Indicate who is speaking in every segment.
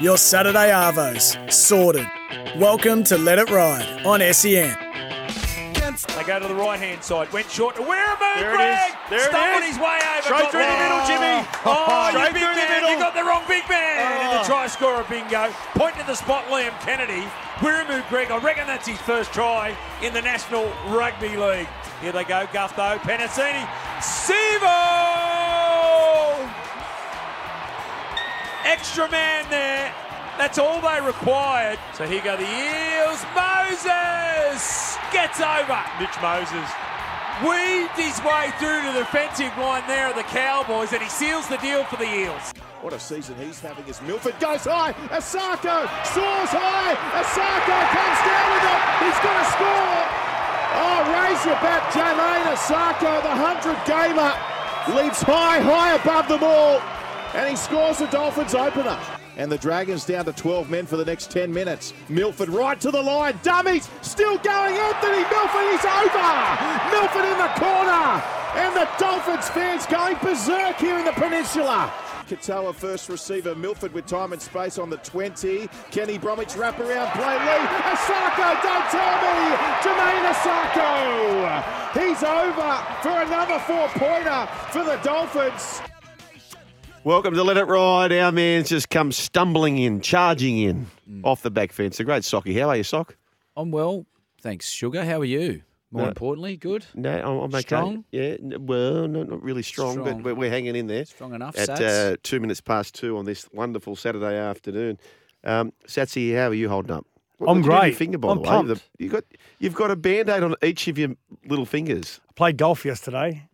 Speaker 1: Your Saturday Arvos, sorted. Welcome to Let It Ride on E SEN.
Speaker 2: They go to the right hand side. Went short to Werribee.
Speaker 3: There it
Speaker 2: Greg.
Speaker 3: is. There it
Speaker 2: Stumbled
Speaker 3: is.
Speaker 2: his way over.
Speaker 3: Straight
Speaker 2: Got
Speaker 3: through the
Speaker 2: one.
Speaker 3: middle, Jimmy.
Speaker 2: Oh, you
Speaker 3: Straight
Speaker 2: big
Speaker 3: through the
Speaker 2: man.
Speaker 3: middle.
Speaker 2: You got the wrong big man. And the
Speaker 3: Oh.
Speaker 2: try scorer bingo. Point to the spot, Liam Kennedy. Werribee Greg. I reckon that's his first try in the National Rugby League. Here they go. Gutho. Penasini. Sivo! Extra man there. That's all they required. So here go the Eels. Moses gets over.
Speaker 3: Mitch Moses.
Speaker 2: Weaved his way through to the defensive line there of the Cowboys, and he seals the deal for the Eels.
Speaker 4: What a season he's having as Milford goes high. Asako soars high. Asako comes down with it. He's going to score. Oh, raise your bat, Jalen Asako, the 100 gamer, leaps high, high above them all. And he scores the Dolphins opener. And the Dragons down to 12 men for the next 10 minutes. Milford right to the line. Dummies still going. Anthony Milford is over. Milford in the corner. And the Dolphins fans going berserk here in the peninsula. Katoa first receiver. Milford with time and space on the 20. Kenny Bromwich wraparound play. Lee Asako, don't tell me. Jermaine Asako. He's over for another four pointer for the Dolphins.
Speaker 5: Welcome to Let It Ride. Our man's just come stumbling in, charging in
Speaker 4: Mm.
Speaker 5: off the back fence. The great Socky. How are you, Sock?
Speaker 6: I'm well, thanks, Sugar. How are you? More
Speaker 5: No.
Speaker 6: importantly, good.
Speaker 5: No, I'm, I'm okay.
Speaker 6: Strong?
Speaker 5: Yeah, n- well, not, not really strong,
Speaker 6: Strong.
Speaker 5: but we're, we're hanging in there.
Speaker 6: Strong enough,
Speaker 5: At
Speaker 6: Sats?
Speaker 5: uh, two minutes past two on this wonderful Saturday afternoon. Um, Satsy, how are you holding up? What-
Speaker 3: I'm
Speaker 5: what did you do to your
Speaker 3: great.
Speaker 5: Finger, by
Speaker 3: I'm
Speaker 5: the way.
Speaker 3: pumped.
Speaker 5: The- you got, you've got a band aid on each of your little fingers.
Speaker 3: Played golf yesterday.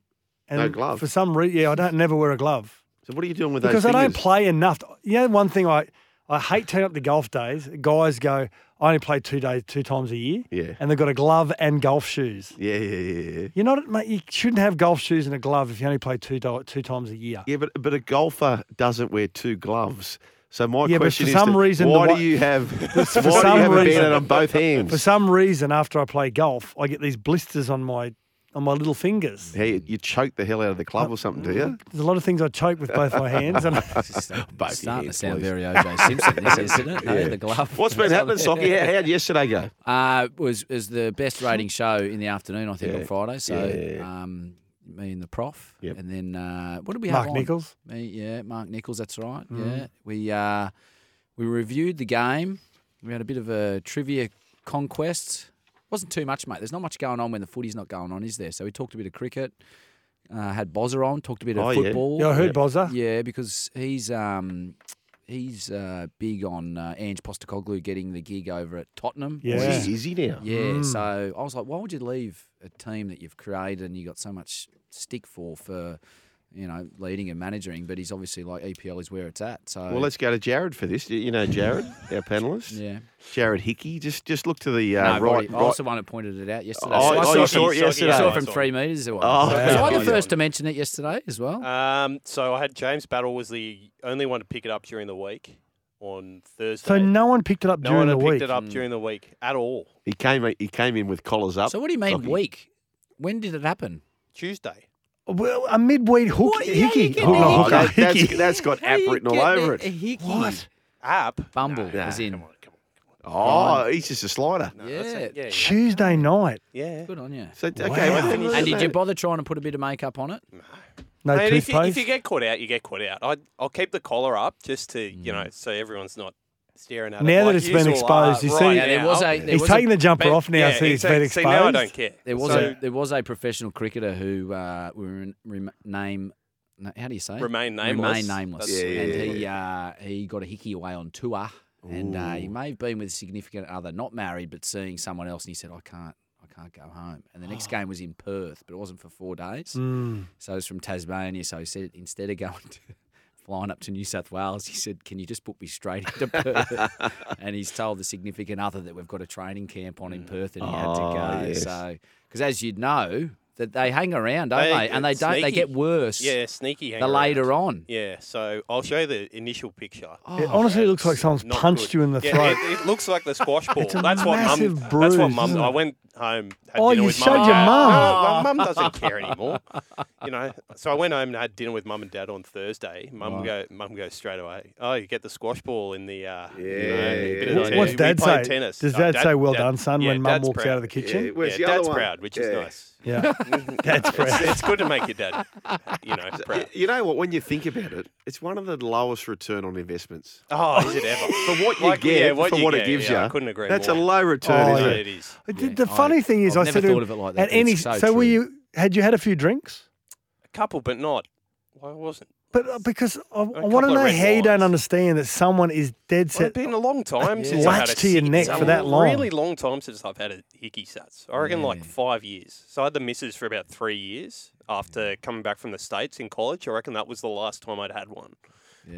Speaker 3: And
Speaker 5: No glove.
Speaker 3: For some reason, yeah, I don't never wear a glove
Speaker 5: So, what are you doing with
Speaker 3: because
Speaker 5: those
Speaker 3: I
Speaker 5: fingers?
Speaker 3: don't play enough. You know, one thing I I hate turning up the golf days. Guys go, I only play two days, two times a year.
Speaker 5: Yeah.
Speaker 3: and they've got a glove and golf shoes.
Speaker 5: Yeah, yeah, yeah, yeah.
Speaker 3: You're not, mate. You shouldn't have golf shoes and a glove if you only play two do- two times a year.
Speaker 5: Yeah, but but a golfer doesn't wear two gloves. So my
Speaker 3: Yeah, but
Speaker 5: question
Speaker 3: for
Speaker 5: is,
Speaker 3: some
Speaker 5: to-
Speaker 3: reason the
Speaker 5: why
Speaker 3: wa-
Speaker 5: do you have why do
Speaker 3: for
Speaker 5: you
Speaker 3: some
Speaker 5: have a
Speaker 3: reason-
Speaker 5: band on both
Speaker 3: For
Speaker 5: hands?
Speaker 3: some reason, after I play golf, I get these blisters on my on my little fingers.
Speaker 5: Hey, you, you choke the hell out of the club or something, do you?
Speaker 3: There's a lot of things I choke with both my hands. And I,
Speaker 5: Both
Speaker 6: Starting to
Speaker 5: hands,
Speaker 6: sound
Speaker 5: please.
Speaker 6: very OJ Simpson, this, isn't it? No, the glove.
Speaker 5: What's been happening, Socky? How, how'd yesterday go?
Speaker 6: Uh, it was is the best rating show in the afternoon, I think,
Speaker 5: Yeah.
Speaker 6: on Friday. So,
Speaker 5: Yeah.
Speaker 6: um, me and the prof,
Speaker 5: Yep.
Speaker 6: and then uh, what did we have?
Speaker 3: Mark
Speaker 6: on?
Speaker 3: Nichols.
Speaker 6: Me, yeah, Mark Nichols. That's right.
Speaker 5: Mm.
Speaker 6: Yeah, we uh, we reviewed the game. We had a bit of a trivia conquest. Wasn't too much, mate. There's not much going on when the footy's not going on, is there? So we talked a bit of cricket. Uh, had Bozza on. Talked a bit of
Speaker 5: Oh, yeah.
Speaker 6: football.
Speaker 3: yeah, I heard Bozza.
Speaker 6: Yeah, because he's um, he's uh, big on uh, Ange Postacoglu getting the gig over at Tottenham.
Speaker 3: Yeah.
Speaker 5: Is he- is he now?
Speaker 6: Yeah, so I was like, why would you leave a team that you've created and you got so much stick for for you know leading and managing? But he's obviously like EPL is where it's at. So
Speaker 5: Well, let's go to Jared for this. You- You know Jared, our panelist.
Speaker 6: yeah.
Speaker 5: Jared Hickey. Just just look to the
Speaker 6: No,
Speaker 5: uh,
Speaker 6: I've
Speaker 5: right.
Speaker 6: already- I
Speaker 5: right.
Speaker 6: was the one who pointed it out yesterday.
Speaker 5: Oh,
Speaker 6: So
Speaker 5: oh,
Speaker 6: I
Speaker 5: you
Speaker 6: saw,
Speaker 5: saw it yesterday.
Speaker 6: I saw it
Speaker 5: I
Speaker 6: from
Speaker 7: saw it.
Speaker 6: three metres away.
Speaker 5: Oh,
Speaker 6: so I'm
Speaker 5: yeah. Uh,
Speaker 6: the first to mention it yesterday as well.
Speaker 7: Um, so I had James Battle was the only one to pick it up during the week on Thursday.
Speaker 3: So no one picked it up
Speaker 7: No
Speaker 3: during
Speaker 7: one
Speaker 3: the
Speaker 7: had
Speaker 3: week.
Speaker 7: picked it up during the week at all.
Speaker 5: He came he came in with collars up.
Speaker 6: so what do you mean
Speaker 5: Socky.
Speaker 6: week? When did it happen?
Speaker 7: Tuesday.
Speaker 3: Well, a midweed hook,
Speaker 6: What? Yeah, you
Speaker 3: hickey.
Speaker 6: get
Speaker 3: hook,
Speaker 6: it.
Speaker 5: Oh,
Speaker 3: hook,
Speaker 5: that, that's,
Speaker 3: hickey.
Speaker 5: that's got
Speaker 6: How
Speaker 5: app
Speaker 6: you
Speaker 5: written all
Speaker 6: getting
Speaker 5: over
Speaker 6: a-
Speaker 5: it.
Speaker 6: a hickey?
Speaker 3: What?
Speaker 7: App.
Speaker 6: Bumble
Speaker 5: Nah,
Speaker 6: is in.
Speaker 7: Come on, come
Speaker 5: Oh, he's just a slider.
Speaker 7: on. No, that's it.
Speaker 6: Yeah.
Speaker 7: Yeah.
Speaker 3: Tuesday night.
Speaker 7: Yeah.
Speaker 6: Good on you.
Speaker 5: So okay,
Speaker 3: Wow.
Speaker 5: but then you
Speaker 6: And
Speaker 5: said
Speaker 6: did you
Speaker 5: that-
Speaker 6: bother trying to put a bit of makeup on it?
Speaker 3: No
Speaker 7: Mate, if, you,
Speaker 3: toothpaste.
Speaker 7: if you get caught out, you get caught out. I, I'll keep the collar up just to, you
Speaker 6: Mm.
Speaker 7: know, so everyone's not staring at it.
Speaker 3: Now that
Speaker 7: like
Speaker 3: it's
Speaker 7: you
Speaker 3: been
Speaker 7: all
Speaker 3: exposed,
Speaker 7: are
Speaker 3: you
Speaker 7: right
Speaker 3: see-
Speaker 6: Yeah, there
Speaker 7: now.
Speaker 6: was a. There
Speaker 3: He's
Speaker 6: was
Speaker 3: taking
Speaker 6: a,
Speaker 3: the jumper
Speaker 7: But-
Speaker 3: off now,
Speaker 7: yeah,
Speaker 3: so he's
Speaker 7: exact-
Speaker 3: been exposed.
Speaker 7: See, now I don't care.
Speaker 6: There was
Speaker 7: So,
Speaker 6: a there was a professional cricketer who uh, we were in, rem, name na- how do you say it?
Speaker 7: Remain nameless.
Speaker 6: Remain nameless.
Speaker 7: That's-
Speaker 5: Yeah,
Speaker 6: and
Speaker 5: yeah,
Speaker 6: he uh, he got a hickey away on tour, and uh, he may have been with a significant other, not married, but seeing someone else, and he said, "I can't." I can't go home. And the next
Speaker 5: Ah.
Speaker 6: game was in Perth, but it wasn't for four days.
Speaker 3: Mm.
Speaker 6: So it was from Tasmania. So he said, instead of going to flying up to New South Wales, he said, Can you just book me straight into Perth? and he's told the significant other that we've got a training camp on in Perth and he had to
Speaker 5: Mm. Oh,
Speaker 6: go.
Speaker 5: yes.
Speaker 6: So, because as you'd know, that they hang around, don't
Speaker 7: They
Speaker 6: they? And they
Speaker 7: get
Speaker 6: don't. They
Speaker 7: sneaky.
Speaker 6: get worse.
Speaker 7: Yeah, sneaky.
Speaker 6: The
Speaker 7: hangaround.
Speaker 6: later on. Oh,
Speaker 7: Yeah, so I'll show you the initial picture.
Speaker 3: It honestly looks like
Speaker 7: It's
Speaker 3: someone's
Speaker 7: not
Speaker 3: punched
Speaker 7: good.
Speaker 3: you in the
Speaker 7: yeah,
Speaker 3: throat.
Speaker 7: It, it looks like the squash ball.
Speaker 3: a
Speaker 7: that's what mum.
Speaker 3: massive
Speaker 7: that's what
Speaker 3: bruise,
Speaker 7: mum.
Speaker 3: isn't it?
Speaker 7: I went home. Had
Speaker 3: Oh,
Speaker 7: dinner
Speaker 3: you
Speaker 7: with
Speaker 3: showed
Speaker 7: mum and
Speaker 3: your
Speaker 7: dad.
Speaker 3: mum.
Speaker 7: No, my mum doesn't care anymore. You know, so I went home and had dinner with mum and dad on Thursday. Mum go, mum goes straight away. Oh, you get the squash ball in the. Uh, yeah, you know, a
Speaker 3: What's
Speaker 7: bit of tennis." We
Speaker 3: dad
Speaker 7: played
Speaker 3: say?
Speaker 7: Tennis.
Speaker 3: Does
Speaker 7: Oh,
Speaker 3: dad say, "Well
Speaker 7: dad-
Speaker 3: done, son,"
Speaker 7: yeah,
Speaker 3: when mum
Speaker 7: dad's
Speaker 3: walks out
Speaker 7: proud.
Speaker 3: of the kitchen?
Speaker 7: Yeah, dad's proud, which is nice.
Speaker 3: Yeah, that's
Speaker 7: Mm-hmm. It's,
Speaker 3: right.
Speaker 7: it's good to make your dad, you know, proud.
Speaker 5: You know what? When you think about it, it's one of the lowest return on investments.
Speaker 7: Oh, is it ever?
Speaker 5: For what you
Speaker 7: Like,
Speaker 5: get,
Speaker 7: yeah, what
Speaker 5: for
Speaker 7: you
Speaker 5: what it
Speaker 7: get,
Speaker 5: gives
Speaker 7: yeah,
Speaker 5: you,
Speaker 7: I couldn't agree
Speaker 5: That's a
Speaker 7: more.
Speaker 5: low return,
Speaker 3: Oh,
Speaker 5: isn't
Speaker 3: yeah.
Speaker 5: it?
Speaker 7: It is.
Speaker 3: The-
Speaker 6: Yeah,
Speaker 3: the funny
Speaker 6: I-
Speaker 3: thing is,
Speaker 6: I've
Speaker 3: I
Speaker 6: never
Speaker 3: said to
Speaker 6: thought
Speaker 3: him,
Speaker 6: of it like that,
Speaker 3: at
Speaker 6: but it's
Speaker 3: any,
Speaker 6: so
Speaker 3: were
Speaker 6: true.
Speaker 3: you? Had you had a few drinks?
Speaker 7: A couple, but not. Well, I wasn't.
Speaker 3: But uh, because I, I want
Speaker 7: couple
Speaker 3: to
Speaker 7: of
Speaker 3: know
Speaker 7: red
Speaker 3: how you don't
Speaker 7: wines.
Speaker 3: understand that someone is dead
Speaker 7: Well, it's
Speaker 3: set.
Speaker 7: been a long time since I've had
Speaker 3: Latched
Speaker 7: a
Speaker 3: to your
Speaker 7: hickey
Speaker 3: neck
Speaker 7: sats.
Speaker 3: for that
Speaker 7: A
Speaker 3: long.
Speaker 7: Really long time since I've had a hickey sats. I reckon like five years. So I had the missus for about three years after coming back from the states in college. I reckon that was the last time I'd had one.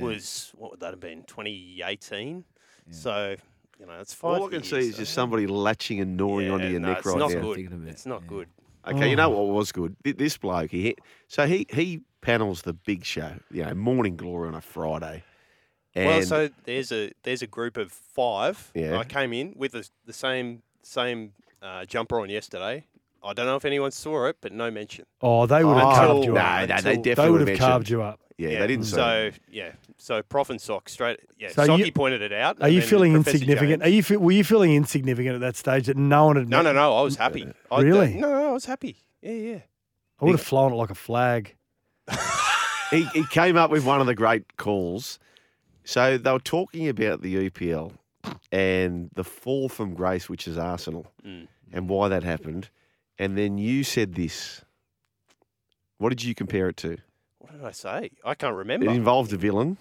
Speaker 7: Was what would that have been? Twenty eighteen. So you know, it's five.
Speaker 5: All I can
Speaker 7: years,
Speaker 5: see is
Speaker 7: so-
Speaker 3: eh?
Speaker 5: just somebody latching and gnawing
Speaker 7: Yeah,
Speaker 5: onto your
Speaker 7: no,
Speaker 5: neck
Speaker 7: it's
Speaker 5: right
Speaker 7: not
Speaker 5: now.
Speaker 7: Good.
Speaker 6: Thinking of it,
Speaker 7: It's not
Speaker 6: yeah.
Speaker 7: good.
Speaker 5: Okay, you know what was good? Th- This bloke, he hit, so he he panels the big show, you know, Morning Glory on a Friday. And
Speaker 7: well, so there's a there's a group of five.
Speaker 5: Yeah.
Speaker 7: I came in with the, the same same uh, jumper on yesterday. I don't know if anyone saw it, but no mention.
Speaker 3: Oh, they would have
Speaker 5: Oh,
Speaker 3: carved you
Speaker 5: no,
Speaker 3: up.
Speaker 5: no, they definitely
Speaker 3: They would have
Speaker 5: mentioned-
Speaker 3: carved you up.
Speaker 5: Yeah, they didn't say.
Speaker 7: So yeah, so Prof and Sock straight. Yeah,
Speaker 3: So
Speaker 7: Socky
Speaker 3: you-
Speaker 7: pointed it out.
Speaker 3: Are
Speaker 7: and
Speaker 3: you
Speaker 7: then
Speaker 3: feeling
Speaker 7: Professor
Speaker 3: insignificant? Are
Speaker 7: James-
Speaker 3: you fe- were you feeling insignificant at that stage that no one had?
Speaker 7: No, no, no. I was happy. I,
Speaker 3: Really?
Speaker 7: No, no, I was happy. Yeah, yeah.
Speaker 3: I would have flown it like a flag.
Speaker 5: he, he came up with one of the great calls. So they were talking about the EPL and the fall from grace, which is Arsenal,
Speaker 7: Mm.
Speaker 5: and why that happened. And then you said this. What did you compare it to?
Speaker 7: What did I say? I can't
Speaker 5: It
Speaker 7: remember.
Speaker 5: involved a villain.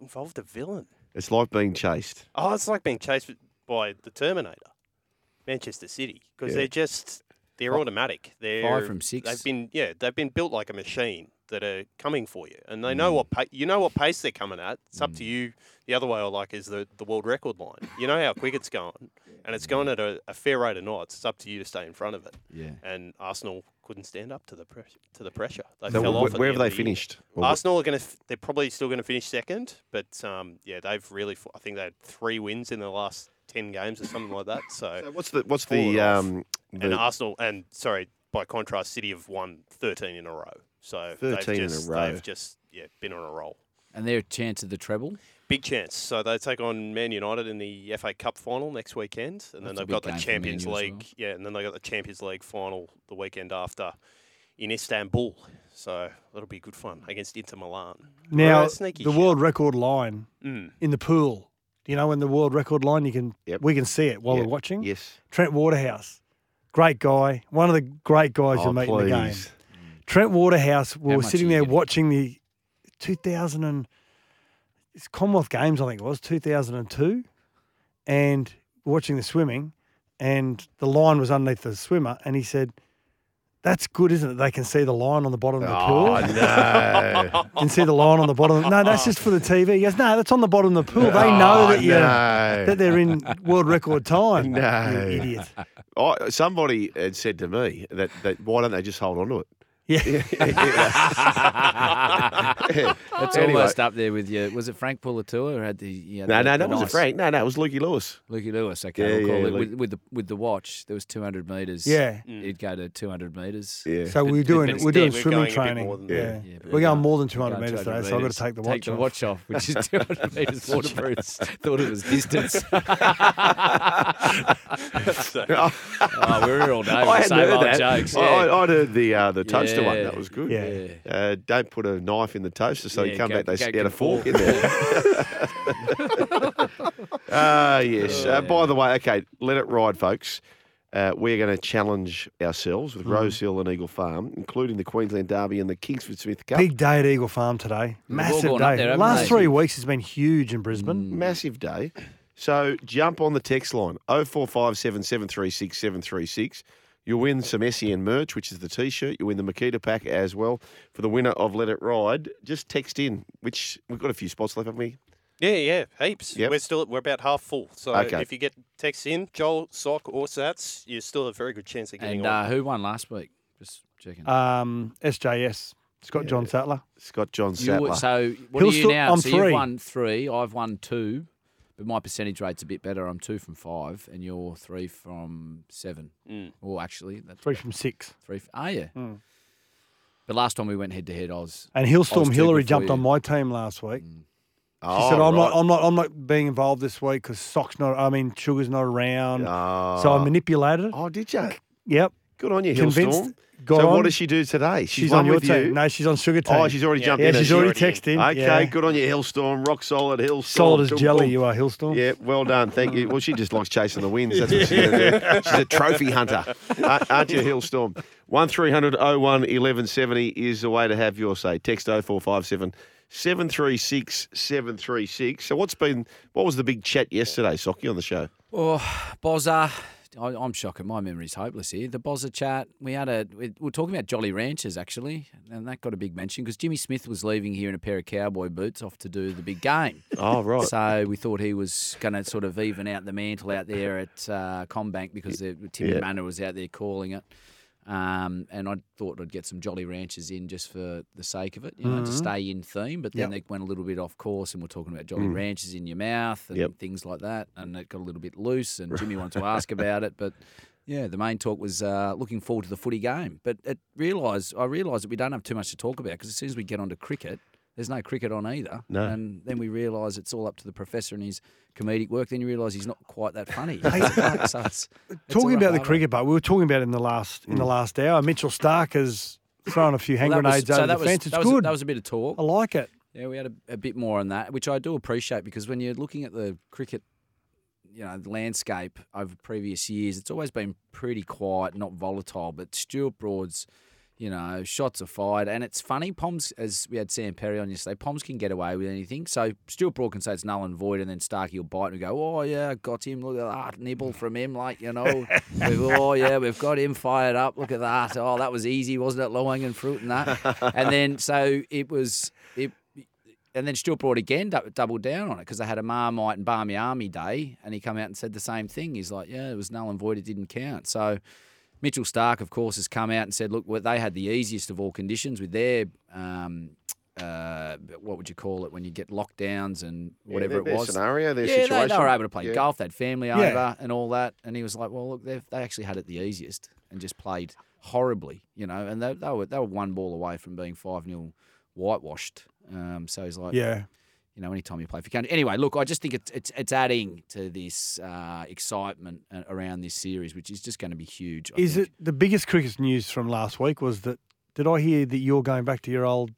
Speaker 7: involved a villain.
Speaker 5: It's like being chased.
Speaker 7: Oh, it's like being chased by the Terminator, Manchester City, because
Speaker 5: Yeah.
Speaker 7: they're just they're automatic. They're
Speaker 6: from six.
Speaker 7: They've been yeah, they've been built like a machine that are coming for you, and they
Speaker 6: Mm.
Speaker 7: know what pa- you know what pace they're coming at. It's up to you. The other way I like is the the world record line. You know how quick it's going, and it's going at a, a fair rate of knots. It's up to you to stay in front of it.
Speaker 6: Yeah.
Speaker 7: And Arsenal couldn't stand up to the press to the pressure. They
Speaker 5: So
Speaker 7: fell
Speaker 5: wh-
Speaker 7: off. at
Speaker 5: where
Speaker 7: the end
Speaker 5: have they
Speaker 7: of the year.
Speaker 5: finished? Or what-
Speaker 7: Arsenal are going to. F- they're probably still going to finish second, but um, yeah, they've really. f- I think they had three wins in the last ten games or something like that.
Speaker 5: So
Speaker 7: So
Speaker 5: what's the what's
Speaker 7: Fall
Speaker 5: the
Speaker 7: it off.
Speaker 5: um the
Speaker 7: and Arsenal and sorry, by contrast, City have won thirteen in a row. So they've
Speaker 5: 13 in a
Speaker 7: just-
Speaker 5: row.
Speaker 7: They've just yeah been on a roll.
Speaker 6: And their chance of the treble.
Speaker 7: Big chance. So they take on Man United in the FA Cup final next weekend, and then
Speaker 6: That's a
Speaker 7: they've
Speaker 6: big
Speaker 7: got the
Speaker 6: game for
Speaker 7: Champions
Speaker 6: Man U as
Speaker 7: League. Yeah, and then they got the Champions League final the weekend after in Istanbul. So that'll be good fun against Inter Milan.
Speaker 3: Now
Speaker 7: Right, sneaky
Speaker 3: the
Speaker 7: shout.
Speaker 3: world record line
Speaker 7: Mm.
Speaker 3: in the pool. You know, in the world record line, you can
Speaker 5: Yep.
Speaker 3: we can see it while
Speaker 5: yeah,
Speaker 3: we're watching.
Speaker 5: Yes.
Speaker 3: Trent Waterhouse, great guy, one of the great guys
Speaker 5: Oh,
Speaker 3: you'll meet in the game.
Speaker 5: please.
Speaker 3: Trent Waterhouse, we
Speaker 6: How
Speaker 3: were
Speaker 6: much
Speaker 3: sitting
Speaker 6: are you
Speaker 3: there
Speaker 6: getting?
Speaker 3: watching the 2000 and it's Commonwealth Games, I think it was 2002, and watching the swimming, and the line was underneath the swimmer, and he said, "That's good, isn't it? They can see the line on the bottom of the pool."
Speaker 5: Oh no.
Speaker 3: You can see the line on the bottom. No, that's just for the TV. He goes, no, that's on the bottom of the pool. They know that you
Speaker 5: Oh, no.
Speaker 3: that they're in world record time.
Speaker 5: No.
Speaker 3: You idiot.
Speaker 5: I, somebody had said to me that, that why don't they just hold on to it?
Speaker 3: Yeah.
Speaker 6: That's
Speaker 5: Anyway.
Speaker 6: almost up there with you. Was it Frank Pulatua? Who had the, yeah,
Speaker 5: No,
Speaker 6: the,
Speaker 5: no,
Speaker 6: the
Speaker 5: that wasn't
Speaker 6: nice-
Speaker 5: Frank. No, no, it was Lukey Lewis.
Speaker 6: Lukey Lewis.
Speaker 5: Yeah,
Speaker 6: Okay, we'll call
Speaker 5: yeah,
Speaker 6: it.
Speaker 5: Luke- Mm.
Speaker 6: With, with the with the watch, there was 200 meters.
Speaker 3: Yeah.
Speaker 6: it'd go to 200 meters.
Speaker 5: Yeah.
Speaker 3: So we're
Speaker 6: But- but
Speaker 3: doing
Speaker 6: it's
Speaker 3: we're doing
Speaker 7: dead. We're
Speaker 3: swimming
Speaker 7: going a bit
Speaker 3: training.
Speaker 7: more than
Speaker 3: yeah.
Speaker 7: that.
Speaker 6: Yeah, but
Speaker 3: we're going
Speaker 6: no,
Speaker 3: more than
Speaker 6: we're
Speaker 3: 200
Speaker 6: going
Speaker 3: meters
Speaker 6: 200
Speaker 3: today, so I've got to
Speaker 6: metres.
Speaker 3: take the watch
Speaker 6: Take the
Speaker 3: off.
Speaker 6: watch off, which is 200 meters waterproof. Thought it was distance. oh, we were all day. with the
Speaker 5: hadn't
Speaker 6: Same old jokes.
Speaker 5: I,
Speaker 6: yeah.
Speaker 5: I, I'd heard the uh, the toaster one.
Speaker 6: Yeah.
Speaker 5: That was good.
Speaker 3: Yeah.
Speaker 6: Yeah.
Speaker 5: Uh, don't put a knife in the toaster, so you
Speaker 6: Yeah,
Speaker 5: come
Speaker 6: go-
Speaker 5: back. They
Speaker 6: go
Speaker 5: get
Speaker 6: get
Speaker 5: a
Speaker 6: a
Speaker 5: fork
Speaker 6: fork.
Speaker 5: in there. Ah, yes.
Speaker 6: Oh,
Speaker 5: Uh, by the way, okay, let it ride, folks. Uh, we're going to challenge ourselves
Speaker 6: Mm-hmm.
Speaker 5: with Rose Hill and Eagle Farm, including the Queensland Derby and the Kingsford Smith Cup.
Speaker 3: Big day at Eagle Farm today. Massive
Speaker 6: gone up
Speaker 3: day.
Speaker 6: there, haven't
Speaker 3: Last
Speaker 6: they?
Speaker 3: three weeks has been huge in Brisbane.
Speaker 5: massive day. So jump on the text line 0457 736 736. You'll win some SEN merch, which is the t shirt. You'll win the Makita pack as well. For the winner of Let It Ride, just text in, which we've got a few spots left, haven't we?
Speaker 7: Yeah, yeah, heaps.
Speaker 5: Yep.
Speaker 7: We're still we're about half full. So
Speaker 5: Okay.
Speaker 7: if you get texts in, Joel, Sock, or Sats, you still have a very good chance of getting
Speaker 6: And
Speaker 7: on.
Speaker 6: uh, who won last week? Just Checking.
Speaker 3: Um, SJS, Scott John Sattler.
Speaker 5: Scott John
Speaker 6: You
Speaker 5: Sattler.
Speaker 6: were- so what
Speaker 3: He'll
Speaker 6: are you
Speaker 3: still-
Speaker 6: now?
Speaker 3: I'm
Speaker 6: so
Speaker 3: three.
Speaker 6: you've won three. I've won two, but my percentage rate's a bit better. I'm two from five, and you're three from seven.
Speaker 7: Mm.
Speaker 6: Well, actually, that's
Speaker 3: Three from six.
Speaker 6: three. F- are you? But last time we went head to head, I was.
Speaker 3: And
Speaker 6: I was
Speaker 3: Hillstorm
Speaker 6: two
Speaker 3: Hillary
Speaker 6: before
Speaker 3: jumped
Speaker 6: you. Mm.
Speaker 3: on my team last week. She
Speaker 5: Oh,
Speaker 3: said, "I'm not,
Speaker 5: right.
Speaker 3: I'm not, I'm not being involved this week because Sock's not. I mean, Sugar's not around.
Speaker 5: Ah.
Speaker 3: So I manipulated. it.
Speaker 5: Oh, did you?
Speaker 3: Yep.
Speaker 5: Good on you,
Speaker 3: Convinced,
Speaker 5: Hillstorm.
Speaker 3: got
Speaker 5: so
Speaker 3: on.
Speaker 5: what does she do today? She's,
Speaker 3: She's, on
Speaker 5: won
Speaker 3: your
Speaker 5: with
Speaker 3: team.
Speaker 5: you.
Speaker 3: No, she's on Sugar team.
Speaker 5: oh, she's already
Speaker 7: Yeah.
Speaker 5: jumped
Speaker 3: yeah,
Speaker 5: in.
Speaker 7: no,
Speaker 3: she's
Speaker 5: hasn't
Speaker 3: already
Speaker 7: she already-
Speaker 3: texted.
Speaker 5: she?
Speaker 3: yeah.
Speaker 5: Okay, good on you, Hillstorm. Rock solid, Hillstorm.
Speaker 3: Solid as
Speaker 5: Boom,
Speaker 3: jelly,
Speaker 5: boom.
Speaker 3: you are Hillstorm.
Speaker 5: Yeah, well done. Thank you. Well, she just likes chasing the wins. That's what she's going to do. She's a trophy hunter. Uh, aren't you, Hillstorm? 1300 01 1170 is the way to have your say. Text 0457 736 736. So, what's been, what was the big chat yesterday, Socky, on the show?
Speaker 6: Oh, Bozza. I, I'm shocked. My memory's hopeless here. The Bozza chat. We had a. We, we are talking about Jolly Ranchers actually, and that got a big mention because Jimmy Smith was leaving here in a pair of cowboy boots off to do the big game.
Speaker 5: Oh, right.
Speaker 6: So we thought he was going to sort of even out the mantle out there at uh, Combank because the, Timmy
Speaker 5: Yeah.
Speaker 6: Manor was out there calling it. Um, and I thought I'd get some Jolly Ranchers in just for the sake of it, you know,
Speaker 3: Mm-hmm.
Speaker 6: to stay in theme. But then they went a little bit off course, and we're talking about
Speaker 3: Mm.
Speaker 6: Jolly Ranchers in your mouth and
Speaker 5: Yep.
Speaker 6: things like that. And it got a little bit loose, and Jimmy wanted to ask about it. But yeah, the main talk was uh, looking forward to the footy game. But it realised I realised that we don't have too much to talk about because as soon as we get onto cricket, there's no cricket on either.
Speaker 5: No.
Speaker 6: And then we realise it's all up to the professor and his comedic work. Then you realise he's not quite that funny. So it's- it's a
Speaker 3: uh, Talking
Speaker 6: rough
Speaker 3: about the
Speaker 6: harbour.
Speaker 3: cricket, but we were talking about it in the last in the last hour. Mitchell Stark has thrown a few hand
Speaker 6: Well, that was-
Speaker 3: grenades
Speaker 6: so
Speaker 3: over
Speaker 6: that
Speaker 3: the
Speaker 6: was-
Speaker 3: fence. It's
Speaker 6: that was,
Speaker 3: good.
Speaker 6: That was a bit of talk.
Speaker 3: I like it.
Speaker 6: Yeah, we had a, a bit more on that, which I do appreciate because when you're looking at the cricket, you know, landscape over previous years, it's always been pretty quiet, not volatile. But Stuart Broad's, you know, shots are fired, and it's funny. Poms, as we had Sam Perry on yesterday, Poms can get away with anything. So Stuart Broad can say it's null and void, and then Starkey will bite and go, "Oh yeah, got him. Look at that nibble from him. Like you know, we've, oh yeah, we've got him fired up. Look at that. Oh, that was easy, wasn't it? Low hanging fruit and that. And then so it was it." and then Stuart Broad again dou- doubled down on it because they had a Marmite and Barmy Army day, and he come out and said the same thing. He's like, "Yeah, it was null and void; it didn't count." So Mitchell Stark, of course, has come out and said, "Look, well, they had the easiest of all conditions with their." Um, uh, what would you call it when you get lockdowns and whatever
Speaker 5: their-
Speaker 6: it
Speaker 5: their
Speaker 6: was?
Speaker 5: scenario, their
Speaker 6: yeah, they- They,
Speaker 5: situation.
Speaker 6: were able to play
Speaker 5: Yeah.
Speaker 6: golf. They had family
Speaker 3: Yeah.
Speaker 6: over and all that. And he was like, "Well, look, they've- they actually had it the easiest and just played horribly, you know." And they, they were they were one ball away from being five 0 whitewashed. Um, so he's like,
Speaker 3: Yeah.
Speaker 6: you know, anytime you play for country. Anyway, look, I just think it's it's, it's adding to this uh, excitement a- around this series, which is just going to be huge. I
Speaker 3: Is
Speaker 6: think.
Speaker 3: it the biggest cricket news from last week? Was that? Did I hear that you're going back to your old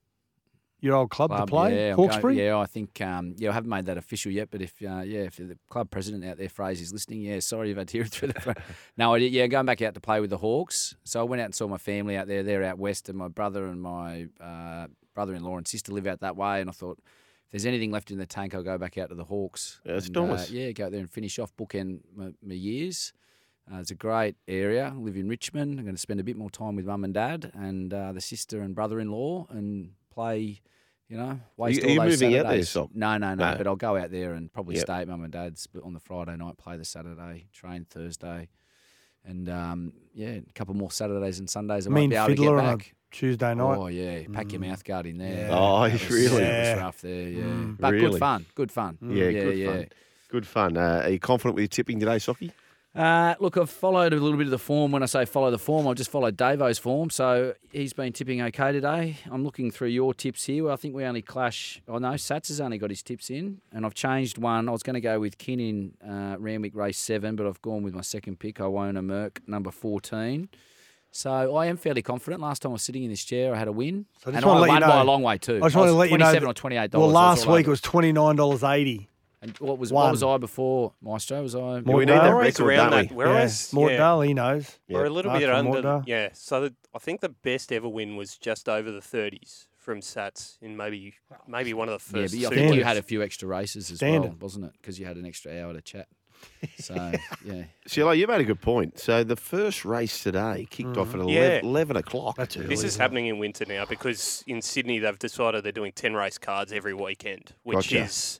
Speaker 3: your old club,
Speaker 6: Club,
Speaker 3: to play
Speaker 6: yeah, I'm going-
Speaker 3: Hawkesbury?
Speaker 6: yeah, I think um, yeah, I haven't made that official yet, but if uh, yeah, if the club president out there, Fraser, is listening, yeah, sorry you've had to hear it through the phone. No, I did, yeah, going back out to play with the Hawks. So I went out and saw my family out there. They're out west, and my brother and my uh, brother-in-law and sister live out that way. And I thought, if there's anything left in the tank, I'll go back out to the Hawks.
Speaker 5: Yeah, that's
Speaker 6: and, uh,
Speaker 5: nice.
Speaker 6: yeah, go out there and finish off bookend my, my years. Uh, it's a great area. I live in Richmond. I'm going to spend a bit more time with mum and dad and uh, the sister and brother-in-law and play. You know, waste
Speaker 5: you-
Speaker 6: all
Speaker 5: are you
Speaker 6: those
Speaker 5: moving out there,
Speaker 6: Saturdays.
Speaker 5: Sock?
Speaker 6: No, no, no,
Speaker 5: No.
Speaker 6: But I'll go out there and probably
Speaker 5: Yep.
Speaker 6: stay at mum and dad's but on the Friday night, play the Saturday, train Thursday, and um, yeah, a couple more Saturdays and Sundays. I
Speaker 3: Me
Speaker 6: might
Speaker 3: and
Speaker 6: be able
Speaker 3: Fiddler
Speaker 6: to get
Speaker 3: on
Speaker 6: back.
Speaker 3: a Tuesday night. Mm.
Speaker 6: Oh yeah, pack your mouth guard in there.
Speaker 3: Yeah. Mm.
Speaker 5: Oh,
Speaker 6: That was-
Speaker 5: really?
Speaker 6: that was
Speaker 3: Yeah.
Speaker 6: rough there. Yeah, but
Speaker 5: Really?
Speaker 6: good fun. Good fun.
Speaker 5: Yeah, good fun. Good fun. Uh, are you confident with your tipping today, Socky?
Speaker 6: Uh, look, I've followed a little bit of the form. When I say follow the form, I've just followed Davo's form. So he's been tipping okay today. I'm looking through your tips here. I think we only clash. Oh, no, Sats has only got his tips in. And I've changed one. I was going to go with Kin in uh, Randwick Race 7, but I've gone with my second pick, Iwona Merck, number 14. So I am fairly confident. Last time I was sitting in this chair, I had a win.
Speaker 3: So I just
Speaker 6: and I
Speaker 3: wanna let
Speaker 6: won
Speaker 3: you
Speaker 6: by
Speaker 3: know-
Speaker 6: a long way, too.
Speaker 3: I just want to let
Speaker 6: was
Speaker 3: you know.
Speaker 6: 27
Speaker 3: that-
Speaker 6: or 28
Speaker 3: Well,
Speaker 6: that's
Speaker 3: last
Speaker 6: all
Speaker 3: week it
Speaker 6: over.
Speaker 3: was twenty nine dollars eighty.
Speaker 6: And what was, what
Speaker 3: one.
Speaker 6: was I before, Maestro? Was I.
Speaker 3: More
Speaker 5: we need that
Speaker 7: We're always
Speaker 5: record,
Speaker 7: around
Speaker 5: don't
Speaker 7: that.
Speaker 5: we?
Speaker 7: We're always-
Speaker 3: More
Speaker 7: yeah,
Speaker 3: dull, he knows.
Speaker 7: We're a little
Speaker 3: Mark
Speaker 7: bit
Speaker 3: from
Speaker 7: under.
Speaker 3: Mortar.
Speaker 7: Yeah. So the, I think the best ever win was just over the 30s from Sats in maybe maybe one of the
Speaker 6: Yeah,
Speaker 7: first.
Speaker 6: but I think
Speaker 7: two
Speaker 6: you
Speaker 3: Standard.
Speaker 7: weeks.
Speaker 6: had a few extra races as well,
Speaker 3: Standard.
Speaker 6: wasn't it? Because you had an extra hour to chat. So yeah,
Speaker 5: Silo, you made a good point. So the first race today kicked off at 11,
Speaker 7: Yeah.
Speaker 5: 11 o'clock.
Speaker 3: That's early.
Speaker 7: This is happening in winter now because in Sydney they've decided they're doing ten race cards every weekend, which
Speaker 5: Gotcha.
Speaker 7: is,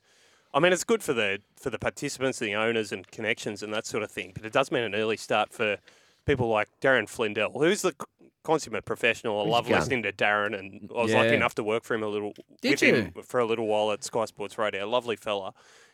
Speaker 7: I mean, it's good for the for the participants, the owners, and connections and that sort of thing. But it does mean an early start for people like Darren Flindell, who's the consummate professional. I
Speaker 5: He's
Speaker 7: love
Speaker 5: a gun.
Speaker 7: listening to Darren, and I was
Speaker 6: Yeah.
Speaker 7: lucky enough to work for him a little.
Speaker 6: Did
Speaker 7: with Him for a little while at Sky Sports Radio. Lovely fella.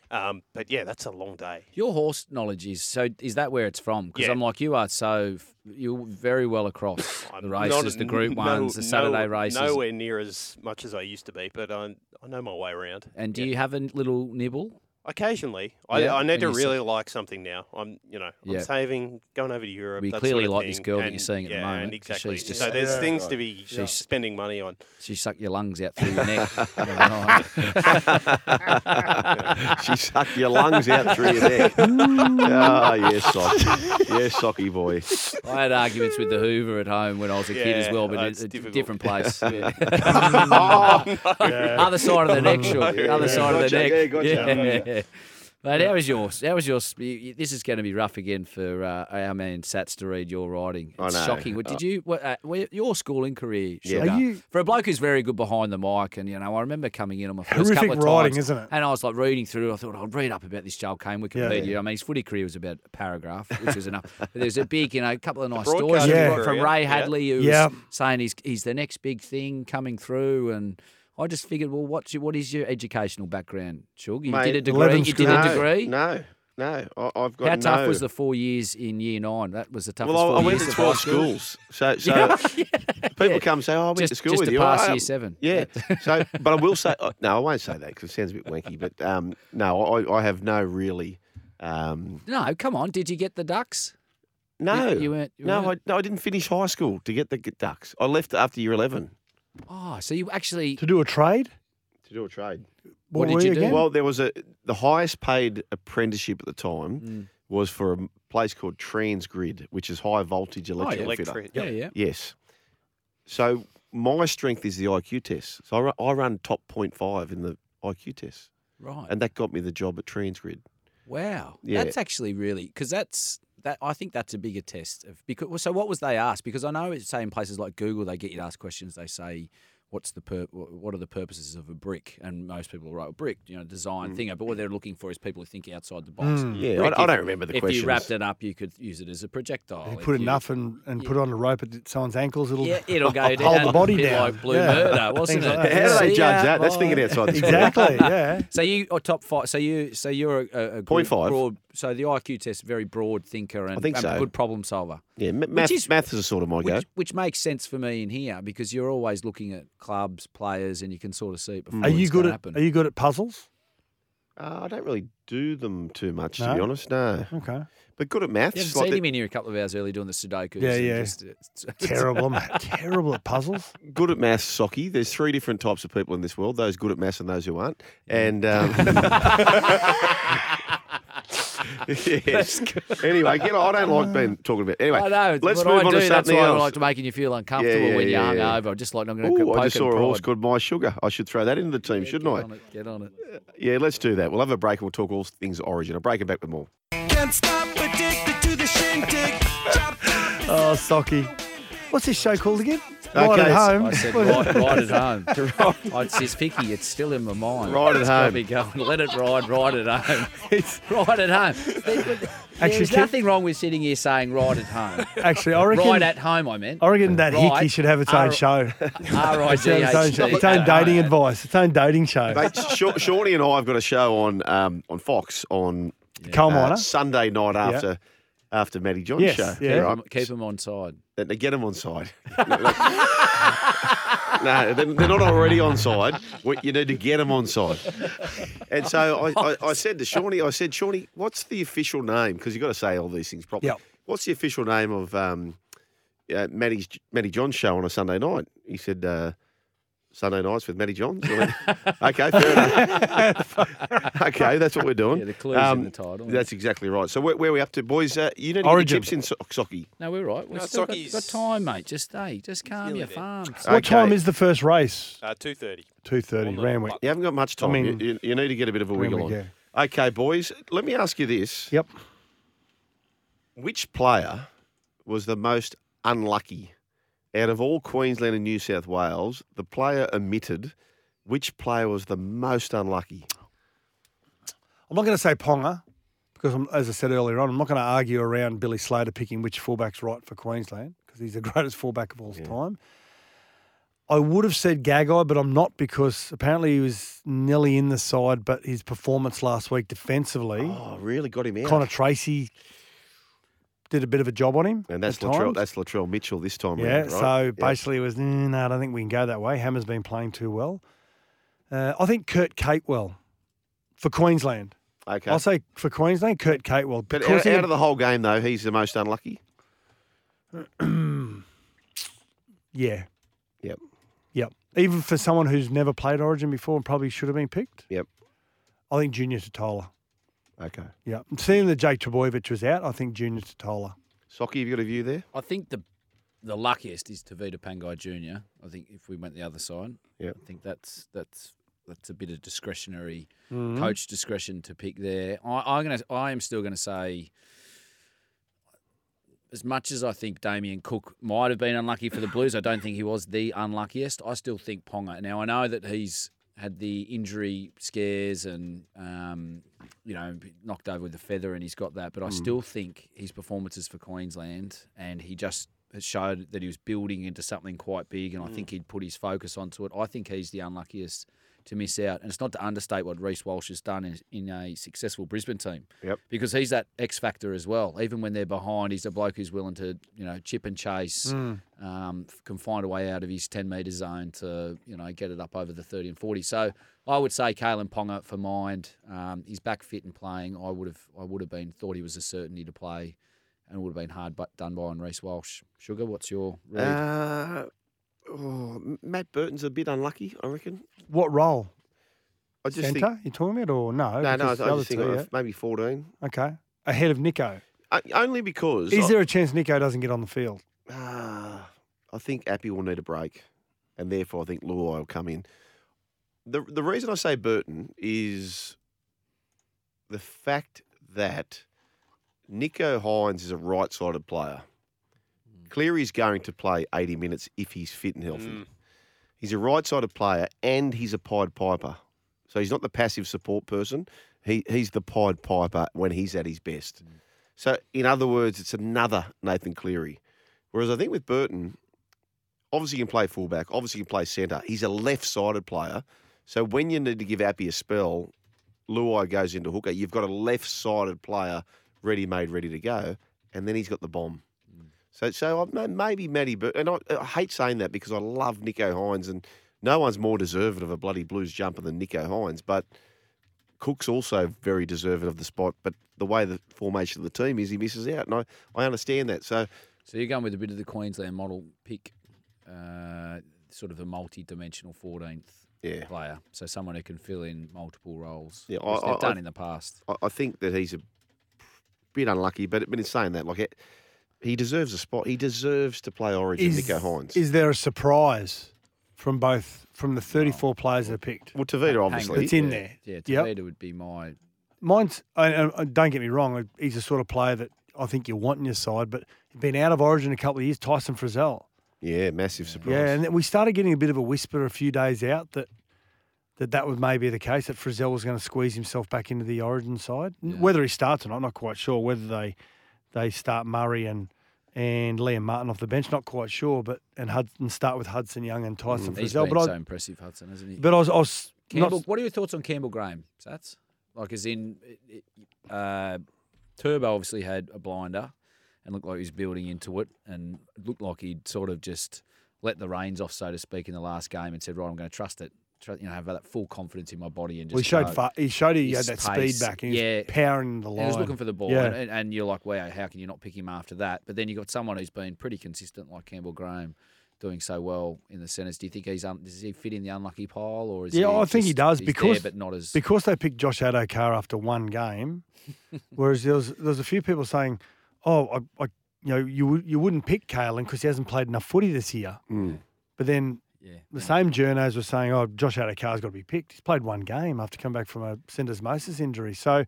Speaker 7: Um, but yeah, that's a long day.
Speaker 6: Your horse knowledge is so. Is that where it's from? Because
Speaker 7: Yeah.
Speaker 6: I'm like you are. So f- you're very well across the
Speaker 7: I'm not-
Speaker 6: races, the Group
Speaker 7: no-
Speaker 6: Ones, the Saturday
Speaker 7: no-
Speaker 6: races.
Speaker 7: Nowhere near as much as I used to be, but I, I know my way around.
Speaker 6: And do
Speaker 7: Yeah.
Speaker 6: you have a little nibble?
Speaker 7: Occasionally,
Speaker 6: Yeah,
Speaker 7: I, I
Speaker 6: and
Speaker 7: need to
Speaker 6: you sa-
Speaker 7: really like something now. I'm, you know, I'm
Speaker 6: Yeah.
Speaker 7: saving, going over to Europe.
Speaker 6: We
Speaker 7: that
Speaker 6: clearly
Speaker 7: sort of
Speaker 6: like this
Speaker 7: thing,
Speaker 6: girl that you're
Speaker 7: and-
Speaker 6: seeing at the
Speaker 7: yeah,
Speaker 6: moment,
Speaker 7: And
Speaker 6: 'cause
Speaker 7: exactly.
Speaker 6: she's just-
Speaker 7: so there's
Speaker 3: Yeah,
Speaker 7: things
Speaker 3: right.
Speaker 7: to be
Speaker 6: She's-
Speaker 7: spending money on.
Speaker 6: She sucked your lungs out through your neck.
Speaker 5: she sucked your lungs out through your neck. oh, yes, sock. Yes, socky boy.
Speaker 6: I had arguments with the Hoover at home when I was a kid as
Speaker 7: Yeah,
Speaker 6: well, but
Speaker 7: oh,
Speaker 6: it's
Speaker 7: it's
Speaker 6: a d-
Speaker 7: difficult.
Speaker 6: different place. Yeah.
Speaker 3: Yeah.
Speaker 6: Other side of the neck, sure. Other
Speaker 5: yeah,
Speaker 6: side of the
Speaker 5: gotcha,
Speaker 6: neck.
Speaker 5: yeah, gotcha,
Speaker 6: But how was yours? How was yours? you- you- This is going to be rough again for uh, our man Sats to read your writing.
Speaker 5: I
Speaker 6: It's
Speaker 5: know.
Speaker 6: shocking. What did you? What, uh, where, your schooling career?
Speaker 5: Yeah.
Speaker 6: Sugar,
Speaker 5: Are
Speaker 3: you-
Speaker 6: for a bloke who's very good behind the mic, and you know, I remember coming in on my first
Speaker 3: Horrific
Speaker 6: couple of
Speaker 3: writing,
Speaker 6: times,
Speaker 3: isn't it?
Speaker 6: And I was like reading through. I thought I'll read up about this Joel Kane Wikipedia. I mean, his footy career was about a paragraph, which was enough. But there's a big, you know, a couple of nice stories
Speaker 7: broadcasting
Speaker 3: Yeah.
Speaker 6: from- from
Speaker 7: career,
Speaker 6: Ray
Speaker 7: yeah.
Speaker 6: Hadley who
Speaker 3: Yeah.
Speaker 6: was saying he's he's the next big thing coming through, and I just figured, well, what's your, what is your educational background, Shug? You
Speaker 5: Mate,
Speaker 6: did a degree.
Speaker 3: 11
Speaker 6: You did a
Speaker 5: no,
Speaker 6: degree.
Speaker 5: No, no. I, I've got
Speaker 6: How
Speaker 5: no.
Speaker 6: tough was the four years in year nine? That was the toughest.
Speaker 5: Well, I, I
Speaker 6: four
Speaker 5: went
Speaker 6: years
Speaker 5: to
Speaker 6: of
Speaker 5: 12
Speaker 6: high school.
Speaker 5: schools. So, so
Speaker 6: Yeah,
Speaker 5: people come and say, oh, I went to
Speaker 6: Just-
Speaker 5: school
Speaker 6: just
Speaker 5: with
Speaker 6: to
Speaker 5: you.
Speaker 6: pass
Speaker 5: I-
Speaker 6: year seven.
Speaker 5: Yeah. so, but I will say, uh, no, I won't say that because it sounds a bit wanky. But um, no, I, I have no really. Um,
Speaker 6: No, come on. Did you get the ducks?
Speaker 5: no,
Speaker 6: you weren't- you
Speaker 5: no,
Speaker 6: weren't-
Speaker 5: I, no, I didn't finish high school to get the g- ducks. I left after year eleven
Speaker 6: Oh, so you actually
Speaker 3: To do a trade?
Speaker 5: to do a trade.
Speaker 6: What did
Speaker 3: were
Speaker 6: you do?
Speaker 3: again?
Speaker 5: Well, there was a the highest paid apprenticeship at the time
Speaker 6: Mm.
Speaker 5: was for a m- place called Transgrid, which is high
Speaker 6: Oh,
Speaker 5: voltage electrical fitter.
Speaker 7: Electric.
Speaker 6: yeah yeah.
Speaker 5: Yes. So my strength is the IQ test. So I, ru- I run top 0.5 in the IQ test,
Speaker 6: Right.
Speaker 5: and that got me the job at Transgrid.
Speaker 6: Wow,
Speaker 5: Yeah.
Speaker 6: that's actually really because that's that. I think that's a bigger test of because. well, So what was they asked? Because I know it's say in places like Google, they get you to ask questions. They say, "What's the pur- wh- What are the purposes of a brick?" And most people write brick, you know, design thing. But what they're looking for is people who think outside the box.
Speaker 5: Mm.
Speaker 3: Mm.
Speaker 5: Yeah,
Speaker 6: Brick,
Speaker 5: I, I
Speaker 6: Hmm. if-
Speaker 5: don't remember the
Speaker 6: if
Speaker 5: questions.
Speaker 6: you wrapped it up, you could use it as a projectile.
Speaker 3: You
Speaker 6: If
Speaker 3: put
Speaker 6: you-
Speaker 3: enough and, and put on a rope at someone's ankles, it'll
Speaker 6: Yeah, it'll go down.
Speaker 3: hold the body
Speaker 6: a bit
Speaker 3: down.
Speaker 6: like Blue
Speaker 3: Yeah.
Speaker 6: Murder, wasn't
Speaker 3: Things
Speaker 6: it? Oh,
Speaker 3: like
Speaker 5: How
Speaker 3: that.
Speaker 5: do they
Speaker 6: See uh,
Speaker 5: judge
Speaker 6: ya,
Speaker 5: that? That's
Speaker 6: bye.
Speaker 5: thinking outside the square.
Speaker 3: Exactly, yeah.
Speaker 6: So you are top five. So you so you're a, a
Speaker 5: Point
Speaker 6: good
Speaker 5: five.
Speaker 6: Broad, so the IQ test very broad thinker and,
Speaker 5: think
Speaker 6: and
Speaker 5: so.
Speaker 6: good problem solver,
Speaker 5: Yeah, ma- math,
Speaker 6: is-
Speaker 5: math is a sort of my
Speaker 6: which,
Speaker 5: go.
Speaker 6: which makes sense for me in here because you're always looking at clubs, players, and you can sort of see it before.
Speaker 3: Are you
Speaker 6: it's
Speaker 3: good
Speaker 6: gonna
Speaker 3: at
Speaker 6: happen.
Speaker 3: Are you good at puzzles?
Speaker 5: Uh, I don't really do them too much, to
Speaker 3: No?
Speaker 5: be honest. No,
Speaker 3: Okay,
Speaker 5: but good at maths.
Speaker 6: You haven't
Speaker 5: like
Speaker 6: seen
Speaker 5: the-
Speaker 6: him in here a couple of hours early doing the Sudoku.
Speaker 3: Yeah, yeah.
Speaker 6: uh,
Speaker 3: terrible. I'm terrible at puzzles.
Speaker 5: good at maths, Socky. There's three different types of people in this world: those good at maths and those who aren't. And um, yes. Anyway, get on. I don't like being talking about. Anyway,
Speaker 6: I know.
Speaker 5: let's
Speaker 6: what
Speaker 5: move
Speaker 6: I
Speaker 5: on
Speaker 6: do,
Speaker 5: to
Speaker 6: that's
Speaker 5: something
Speaker 6: why I
Speaker 5: else.
Speaker 6: like to making you feel uncomfortable
Speaker 5: yeah,
Speaker 6: when you're
Speaker 5: yeah, yeah.
Speaker 6: hungover. I'm just like not going to
Speaker 5: Ooh,
Speaker 6: poke
Speaker 5: I just
Speaker 6: and
Speaker 5: saw a horse
Speaker 6: prod.
Speaker 5: called My Sugar. I should throw that into the team,
Speaker 6: Get on
Speaker 5: shouldn't I?
Speaker 6: it, Get on it.
Speaker 5: Yeah, let's do that. We'll have a break and we'll talk all things Origin. I'll break it back with more.
Speaker 8: Can't stop addicted to the shindig. Chop, chop,
Speaker 3: Oh, Socky. What's this show called again?
Speaker 5: Okay,
Speaker 3: Right at
Speaker 5: so
Speaker 3: home.
Speaker 6: I said
Speaker 3: What-
Speaker 6: right, right at home. I- It's his picky. It's still in my mind.
Speaker 5: Right at
Speaker 6: It's
Speaker 5: home.
Speaker 6: got me going. Let it ride. Right at home. It's right at home. There-
Speaker 3: Actually,
Speaker 6: There's
Speaker 3: can-
Speaker 6: nothing wrong with sitting here saying right at home.
Speaker 3: Actually, I reckon,
Speaker 6: Right at home. I meant.
Speaker 3: I reckon that hickey
Speaker 6: Right.
Speaker 3: should have its own
Speaker 6: R-
Speaker 3: show.
Speaker 6: R I
Speaker 3: Its
Speaker 6: D
Speaker 3: own, its own
Speaker 6: H
Speaker 3: show.
Speaker 6: T.
Speaker 3: Its own dating advice. Its own dating show.
Speaker 5: Mate, Sha- Shawnee and I have got a show on um, on Fox on
Speaker 3: The Coal
Speaker 5: uh,
Speaker 3: miner.
Speaker 5: Sunday night after after Matty John's
Speaker 3: Yes,
Speaker 5: show.
Speaker 3: yeah.
Speaker 5: Right?
Speaker 6: Keep them on side.
Speaker 5: They get them on side. no, they're they're not already on side. What You need to get them on side. And so I, I, I said to Shawnee, I said, Shawnee, what's the official name? Because you've got to say all these things properly.
Speaker 3: Yep.
Speaker 5: What's the official name of um, uh, Matty's, Matty John's show on a Sunday night? He said, uh, Sunday nights with Matty Johns. I went, okay, fair enough. okay, that's what we're doing. Um,
Speaker 6: Yeah, the clue's in
Speaker 3: Um,
Speaker 6: the title.
Speaker 5: That's exactly right. So where, where are we up to, boys? Uh, you need to get
Speaker 3: Origin.
Speaker 5: your chips in so- socky.
Speaker 6: No, we're right. We've
Speaker 7: No,
Speaker 6: still got,
Speaker 7: Socky's-
Speaker 6: got time, mate. Just hey, just calm your farms.
Speaker 3: what
Speaker 5: Okay.
Speaker 3: time is the first race?
Speaker 7: Uh, Two thirty.
Speaker 3: Two thirty. Ramwick.
Speaker 5: You haven't got much time. You-
Speaker 3: mean-
Speaker 5: you, you need to get a bit of a
Speaker 3: Really,
Speaker 5: wiggle on. Okay, boys, let me ask you this.
Speaker 3: Yep.
Speaker 5: Which player was the most unlucky out of all Queensland and New South Wales? The player omitted. Which player was the most unlucky?
Speaker 3: I'm not going to say Ponga because, I'm, as I said earlier on, I'm not going to argue around Billy Slater picking which fullback's right for Queensland because because he's the greatest fullback of all time. I would have said Gagai, but I'm not because apparently he was nearly in the side, but his performance last week defensively,
Speaker 5: Oh, really got him out.
Speaker 3: Connor Tracy did a bit of a job on him.
Speaker 5: and that's
Speaker 3: at
Speaker 5: Latrell.
Speaker 3: times.
Speaker 5: That's Latrell Mitchell this time.
Speaker 3: Yeah,
Speaker 5: round,
Speaker 3: so
Speaker 5: right? Yeah.
Speaker 3: basically it was, "Mm, no, I don't think we can go that way. Hammer's been playing too well. Uh, I think Kurt Catewell for Queensland.
Speaker 5: okay.
Speaker 3: I'll say for Queensland, Kurt Catewell.
Speaker 5: but
Speaker 3: because
Speaker 5: out,
Speaker 3: he-
Speaker 5: out of the whole game though, he's the most unlucky.
Speaker 3: yeah,
Speaker 5: Yep.
Speaker 3: yep. Even for someone who's never played Origin before and probably should have been picked,
Speaker 5: Yep.
Speaker 3: I think Junior Totola.
Speaker 5: Okay.
Speaker 3: Yeah, seeing that Jake Trebojevic was out, I think Junior Totola.
Speaker 5: Socky, have you got a view there?
Speaker 6: I think the the luckiest is Tavita Pangai Jr. I think if we went the other side,
Speaker 5: Yeah.
Speaker 6: I think that's that's that's a bit of discretionary coach discretion to pick there. I, I'm gonna I am still gonna say. As much as I think Damien Cook might have been unlucky for the Blues, I don't think he was the unluckiest. I still think Ponga. Now I know that he's had the injury scares and um, you know knocked over with a feather, and he's got that. But I still think his performances for Queensland, and he just has showed that he was building into something quite big, and I think he'd put his focus onto it. I think he's the unluckiest to miss out, and it's not to understate what Reece Walsh has done in, in a successful Brisbane team.
Speaker 5: Yep.
Speaker 6: because he's that X factor as well. Even when they're behind, he's a bloke who's willing to you know chip and chase, um, f- can find a way out of his ten metre zone to you know get it up over the thirty and forty. So I would say Kalen Ponga for mind. Um, he's back fit and playing. I would have I would have been thought he was a certainty to play. And it would have been hard but done by on Reese Walsh. Sugar, what's your read?
Speaker 5: Uh, oh, M- Matt Burton's a bit unlucky, I reckon.
Speaker 3: What role?
Speaker 5: I just
Speaker 3: Centre?
Speaker 5: think.
Speaker 3: you talking about or no?
Speaker 5: No, no, I, I
Speaker 3: Because the other
Speaker 5: just think
Speaker 3: two,
Speaker 5: uh,
Speaker 3: yeah.
Speaker 5: maybe fourteen.
Speaker 3: Okay. Ahead of Nico.
Speaker 5: O- only because.
Speaker 3: Is
Speaker 5: I,
Speaker 3: there a chance Nico doesn't get on the field?
Speaker 5: Ah, I think Appy will need a break, and therefore I think Luai will come in. the The reason I say Burton is the fact that Nico Hines is a right sided player. Cleary's going to play eighty minutes if he's fit and healthy. He's a right sided player, and he's a Pied Piper. So he's not the passive support person. He he's the Pied Piper when he's at his best. So in other words, it's another Nathan Cleary. Whereas I think with Burton, obviously he can play fullback, obviously he can play centre. He's a left-sided player. So when you need to give Appy a spell, Luai goes into hooker. You've got a left-sided player ready-made, ready to go, and then he's got the bomb. So, so I've, ma- maybe Matty Burton, and I, I hate saying that because I love Nico Hines, and no one's more deserving of a bloody Blues jumper than Nico Hines, but Cook's also very deserving of the spot, but the way the formation of the team is, he misses out, and I, I understand that. So
Speaker 6: So you're going with a bit of the Queensland model pick, uh, sort of a multi-dimensional 14th
Speaker 5: Yeah.
Speaker 6: player. So someone who can fill in multiple roles.
Speaker 5: Yeah,
Speaker 6: which
Speaker 5: I-
Speaker 6: they've
Speaker 5: I-
Speaker 6: done
Speaker 5: I-
Speaker 6: in the past.
Speaker 5: I, I think that he's a bit unlucky, but but in saying that, like it, he deserves a spot. He deserves to play Origin. Nico Hines.
Speaker 3: Is there a surprise from both from the 34 players that are picked?
Speaker 5: well, Tavita obviously.
Speaker 3: It's in there.
Speaker 6: Yeah,
Speaker 3: Yep.
Speaker 6: Tavita would be my.
Speaker 3: Mine's. I, I, I- don't get me wrong. He's the sort of player that I think you want in your side, but been out of Origin a couple of years. Tyson Frizzell.
Speaker 5: Yeah, massive surprise.
Speaker 3: Yeah, and we started getting a bit of a whisper a few days out that that that would maybe the case that Frizzell was going to squeeze himself back into the Origin side. N- Whether he starts or not, I'm not quite sure. Whether they they start Murray and and Liam Martin off the bench, not quite sure. But and Hudson start with Hudson Young and Tyson
Speaker 6: Mm, He's
Speaker 3: Frizzell.
Speaker 6: been
Speaker 3: But
Speaker 6: so
Speaker 3: I
Speaker 6: impressive, Hudson, hasn't he?
Speaker 3: but I was, I was not
Speaker 6: Campbell, what are your thoughts on Campbell Graham? Sats, like as in, it- it- uh, Turbo obviously had a blinder, and looked like he was building into it, and looked like he'd sort of just let the reins off, so to speak, in the last game, and said, "Right, I'm going to trust it." Tru- you know, have that full confidence in my body and just.
Speaker 3: Well, he showed
Speaker 6: go."
Speaker 3: fa- he showed he had
Speaker 6: His
Speaker 3: that
Speaker 6: pace,
Speaker 3: speed back and he
Speaker 6: yeah.
Speaker 3: was powering the line.
Speaker 6: And he was looking for the ball,
Speaker 3: Yeah.
Speaker 6: and, and, and you're like, wow, how can you not pick him after that? But then you've got someone who's been pretty consistent, like Campbell Graham, doing so well in the centres. Do you think he's un- does he fit in the unlucky pile, or is
Speaker 3: yeah,
Speaker 6: he
Speaker 3: I think he
Speaker 6: just-
Speaker 3: does
Speaker 6: he's
Speaker 3: because
Speaker 6: there, but not as
Speaker 3: because they picked Josh Adokar after one game, whereas there was there was a few people saying, "Oh, I, I you know you wou- you wouldn't pick Kalen because he hasn't played enough footy this year." But then
Speaker 6: yeah.
Speaker 3: the same journos were saying, "Oh, Josh Adokar's got to be picked. He's played one game after coming back from a syndesmosis injury." So,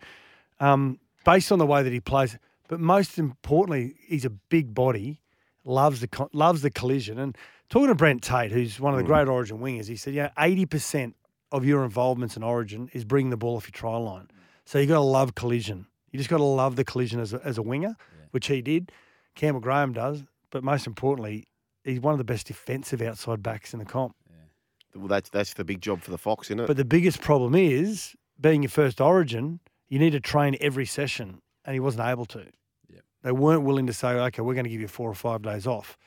Speaker 3: um, based on the way that he plays, but most importantly, he's a big body, loves the co- loves the collision. And talking to Brent Tate, who's one of the great Origin wingers, he said, "Yeah, eighty percent of your involvements in Origin is bringing the ball off your try line. So you got to love collision. You just got to love the collision as a, as a winger, which he did. Campbell Graham does. but most importantly, he's one of the best defensive outside backs in the comp.
Speaker 5: Well, that's that's the big job for the Fox, isn't it?
Speaker 3: But the biggest problem is being your first origin, you need to train every session, and he wasn't able to. They weren't willing to say, okay, we're going to give you four or five days off.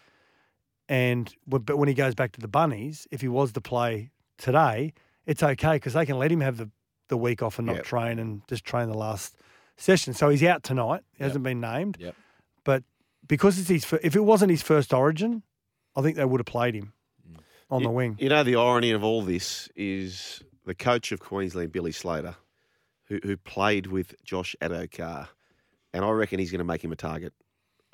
Speaker 3: And w- but when he goes back to the bunnies, if he was to play today, it's okay because they can let him have the, the week off and not
Speaker 5: Yep.
Speaker 3: train and just train the last session. So he's out tonight. He hasn't been named.
Speaker 6: Yep.
Speaker 3: But because it's his, fir- if it wasn't his first origin, I think they would have played him on the wing.
Speaker 5: You know, the irony of all this is the coach of Queensland, Billy Slater, who, who played with Josh Adokar, and I reckon he's going to make him a target.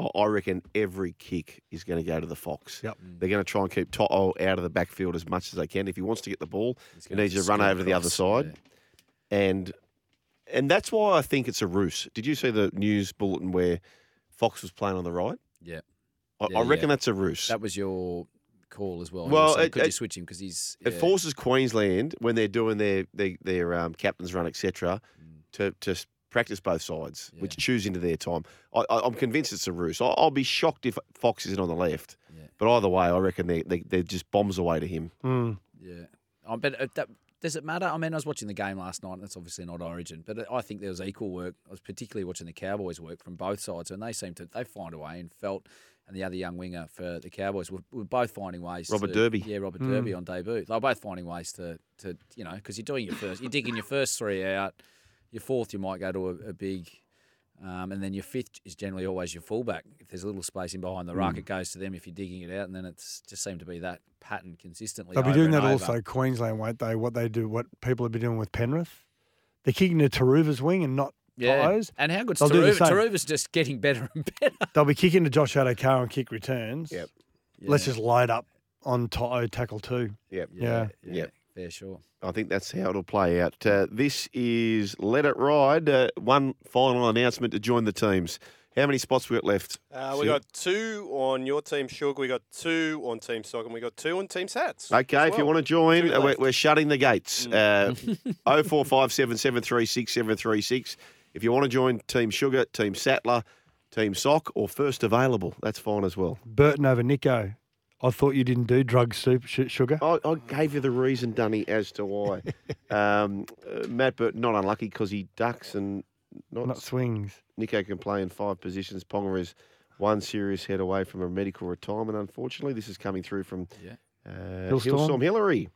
Speaker 5: I- I reckon every kick is going to go to the Fox.
Speaker 3: Yep.
Speaker 5: They're going to try and keep Toto out of the backfield as much as they can. If he wants to get the ball, he
Speaker 6: gonna
Speaker 5: needs to
Speaker 6: just
Speaker 5: run
Speaker 6: go
Speaker 5: over to the other
Speaker 6: across,
Speaker 5: side. And and that's why I think it's a ruse. Did you see the news bulletin where Fox was playing on the right?
Speaker 6: Yeah.
Speaker 5: I,
Speaker 6: Yeah,
Speaker 5: I reckon
Speaker 6: yeah.
Speaker 5: that's a ruse.
Speaker 6: That was your call as well. You
Speaker 5: Well,
Speaker 6: were saying,
Speaker 5: it-
Speaker 6: could you
Speaker 5: it-
Speaker 6: switch him because he's
Speaker 5: It
Speaker 6: yeah.
Speaker 5: forces Queensland when they're doing their their, their um, captain's run, etc.,
Speaker 6: Mm.
Speaker 5: to to s- practice both sides, which chews into their time. I, I, I'm convinced it's a ruse. I, I'll be shocked if Fox isn't on the left. But either way, I reckon they, they they're just bombs away to him.
Speaker 3: Mm.
Speaker 6: Yeah, I but uh, that, does it matter? I mean, I was watching the game last night. and That's obviously not Origin, but uh, I think there was equal work. I was particularly watching the Cowboys work from both sides, and they seemed to they find a way. And Felt and the other young winger for the Cowboys were, were both finding ways.
Speaker 5: Robert
Speaker 6: to-
Speaker 5: Derby.
Speaker 6: yeah, Robert Derby on debut. They were both finding ways to to you know because you're doing your first, you're digging your first three out. Your fourth, you might go to a, a big. Um, and then your fifth is generally always your fullback. If there's a little space in behind the ruck,
Speaker 3: Hmm.
Speaker 6: it goes to them. If you're digging it out, and then it's just seemed to be that pattern consistently.
Speaker 3: They'll be
Speaker 6: over
Speaker 3: doing
Speaker 6: and
Speaker 3: that
Speaker 6: over.
Speaker 3: also Queensland, won't they? What they do, what people have been doing with Penrith. They're kicking to Taruva's wing and not Toto's.
Speaker 6: And how good's
Speaker 3: They'll do the
Speaker 6: Taruva?
Speaker 3: same.
Speaker 6: Taruva's just getting better and better.
Speaker 3: They'll be kicking to Josh Adokar on kick returns.
Speaker 5: Yep.
Speaker 3: Let's just load up on Toto tackle two.
Speaker 5: Yep.
Speaker 3: Yeah.
Speaker 5: Yeah.
Speaker 6: Fair sure.
Speaker 5: I think that's how it'll play out. Uh, this is Let It Ride. Uh, one final announcement to join the teams. How many spots we got left?
Speaker 7: Uh, we
Speaker 5: Sil?
Speaker 7: got two on your team, Sugar. We got two on Team Sock, and we got two on Team Sats.
Speaker 5: Okay, if you want to join, uh, we're, we're shutting the gates. Uh, 0457736736. If you want to join Team Sugar, Team Sattler, Team Sock, or First Available, that's fine as well.
Speaker 3: Burton over Nico. I thought you didn't do drug soup sh- sugar.
Speaker 5: I, I gave you the reason, Dunny, as to why. um, uh, Matt Burton, not unlucky because he ducks and not,
Speaker 3: Not swings.
Speaker 5: Nico can play in five positions. Ponga is one serious head away from a medical retirement. Unfortunately, this is coming through from
Speaker 6: Yeah.
Speaker 5: uh,
Speaker 3: Hillstorm.
Speaker 5: Hillstorm Hillary.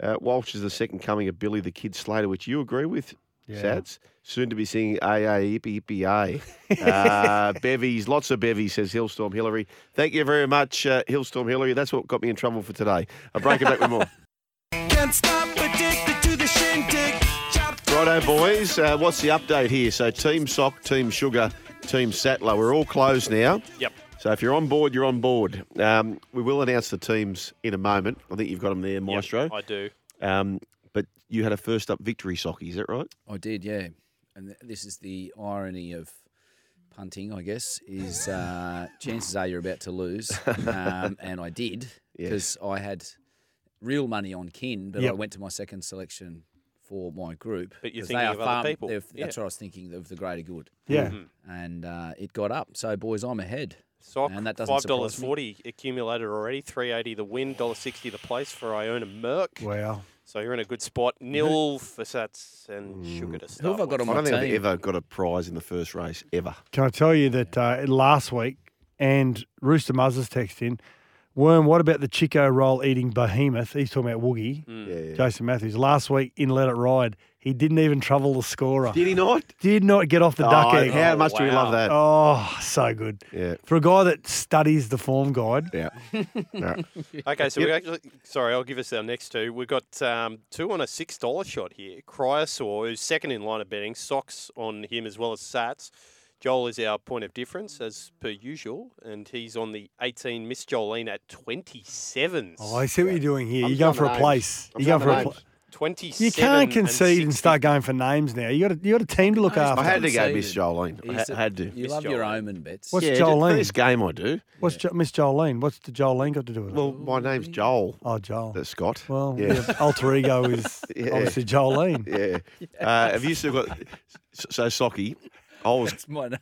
Speaker 5: Uh, Walsh is the second coming of Billy the Kid Slater, which you agree with, Sats. Soon to be singing AA Yippee Yippee A. Uh, bevies, lots of bevies, says Hillstorm Hillary. Thank you very much, uh, Hillstorm Hillary. That's what got me in trouble for today. I'll break it back with more.
Speaker 8: Can't stop addicted to the shindig. Chop
Speaker 5: Righto, boys. Uh, what's the update here? So, Team Sock, Team Sugar, Team Sattler, we're all closed now.
Speaker 7: Yep.
Speaker 5: So, if you're on board, you're on board. Um, we will announce the teams in a moment. I think you've got them there, Maestro.
Speaker 7: I do.
Speaker 5: Um, but you had a first up victory, Socky, is that right?
Speaker 6: I did, yeah. And th- this is the irony of punting, I guess, is uh, chances are you're about to lose. Um, and I did because I had real money on kin, but I
Speaker 3: Yep.
Speaker 6: went to my second selection for my group.
Speaker 7: But you're
Speaker 6: 'cause
Speaker 7: thinking of other
Speaker 6: far-
Speaker 7: people.
Speaker 6: they're-
Speaker 7: Yeah.
Speaker 6: That's what I was thinking of the greater good.
Speaker 3: Yeah.
Speaker 6: And uh, it got up. So, boys, I'm ahead.
Speaker 7: Sock,
Speaker 6: And that doesn't
Speaker 7: five
Speaker 6: surprise
Speaker 7: dollars
Speaker 6: me.
Speaker 7: forty accumulated already. Three eighty the win, dollar sixty the place for Iona Merck.
Speaker 3: Wow.
Speaker 7: So you're in a good spot. Nil for Sats and Sugar to start.
Speaker 6: Who have I got
Speaker 7: with.
Speaker 6: on
Speaker 5: I
Speaker 6: my
Speaker 5: don't think I've
Speaker 6: team?
Speaker 5: ever got a prize in the first race, ever.
Speaker 3: Can I tell you that uh, last week and Rooster Muzz's text in, Worm, what about the Chico roll eating behemoth? He's talking about Woogie,
Speaker 5: Yeah, yeah.
Speaker 3: Jason Matthews. Last week in Let It Ride, he didn't even trouble the scorer.
Speaker 5: Did he not?
Speaker 3: Did not get off the duck
Speaker 5: Oh,
Speaker 3: egg.
Speaker 5: how much do we love
Speaker 7: wow.
Speaker 5: that?
Speaker 3: Oh, so good.
Speaker 5: Yeah.
Speaker 3: For a guy that studies the form guide,
Speaker 5: Yeah. No.
Speaker 7: Okay, so we actually sorry, I'll give us our next two. We've got um, two on a six dollar shot here. Cryosaur, who's second in line of betting, socks on him as well as Sats. Joel is our point of difference as per usual, and he's on the eighteen. Miss Jolene at twenty seven.
Speaker 3: oh, I see what you're doing here.
Speaker 5: I'm
Speaker 3: You're going
Speaker 5: trying
Speaker 3: for
Speaker 5: to
Speaker 3: a
Speaker 5: name.
Speaker 3: place.
Speaker 5: I'm
Speaker 3: You're going for
Speaker 5: trying to
Speaker 3: a
Speaker 5: name.
Speaker 3: pl-
Speaker 7: Twenty seven.
Speaker 3: You can't concede and start going for names now. You got a, you got a team to look
Speaker 5: I
Speaker 3: after.
Speaker 5: had to go
Speaker 6: Conceded.
Speaker 5: Miss Jolene. I
Speaker 6: He's
Speaker 5: ha-
Speaker 6: a-
Speaker 5: had to.
Speaker 6: You
Speaker 7: Miss
Speaker 6: love your
Speaker 7: Jolene.
Speaker 6: omen bets.
Speaker 3: What's
Speaker 5: yeah, just for
Speaker 3: Jolene?
Speaker 5: this game I do.
Speaker 3: What's jo- Miss Jolene? What's the Jolene got to do with
Speaker 5: Well,
Speaker 3: it?
Speaker 5: my name's Joel.
Speaker 3: Oh, Joel.
Speaker 5: That's Scott.
Speaker 3: Well, yeah. alter ego is
Speaker 5: Yeah.
Speaker 3: obviously Jolene.
Speaker 5: Yeah. Uh, have you still got so, so Socky? I I was
Speaker 6: It's my name.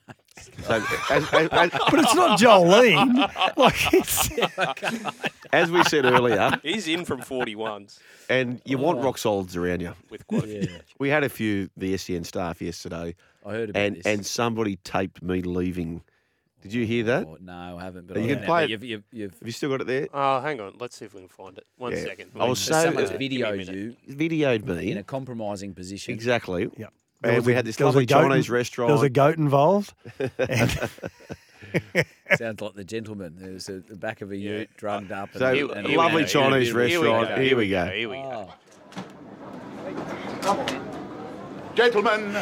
Speaker 5: so as, as, as,
Speaker 3: But it's not Jolene. Like it's,
Speaker 5: as we said earlier,
Speaker 7: He's in from 41s
Speaker 5: and you
Speaker 3: Oh.
Speaker 5: want rock solids around you.
Speaker 7: with quote.
Speaker 5: We had a few the SEN staff yesterday,
Speaker 6: I heard about
Speaker 5: and
Speaker 6: this.
Speaker 5: and somebody taped me leaving. Did you hear that?
Speaker 6: Oh, no, I haven't. But
Speaker 5: You
Speaker 6: I
Speaker 5: can
Speaker 6: remember.
Speaker 5: play it.
Speaker 6: You've, you've, you've,
Speaker 5: Have you still got it there?
Speaker 7: Oh, hang on. Let's see if we can find it. One
Speaker 5: Yeah.
Speaker 7: second.
Speaker 5: I was
Speaker 7: Just
Speaker 5: so-
Speaker 6: someone's
Speaker 5: uh,
Speaker 6: videoed
Speaker 7: minute.
Speaker 6: you
Speaker 5: Videoed me
Speaker 6: in a compromising position.
Speaker 5: exactly.
Speaker 3: Yep. There
Speaker 5: And
Speaker 3: was
Speaker 5: we
Speaker 3: a-
Speaker 5: had this
Speaker 3: there was a
Speaker 5: lovely
Speaker 3: goat
Speaker 5: Chinese
Speaker 3: in- There was a
Speaker 5: restaurant.
Speaker 3: goat involved. And
Speaker 6: Sounds like the gentleman. There's a, the back of a
Speaker 7: Yeah.
Speaker 6: ute drummed up.
Speaker 5: So,
Speaker 6: and,
Speaker 5: a
Speaker 6: and
Speaker 7: we
Speaker 5: lovely
Speaker 7: go,
Speaker 5: Chinese
Speaker 7: here we go,
Speaker 5: restaurant. Here we go.
Speaker 7: Here we go.
Speaker 6: Oh,
Speaker 9: Gentlemen,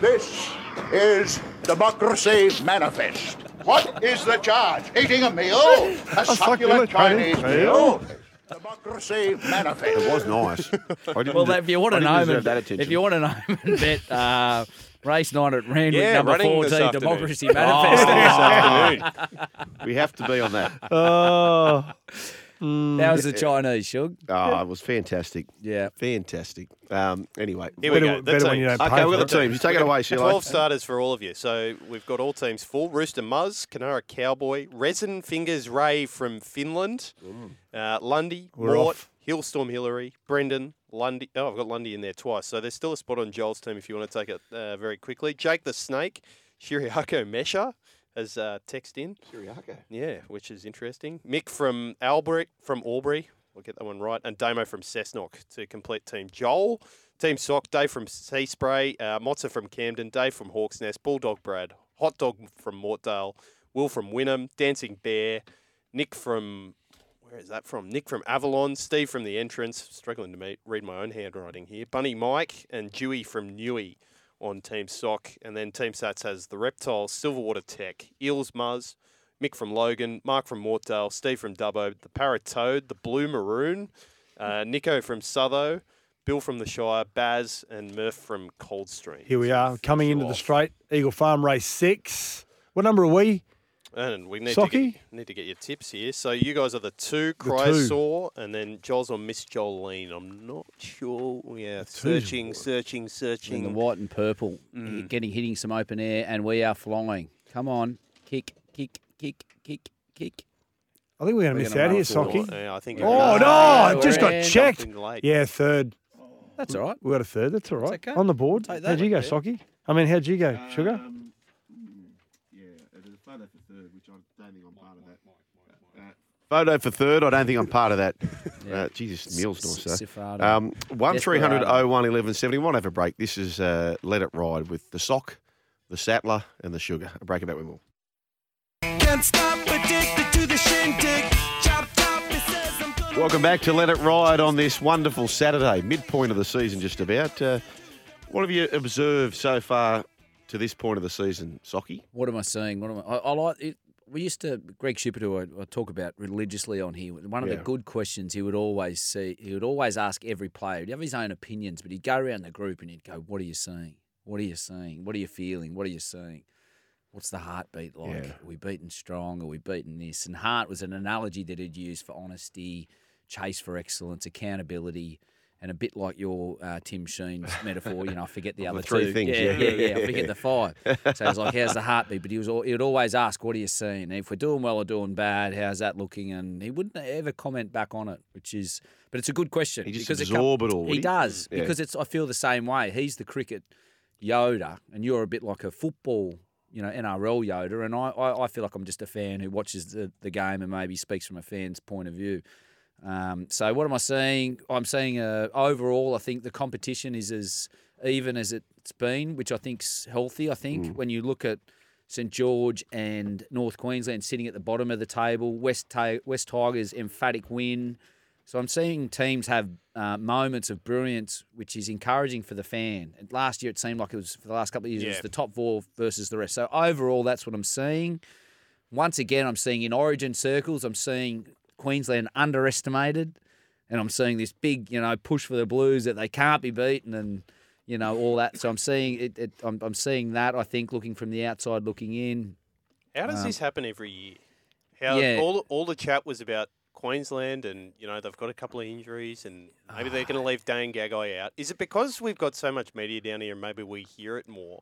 Speaker 9: this is Democracy Manifest. What is the charge? Eating a meal? A succulent oh. Chinese meal? Democracy
Speaker 5: It
Speaker 9: Manifest.
Speaker 5: was nice. I didn't
Speaker 6: Well,
Speaker 5: de-
Speaker 6: if you want
Speaker 5: I
Speaker 6: an
Speaker 5: didn't deserve
Speaker 6: omen,
Speaker 5: that attention.
Speaker 6: if you want an omen bet, uh, race nine at Randwick,
Speaker 7: Yeah,
Speaker 6: number
Speaker 7: running this
Speaker 6: fourteen,
Speaker 7: afternoon.
Speaker 6: Democracy
Speaker 5: Oh.
Speaker 6: Manifest.
Speaker 5: we have to be on that.
Speaker 3: oh,
Speaker 6: that was the Chinese shug.
Speaker 5: Oh, it was fantastic.
Speaker 6: Yeah.
Speaker 5: Fantastic. Um, anyway,
Speaker 7: Here we
Speaker 3: better,
Speaker 7: go. The
Speaker 3: better when you
Speaker 7: teams.
Speaker 3: don't pay
Speaker 5: okay, we've
Speaker 3: for
Speaker 5: got
Speaker 3: it.
Speaker 5: the teams. You take it away, Sheila.
Speaker 7: 12 starters for all of you. So we've got all teams full. Rooster Muzz, Canara Cowboy, Resin Fingers Ray from Finland, uh, Lundy,
Speaker 3: We're
Speaker 7: Mort,
Speaker 3: off.
Speaker 7: Hillstorm Hillary, Brendan, Lundy. Oh, I've got Lundy in there twice. So there's still a spot on Joel's team if you want to take it uh, very quickly. Jake the Snake, Shiriako Mesha has uh, text in. Shiriako. Yeah, which is interesting. Mick from Albert, from Albury. We'll get that one right. And Damo from Cessnock to complete team Joel. Team Sock, Dave from Sea Spray, uh, Mozza from Camden, Dave from Hawks Nest, Bulldog Brad, Hot Dog from Mortdale, Will from Wynnum, Dancing Bear, Nick from where is that from? Nick from Avalon, Steve from the entrance, struggling to meet, read my own handwriting here. Bunny Mike and Dewey from Newey on Team Sock, and then Team Sats has the Reptiles, Silverwater Tech, Eels Muzz, Mick from Logan, Mark from Mortdale, Steve from Dubbo, the Parrot Toad, the Blue Maroon, uh, Nico from Southo, Bill from the Shire, Baz, and Murph from Coldstream.
Speaker 3: Here we are coming into the straight. Eagle Farm Race Six. What number are we?
Speaker 7: And we need to
Speaker 3: Socky?
Speaker 7: get, need to get your tips here. So you guys are the two
Speaker 3: two.
Speaker 7: Cryosaur, and then Joel's on Miss Jolene. I'm not sure. Yeah, searching, searching,
Speaker 6: In the
Speaker 7: searching.
Speaker 6: white and purple,
Speaker 5: Mm.
Speaker 6: getting hitting some open air, and we are flying. Come on, kick, kick, kick, kick, kick.
Speaker 3: I think we're going to miss
Speaker 6: gonna
Speaker 3: out
Speaker 6: run
Speaker 3: here,
Speaker 6: for
Speaker 3: Socky.
Speaker 7: Yeah, I think.
Speaker 3: Oh
Speaker 6: yeah,
Speaker 3: no! It just got
Speaker 6: we're in.
Speaker 3: checked.
Speaker 7: Something late.
Speaker 3: Yeah, third.
Speaker 5: Mm.
Speaker 6: That's all right.
Speaker 3: We got a third. That's all right.
Speaker 6: okay.
Speaker 3: On the board.
Speaker 6: Take that.
Speaker 3: How'd you go, Socky? I mean, how'd you
Speaker 7: Um,
Speaker 3: go, Sugar?
Speaker 5: Uh, Photo for third. I don't think I'm part of that. Uh, Jesus, meals nice.
Speaker 6: Sifrado.
Speaker 5: though. Um, one three hundred
Speaker 6: Desperado.
Speaker 5: oh one eleven seventy one. Have a break. This is uh, Let It Ride with the sock, the sattler, and the sugar. A break about with more.
Speaker 8: Can't stop, addicted to the shindig. Chop top, it says I'm gonna.
Speaker 5: Welcome back to Let It Ride on this wonderful Saturday, midpoint of the season, just about. Uh, what have you observed so far to this point of the season, Socky?
Speaker 6: What am I seeing? What am I? I, I like it. We used to Greg Shipper, who I, I talk about religiously on here. One of
Speaker 5: Yeah.
Speaker 6: the good questions he would always see, he would always ask every player. He'd have his own opinions, but he'd go around the group and he'd go, "What are you seeing? What are you seeing? What are you feeling? What are you seeing? What's the heartbeat like?
Speaker 5: Yeah.
Speaker 6: Are we beaten strong? Are we beaten this?" And heart was an analogy that he'd use for honesty, chase for excellence, accountability. And a bit like your uh, Tim Sheen metaphor, you know, I forget the
Speaker 5: Of the
Speaker 6: other
Speaker 5: three
Speaker 6: two.
Speaker 5: things,
Speaker 6: yeah, yeah,
Speaker 5: yeah.
Speaker 6: yeah. I forget the five. So it's like, how's the heartbeat? But he was, al- he would always ask, what are you seeing? If we're doing well or doing bad, how's that looking? And he wouldn't ever comment back on it, which is, but it's a good question.
Speaker 5: He just
Speaker 6: because com-
Speaker 5: absorb it all, would
Speaker 6: He
Speaker 5: he?
Speaker 6: does
Speaker 5: Yeah.
Speaker 6: because it's. I feel the same way. He's the cricket Yoda, and you're a bit like a football, you know, NRL Yoda. And I, I, I feel like I'm just a fan who watches the, the game and maybe speaks from a fan's point of view. Um, so what am I seeing? I'm seeing uh, overall, I think the competition is as even as it's been, which I think's healthy. I think when you look at St George and North Queensland sitting at the bottom of the table, West Ta- West Tigers emphatic win. So I'm seeing teams have uh, moments of brilliance, which is encouraging for the fan. And last year it seemed like it was for the last couple of years it was
Speaker 7: Yeah.
Speaker 6: the top four versus the rest. So overall, that's what I'm seeing once again, I'm seeing in origin circles, I'm seeing Queensland underestimated, and I'm seeing this big, you know, push for the Blues that they can't be beaten, and you know all that. So I'm seeing it. it I'm, I'm seeing that. I think looking from the outside, looking in.
Speaker 7: How does this happen every year? How
Speaker 6: Um, yeah.
Speaker 7: all all the chat was about Queensland, and you know they've got a couple of injuries, and maybe
Speaker 6: Ah.
Speaker 7: they're going to leave Dane Gagai out. Is it because we've got so much media down here, and maybe we hear it more?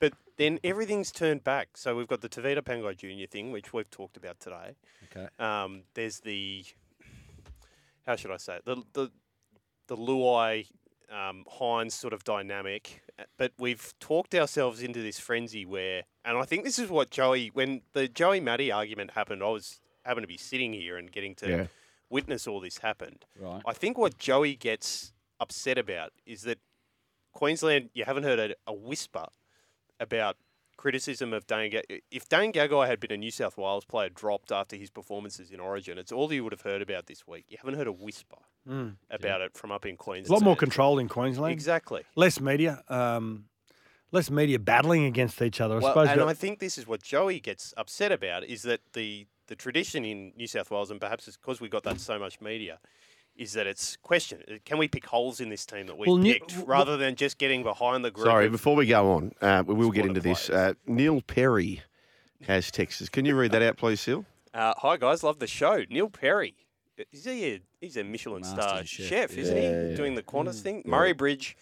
Speaker 7: But then everything's turned back. So we've got the Tavita Pangai Junior thing, which we've talked about today.
Speaker 6: Okay.
Speaker 7: Um, there's the how should I say it? the the the Luai um, Hines sort of dynamic, uh, but we've talked ourselves into this frenzy where, and I think this is what Joey when the Joey Matty argument happened, I was happened to be sitting here and getting to
Speaker 5: Yeah.
Speaker 7: witness all this happened.
Speaker 6: Right.
Speaker 7: I think what Joey gets upset about is that Queensland, you haven't heard a, a whisper about criticism of Dane. Ga- if Dane Gagai had been a New South Wales player dropped after his performances in Origin, it's all you would have heard about this week. You haven't heard a whisper about it from up in Queensland.
Speaker 3: Mm. A lot more control in Queensland.
Speaker 7: Exactly.
Speaker 3: Less media. Um, less media battling against each other. I
Speaker 7: Well,
Speaker 3: suppose.
Speaker 7: and
Speaker 3: that-
Speaker 7: I think this is what Joey gets upset about is that the the tradition in New South Wales, and perhaps it's because we got that so much media, is that it's question: uh, can we pick holes in this team that we
Speaker 3: Well, New-
Speaker 7: picked,
Speaker 3: w-
Speaker 7: rather than just getting behind the group?
Speaker 5: Sorry,
Speaker 7: of-
Speaker 5: before we go on, uh, we will get
Speaker 7: Squad
Speaker 5: into
Speaker 7: of
Speaker 5: this.
Speaker 7: players.
Speaker 5: Uh, Neil Perry has Texas. Can you read that out, please, Seal?
Speaker 7: Uh, hi guys, love the show. Neil Perry, uh, is he a, he's a Michelin
Speaker 6: Master
Speaker 7: star
Speaker 6: chef,
Speaker 7: chef, isn't he?
Speaker 5: yeah, yeah.
Speaker 7: Doing the Qantas
Speaker 3: Mm,
Speaker 7: thing. Murray Bridge,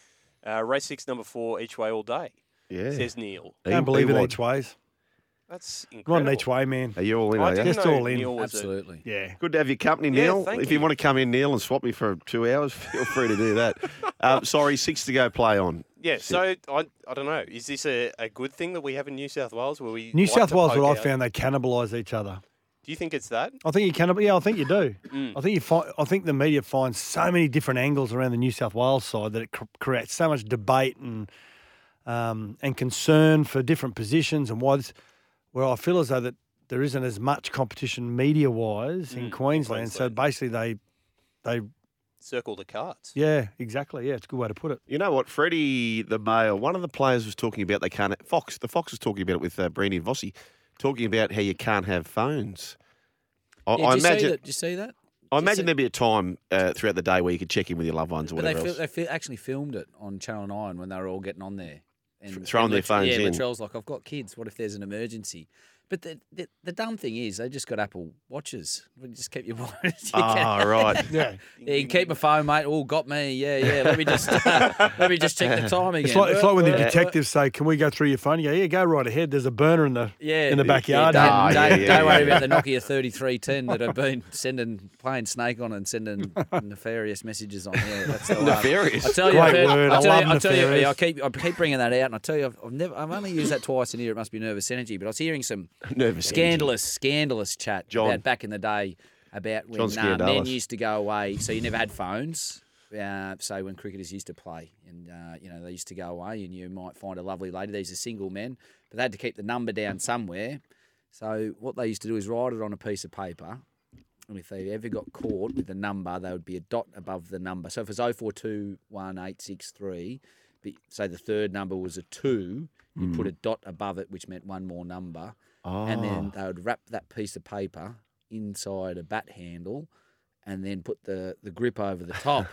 Speaker 7: uh, race six, number four, each way all day.
Speaker 5: Yeah.
Speaker 7: Says Neil.
Speaker 5: He-
Speaker 3: don't believe
Speaker 5: he
Speaker 7: eh?"
Speaker 3: in
Speaker 5: won.
Speaker 3: each ways.
Speaker 7: That's
Speaker 3: I'm not
Speaker 7: incredible.
Speaker 3: an each way man.
Speaker 5: Are you all in?
Speaker 7: Oh, I
Speaker 5: Are
Speaker 7: didn't
Speaker 5: you?
Speaker 3: Just
Speaker 7: know
Speaker 3: all in.
Speaker 7: Neil was a-
Speaker 6: Absolutely.
Speaker 3: Yeah.
Speaker 5: Good to have your company,
Speaker 7: Yeah,
Speaker 5: Neil.
Speaker 7: thank
Speaker 5: if you.
Speaker 7: you.
Speaker 5: want to come in, Neil, and swap me for two hours, feel free to do that. um, sorry, six to go. Play on.
Speaker 7: Yeah,
Speaker 5: Sit.
Speaker 7: so I, I don't know. Is this a, a good thing that we have in New South Wales? Where we
Speaker 3: New
Speaker 7: like
Speaker 3: South
Speaker 7: to
Speaker 3: Wales, what
Speaker 7: poke
Speaker 3: I
Speaker 7: out-
Speaker 3: found, they cannibalise each other.
Speaker 7: Do you think it's that?
Speaker 3: I think you can. Yeah, I think you do. I think you find. I think the media finds so many different angles around the New South Wales side that it cr- creates so much debate and um, and concern for different positions and why. This, where I feel as though that there isn't as much competition media wise in Queensland, so
Speaker 7: Queensland.
Speaker 3: basically they they
Speaker 7: Circle the cards.
Speaker 3: yeah exactly yeah it's a good way to put it.
Speaker 5: You know what, Freddie the Mayor, one of the players was talking about they can't. Fox, the Fox was talking about it with uh, Brandy and Vossi, talking about how you can't have phones. I,
Speaker 6: Yeah, did
Speaker 5: I
Speaker 6: you see
Speaker 5: imagine.
Speaker 6: that- Did you see that?
Speaker 5: I
Speaker 6: did you see-
Speaker 5: imagine there'd be a time uh, throughout the day where you could check in with your loved ones or
Speaker 6: But they,
Speaker 5: whatever
Speaker 6: fil-
Speaker 5: else.
Speaker 6: they fil- actually filmed it on Channel 9 when they were all getting on there. And,
Speaker 5: throwing
Speaker 6: and
Speaker 5: their
Speaker 6: Luttrell-
Speaker 5: phones
Speaker 6: yeah,
Speaker 5: in.
Speaker 6: Luttrell's like, I've got kids. What if there's an emergency? But the, the, the dumb thing is, they just got Apple Watches. You just keep your watches. You can-
Speaker 5: Ah, right.
Speaker 3: Yeah,
Speaker 6: Yeah, you can keep my phone, mate. Oh, got me. Yeah, yeah. Let me just let me just check the time again.
Speaker 3: it's like it's like when the
Speaker 6: Work, work, work.
Speaker 3: detectives say, "Can we go through your phone?" You go, "Yeah, go right ahead." There's a burner in the
Speaker 6: Yeah,
Speaker 3: in the
Speaker 6: yeah,
Speaker 3: backyard.
Speaker 6: don't,
Speaker 5: Ah, yeah,
Speaker 6: don't-
Speaker 5: yeah,
Speaker 6: don't worry
Speaker 5: yeah.
Speaker 6: about the Nokia 3310 that I've been sending playing snake on and sending nefarious messages on. Yeah, that's the one.
Speaker 5: Nefarious.
Speaker 6: I tell you,
Speaker 3: Great
Speaker 6: I've heard-
Speaker 3: word.
Speaker 6: I
Speaker 3: I
Speaker 6: tell you,
Speaker 3: love
Speaker 6: I tell you,
Speaker 3: nefarious.
Speaker 6: I keep I keep bringing that out, and I tell you, I've, I've never, I've only used that twice in here. It must be nervous energy, but I was hearing some
Speaker 5: Nervous.
Speaker 6: scandalous, scandalous chat
Speaker 5: John.
Speaker 6: about back in the day about when
Speaker 5: John
Speaker 6: uh, men
Speaker 5: Scandalous.
Speaker 6: used to go away. So you never had phones. Uh, so when cricketers used to play, and uh, you know they used to go away, and you might find a lovely lady. These are single men, but they had to keep the number down somewhere. So what they used to do is write it on a piece of paper, and if they ever got caught with a number, there would be a dot above the number. So if it's 04218663, but say the third number was a two, you
Speaker 5: Hmm.
Speaker 6: put a dot above it, which meant one more number. And
Speaker 5: Ah.
Speaker 6: then they would wrap that piece of paper inside a bat handle and then put the, the grip over the top.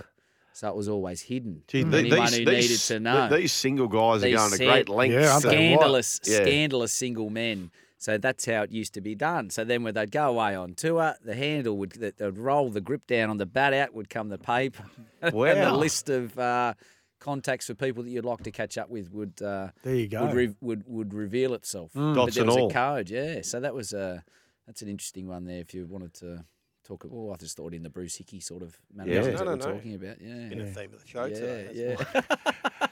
Speaker 6: so it was always hidden.
Speaker 5: Gee,
Speaker 6: from
Speaker 5: the-
Speaker 6: anyone
Speaker 5: these-
Speaker 6: who
Speaker 5: these-
Speaker 6: needed to
Speaker 5: th-
Speaker 6: know
Speaker 5: These single guys are
Speaker 6: These
Speaker 5: going to
Speaker 6: said-
Speaker 5: great lengths.
Speaker 3: Yeah, aren't
Speaker 5: to what?
Speaker 3: they?
Speaker 6: scandalous,
Speaker 5: Yeah.
Speaker 6: scandalous single men. So that's how it used to be done. So then when they'd go away on tour, the handle would that they'd roll the grip down on the bat out would come the paper and the
Speaker 5: Wow.
Speaker 6: list of uh, contacts for people that you'd like to catch up with would uh,
Speaker 3: There you go.
Speaker 6: would, re- would would reveal itself. but
Speaker 5: Dots
Speaker 6: there
Speaker 5: and
Speaker 6: was
Speaker 5: all.
Speaker 6: a code, yeah. So that was uh, that's an interesting one there. If you wanted to talk, well, I just thought in the Bruce Hickey sort of manner
Speaker 5: Yeah.
Speaker 6: that
Speaker 7: No, no,
Speaker 6: we're
Speaker 7: no.
Speaker 6: talking about,
Speaker 7: Been
Speaker 6: yeah,
Speaker 7: the theme of the show
Speaker 6: yeah,
Speaker 7: today.
Speaker 6: yeah.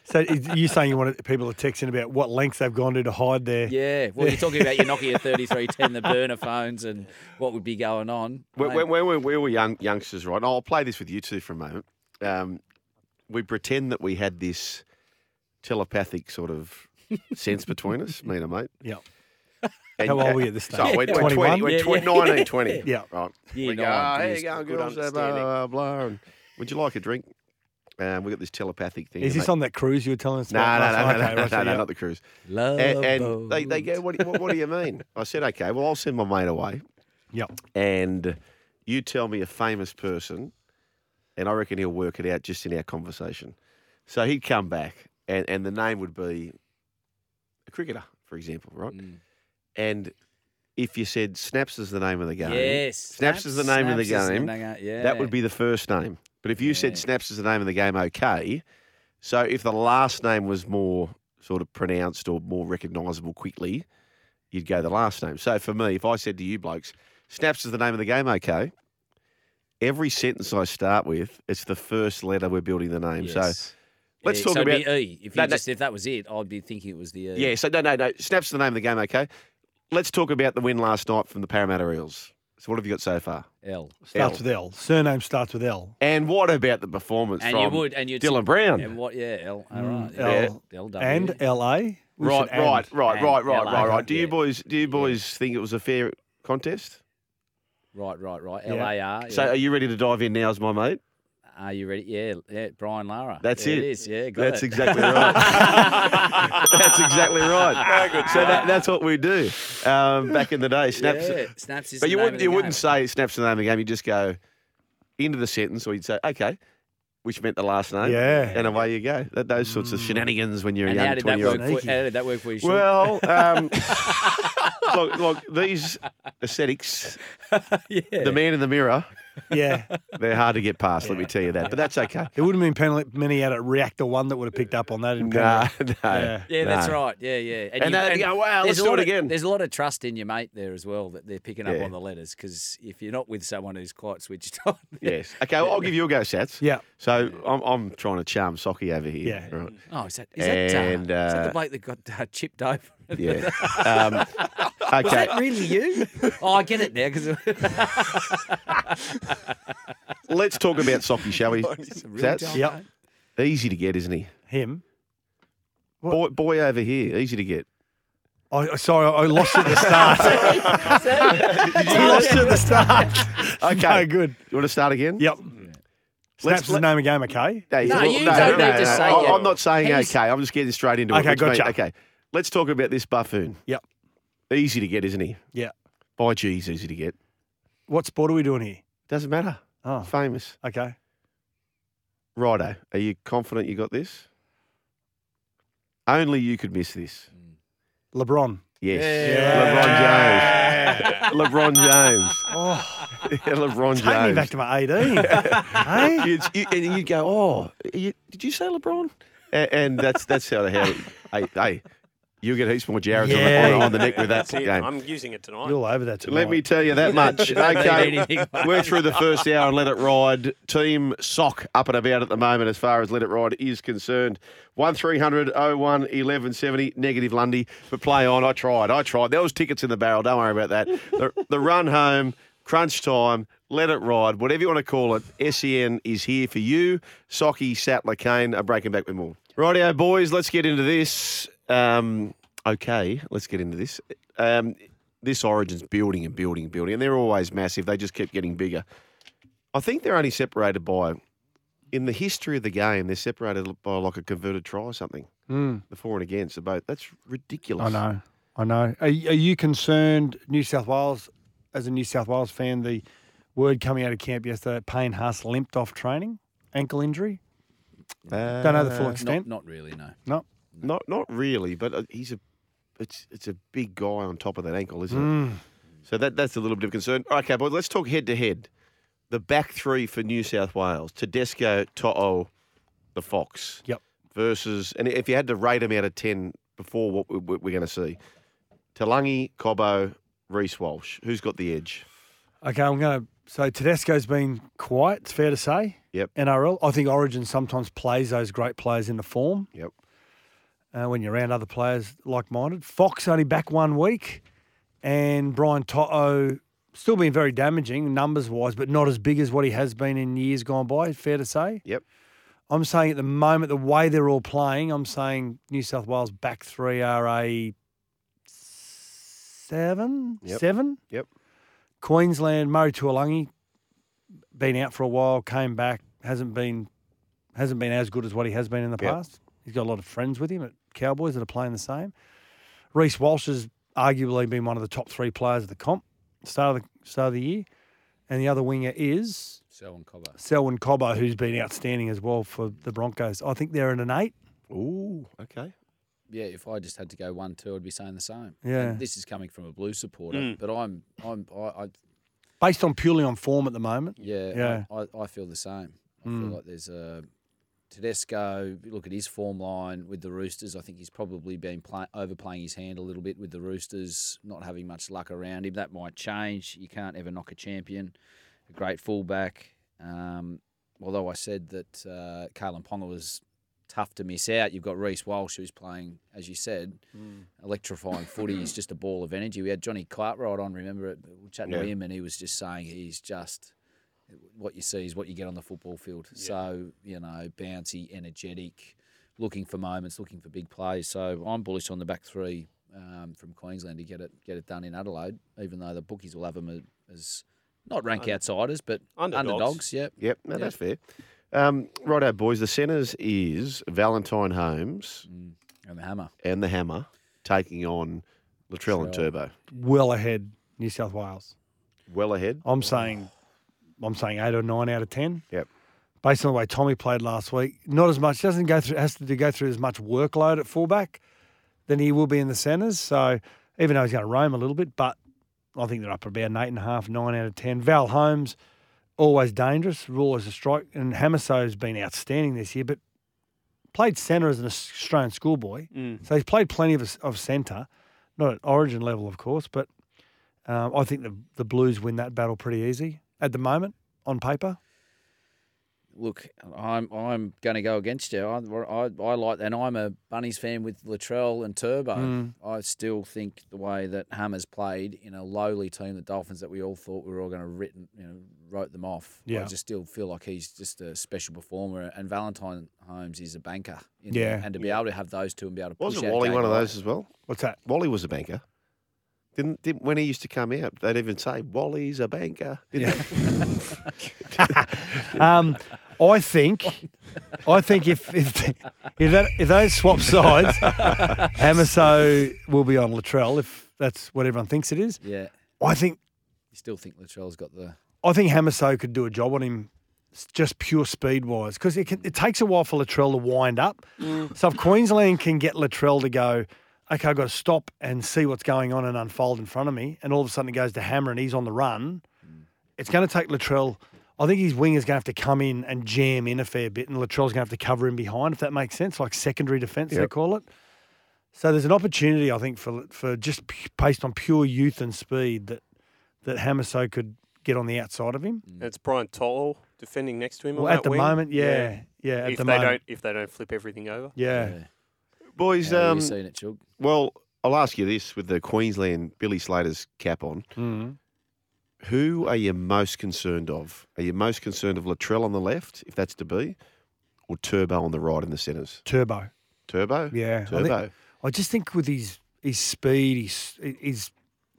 Speaker 3: So is- you're saying you wanted people to text in about what lengths they've gone to to hide their
Speaker 6: Yeah, well, you're talking about your Nokia 3310, the burner phones, and what would be going on.
Speaker 5: When,
Speaker 6: Mate,
Speaker 5: when, when we, we were young youngsters, right? And I'll play this with you two for a moment. Um, we pretend that we had this telepathic sort of sense between us, me and a mate.
Speaker 3: Yeah.
Speaker 5: And- uh,
Speaker 3: How old were you at this
Speaker 5: So
Speaker 3: stage?
Speaker 5: we're, we're
Speaker 3: 21?
Speaker 5: 20, we're
Speaker 6: Yeah,
Speaker 5: 20,
Speaker 6: yeah.
Speaker 5: 19, 20.
Speaker 3: Yeah.
Speaker 5: Right.
Speaker 6: Year
Speaker 5: we go,
Speaker 6: nine,
Speaker 5: hey,
Speaker 6: yes,
Speaker 5: you going,
Speaker 7: good
Speaker 5: girls, blah, blah,
Speaker 7: understanding.
Speaker 5: blah, blah. And, would you like a drink? Um, we got this telepathic thing.
Speaker 3: Is
Speaker 5: and
Speaker 3: this
Speaker 5: they-
Speaker 3: on that cruise you were telling us
Speaker 5: No,
Speaker 3: about?
Speaker 5: no,
Speaker 3: last
Speaker 5: no,
Speaker 3: night?
Speaker 5: no,
Speaker 3: Okay,
Speaker 5: no,
Speaker 3: right, so
Speaker 5: no, no,
Speaker 3: yeah.
Speaker 5: not the cruise.
Speaker 6: Love
Speaker 5: And, and they, they go, what, do you- what, what do you mean? I said, okay, well, I'll send my mate away
Speaker 3: Yep.
Speaker 5: and you tell me a famous person, and I reckon he'll work it out just in our conversation. So he'd come back, and, and the name would be a cricketer, for example, right? And if you said Snaps is the name of the game,
Speaker 6: Yes.
Speaker 5: Snaps, is the name of the
Speaker 6: Snaps is the
Speaker 5: game,
Speaker 6: name of the game,
Speaker 5: that would
Speaker 6: yeah.
Speaker 5: be the first name. But if you
Speaker 6: Yeah.
Speaker 5: said Snaps is the name of the game, okay. So if the last name was more sort of pronounced or more recognisable quickly, you'd go the last name. So for me, if I said to you blokes, Snaps is the name of the game, okay? Every sentence I start with, it's the first letter we're building the name. So
Speaker 6: Yes.
Speaker 5: let's
Speaker 6: Yeah,
Speaker 5: talk
Speaker 6: so it'd
Speaker 5: about-
Speaker 6: be E. If,
Speaker 5: No,
Speaker 6: you
Speaker 5: no.
Speaker 6: just, if that was it, I'd be thinking it was the E.
Speaker 5: yeah, so no, no, no. Snaps the name of the game, okay? Let's talk about the win last night from the Parramatta Eels. So what have you got so far?
Speaker 6: L.
Speaker 3: Starts with L. Surname starts with L.
Speaker 5: And what about the performance
Speaker 6: And you
Speaker 5: from
Speaker 6: would, and you'd
Speaker 5: Dylan Brown?
Speaker 6: And what? Yeah, L. All right.
Speaker 3: Mm, L.
Speaker 6: L. W.
Speaker 3: And LA. We
Speaker 5: Right,
Speaker 3: should
Speaker 5: right,
Speaker 3: and.
Speaker 5: right,
Speaker 6: and
Speaker 5: right, right,
Speaker 6: LA.
Speaker 5: right, right. Do
Speaker 6: Yeah.
Speaker 5: you boys do you boys think it was a fair contest?
Speaker 6: Right, right, right.
Speaker 3: Yeah.
Speaker 6: L A R.
Speaker 5: So are you ready to dive in now as my mate?
Speaker 6: Are you ready? Yeah, yeah. Brian Lara.
Speaker 5: That's
Speaker 6: There
Speaker 5: it.
Speaker 6: It is. Yeah, got
Speaker 5: That's
Speaker 6: it.
Speaker 5: exactly right. that's exactly right. So that, that's what we do um, back in the day. Snaps.
Speaker 6: Yeah, snaps is.
Speaker 5: But
Speaker 6: the
Speaker 5: you
Speaker 6: name of
Speaker 5: wouldn't
Speaker 6: the
Speaker 5: you
Speaker 6: game.
Speaker 5: wouldn't say snaps the name of the game. You just go into the sentence, or you'd say okay, which meant the last name.
Speaker 3: Yeah.
Speaker 5: And away you go. That, those sorts of shenanigans when you're a
Speaker 6: Mm. And
Speaker 5: young
Speaker 6: how did that
Speaker 5: twenty year
Speaker 6: work?
Speaker 5: old.
Speaker 6: For,
Speaker 3: Sneaky.
Speaker 6: how did that work for you? Sean?
Speaker 5: Well, um, look, look, these aesthetics,
Speaker 6: yeah.
Speaker 5: the man in the mirror,
Speaker 3: Yeah.
Speaker 5: they're hard to get past. Let me tell you that. But that's okay.
Speaker 3: It wouldn't have been penalty many out at Reactor 1 that would have picked up on that in
Speaker 5: Nah, no.
Speaker 3: Yeah.
Speaker 6: yeah, that's
Speaker 5: no.
Speaker 6: right. Yeah, yeah.
Speaker 5: And then they go, wow,
Speaker 6: there's
Speaker 5: let's
Speaker 6: a
Speaker 5: do
Speaker 6: lot
Speaker 5: it
Speaker 6: of-
Speaker 5: again.
Speaker 6: There's a lot of trust in your mate there as well that they're picking up
Speaker 5: Yeah.
Speaker 6: on the letters because if you're not with someone who's quite switched on,
Speaker 5: Yes. Okay, well, I'll give you a go, Sats.
Speaker 3: Yeah.
Speaker 5: So I'm, I'm trying to charm Socky over here.
Speaker 3: Yeah.
Speaker 5: Right.
Speaker 6: Oh, is that is that, uh,
Speaker 5: And,
Speaker 6: is that
Speaker 5: uh,
Speaker 6: the bloke that got uh, chipped over?
Speaker 5: Yeah. Um, okay.
Speaker 6: really you? oh, I get it now because
Speaker 5: Let's talk about Socky, shall we? Sats?
Speaker 3: Yep.
Speaker 5: Easy to get, isn't he?
Speaker 3: Him.
Speaker 5: Boy, boy over here, easy to get.
Speaker 3: I, I- sorry, I lost it at the start. I lost it at the start.
Speaker 5: Okay.
Speaker 3: No good.
Speaker 5: You want to start again?
Speaker 3: Yep.
Speaker 5: Let's
Speaker 3: Snaps his
Speaker 5: let-
Speaker 3: name again, okay?
Speaker 5: No, you,
Speaker 6: you don't need to say
Speaker 5: I,
Speaker 6: it.
Speaker 5: I'm not saying
Speaker 6: He's-
Speaker 5: okay. I'm just getting straight into
Speaker 3: Okay,
Speaker 5: it. which means-
Speaker 3: gotcha.
Speaker 5: okay. Let's talk about this buffoon.
Speaker 3: Yep.
Speaker 5: Easy to get, isn't he?
Speaker 3: Yeah.
Speaker 5: By G's, easy to get.
Speaker 3: What sport are we doing here?
Speaker 5: Doesn't matter.
Speaker 3: Oh,
Speaker 5: Famous.
Speaker 3: okay.
Speaker 5: Righto. Are you confident you got this? Only you could miss this.
Speaker 3: LeBron.
Speaker 5: Yes.
Speaker 3: Yeah.
Speaker 5: LeBron James.
Speaker 3: Oh,
Speaker 5: LeBron James. LeBron James.
Speaker 3: take me back to my 18. hey?
Speaker 5: you'd, you, and you'd go, oh, you, did you say LeBron? And, and that's that's how the hell. hey, hey, you'll get heaps more Jareds on,
Speaker 3: Yeah.
Speaker 5: the, on, on the neck with that
Speaker 7: That's it.
Speaker 5: game.
Speaker 7: I'm using it
Speaker 3: You're
Speaker 7: tonight.
Speaker 3: all over that tonight.
Speaker 5: Let me tell you that much. okay,
Speaker 6: anything like
Speaker 5: we're through the first hour and let it ride. Team Sock up and about at the moment as far as let it ride is concerned. One 01 1170 negative Lundy. But play on. I tried. I tried. There was tickets in the barrel. Don't worry about that. The, the run home, crunch time. Let it ride, whatever you want to call it. SEN is here for you. Socky, Sattler, Kane are breaking back with more. Rightio, boys, let's get into this. Um, okay, let's get into this. Um, this Origin's building and building and building, and they're always massive. They just keep getting bigger. I think they're only separated by, in the history of the game, they're separated by like a converted try or something.
Speaker 3: Mm.
Speaker 5: The for and against, the both. That's ridiculous.
Speaker 3: I know. I know. Are, are you concerned, New South Wales, as a New South Wales fan, the word coming out of camp yesterday that Payne Haas limped off training? Ankle injury?
Speaker 5: Uh,
Speaker 3: Don't know the full
Speaker 6: not,
Speaker 3: extent.
Speaker 6: not really. No.
Speaker 3: No.
Speaker 5: Not not really, but uh, he's a, it's it's a big guy on top of that ankle, isn't it?
Speaker 3: Mm.
Speaker 5: So that that's a little bit of concern. Okay, boys, let's talk head to head. The back three for New South Wales: Tedesco, To'o, the Fox.
Speaker 3: Yep.
Speaker 5: Versus, and if you had to rate them out of ten before what we- we- we're going to see, Talangi, Cobbo, Reese Walsh. Who's got the edge?
Speaker 3: Okay, I'm going to. So Tedesco's been quiet, it's fair to say.
Speaker 5: Yep.
Speaker 3: NRL. I think Origin sometimes plays those great players into form
Speaker 5: Yep.
Speaker 3: uh, when you're around other players like minded. Fox only back one week, and Brian Toto still been very damaging numbers wise, but not as big as what he has been in years gone by, fair to say.
Speaker 5: Yep.
Speaker 3: I'm saying at the moment, the way they're all playing, I'm saying New South Wales back three are a seven,
Speaker 5: Yep.
Speaker 3: seven.
Speaker 5: Yep.
Speaker 3: Queensland, Murray Tuolangi, been out for a while, came back, hasn't been hasn't been as good as what he has been in the
Speaker 5: Yep.
Speaker 3: past. He's got a lot of friends with him at Cowboys that are playing the same. Reese Walsh has arguably been one of the top three players of the comp start of the start of the year, and the other winger is
Speaker 6: So on Cobber.
Speaker 3: Selwyn Cobbo, who's been outstanding as well for the Broncos. I think they're in an eight.
Speaker 5: Ooh. Okay.
Speaker 6: Yeah, if I just had to go one two, I'd be saying the same. And
Speaker 3: Yeah.
Speaker 6: this is coming from a blue supporter,
Speaker 5: Mm.
Speaker 6: but I'm I'm I, I
Speaker 3: based on purely on form at the moment.
Speaker 6: yeah,
Speaker 3: Yeah.
Speaker 6: I, I, I feel the same. I feel like there's a Tedesco, if you look at his form line with the Roosters. I think he's probably been play, overplaying his hand a little bit with the Roosters, not having much luck around him. That might change. You can't ever knock a champion. A great fullback. Um, although I said that uh, Kalen Ponga was tough to miss out, you've got Reese Walsh who's playing, as you said, electrifying footy. He's just a ball of energy. We had Johnny Cartwright on, remember, we were chatting to
Speaker 5: Yeah.
Speaker 6: him, and he was just saying he's just what you see is what you get on the football field. So, you know, bouncy, energetic, looking for moments, looking for big plays. So I'm bullish on the back three um, from Queensland to get it get it done in Adelaide, even though the bookies will have them as not rank outsiders, but
Speaker 7: Underdogs.
Speaker 6: underdogs. yep.
Speaker 5: Yep, no,
Speaker 6: Yep.
Speaker 5: that's fair. Um, righto, boys. The centres is Valentine Holmes
Speaker 6: And the hammer.
Speaker 5: and the Hammer taking on Latrell and Turbo.
Speaker 3: well ahead New South Wales.
Speaker 5: Well ahead.
Speaker 3: I'm saying, I'm saying eight or nine out of ten.
Speaker 5: Yep.
Speaker 3: Based on the way Tommy played last week, not as much doesn't go through has to go through as much workload at fullback than he will be in the centres. So even though he's going to roam a little bit, but I think they're up about an eight and a half, nine out of ten. Val Holmes always dangerous, always a strike, and Hamaso has been outstanding this year, but played centre as an Australian schoolboy, so he's played plenty of of centre, not at Origin level, of course, but um, I think the the Blues win that battle pretty easy at the moment on paper.
Speaker 6: look, I'm I'm going to go against you. I, I, I like, and I'm a Bunnies fan with Latrell and Turbo.
Speaker 3: Mm.
Speaker 6: I still think the way that Hammer's played in a lowly team, the Dolphins, that we all thought we were all going to written, you know, wrote them off.
Speaker 3: Yeah.
Speaker 6: I just still feel like he's just a special performer, and Valentine Holmes is a banker. in
Speaker 3: Yeah.
Speaker 6: there. and to be able to have those two and be able to push
Speaker 5: Wasn't
Speaker 6: out
Speaker 5: Wally
Speaker 6: game
Speaker 5: one of
Speaker 6: like
Speaker 5: those as well?
Speaker 3: What's that?
Speaker 5: Wally was a banker. Didn't, didn't when he used to come out, they'd even say Wally's a banker. Didn't they?
Speaker 3: Um, I think, I think if if if, that, if those swap sides, Hamaso will be on Latrell if that's what everyone thinks it is.
Speaker 6: that? Yeah,
Speaker 3: I think
Speaker 6: you still think Latrell's got the
Speaker 3: I think Hamaso could do a job on him, s- just pure speed wise, because it, can- it takes a while for Latrell to wind up. So if Queensland can get Latrell to go, okay, I've got to stop and see what's going on and unfold in front of me, and all of a sudden it goes to Hammer and he's on the run, it's going to take Latrell. I think his wing is going to have to come in and jam in a fair bit, and Latrell's going to have to cover him behind, if that makes sense, like secondary defence they call it. So there's an opportunity, I think, for for just p- based on pure youth and speed that that Hamaso could get on the outside of him.
Speaker 7: And it's Brian Toll defending next to him. on
Speaker 3: Well, at
Speaker 7: that
Speaker 3: the
Speaker 7: wing.
Speaker 3: moment, yeah, yeah. at
Speaker 7: if
Speaker 3: the
Speaker 7: they
Speaker 3: moment,
Speaker 7: don't, if they don't flip everything over,
Speaker 3: yeah.
Speaker 5: Boys,
Speaker 6: How have
Speaker 5: um,
Speaker 6: you seen it, Chug?
Speaker 5: well, I'll ask you this with the Queensland Billy Slater's cap on.
Speaker 3: Mm-hmm.
Speaker 5: Who are you most concerned of? Are you most concerned of Latrell on the left, if that's to be, or Turbo on the right in the centres?
Speaker 3: Turbo,
Speaker 5: Turbo?
Speaker 3: yeah. I,
Speaker 5: Turbo.
Speaker 3: think- I just think with his his speed, his his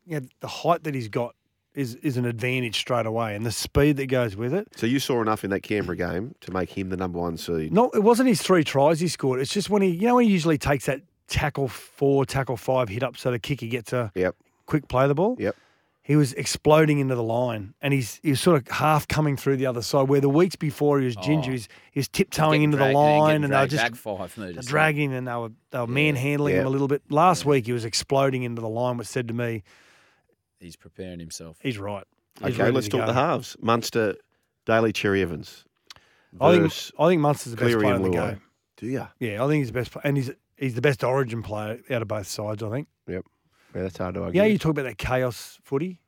Speaker 3: you know, the height that he's got is is an advantage straight away, and the speed that goes with it.
Speaker 5: So you saw enough in that Canberra game to make him the number one seed.
Speaker 3: No, it wasn't his three tries he scored. It's just when he, you know, he usually takes that tackle four, tackle five hit up, so the kicker gets a
Speaker 5: Yep.
Speaker 3: quick play of the ball.
Speaker 5: Yep.
Speaker 3: He was exploding into the line, and he's he was sort of half coming through the other side. Where the weeks before he was ginger, he's he's tiptoeing
Speaker 6: Oh. Getting
Speaker 3: into
Speaker 6: dragged-
Speaker 3: the
Speaker 6: yeah,
Speaker 3: line,
Speaker 6: getting
Speaker 3: and they were
Speaker 6: dragged
Speaker 3: just
Speaker 6: back five metres.
Speaker 3: dragging him and they were they were manhandling him
Speaker 5: Yeah.
Speaker 3: a little bit. Last week he was exploding into the line, which said to me,
Speaker 6: He's preparing himself.
Speaker 3: he's right. He's
Speaker 5: Okay,
Speaker 3: ready
Speaker 5: let's
Speaker 3: to
Speaker 5: talk
Speaker 3: go.
Speaker 5: the halves. Munster, Daly, Cherry Evans.
Speaker 3: I think
Speaker 5: versus
Speaker 3: I think Munster's the best
Speaker 5: Cleary
Speaker 3: player
Speaker 5: and
Speaker 3: in the
Speaker 5: Luai.
Speaker 3: game.
Speaker 5: Do you? Yeah,
Speaker 3: Yeah, I think he's the best player, and he's he's the best Origin player out of both sides. I think.
Speaker 5: that's hard to argue.
Speaker 3: Yeah, you talk about that chaos footy.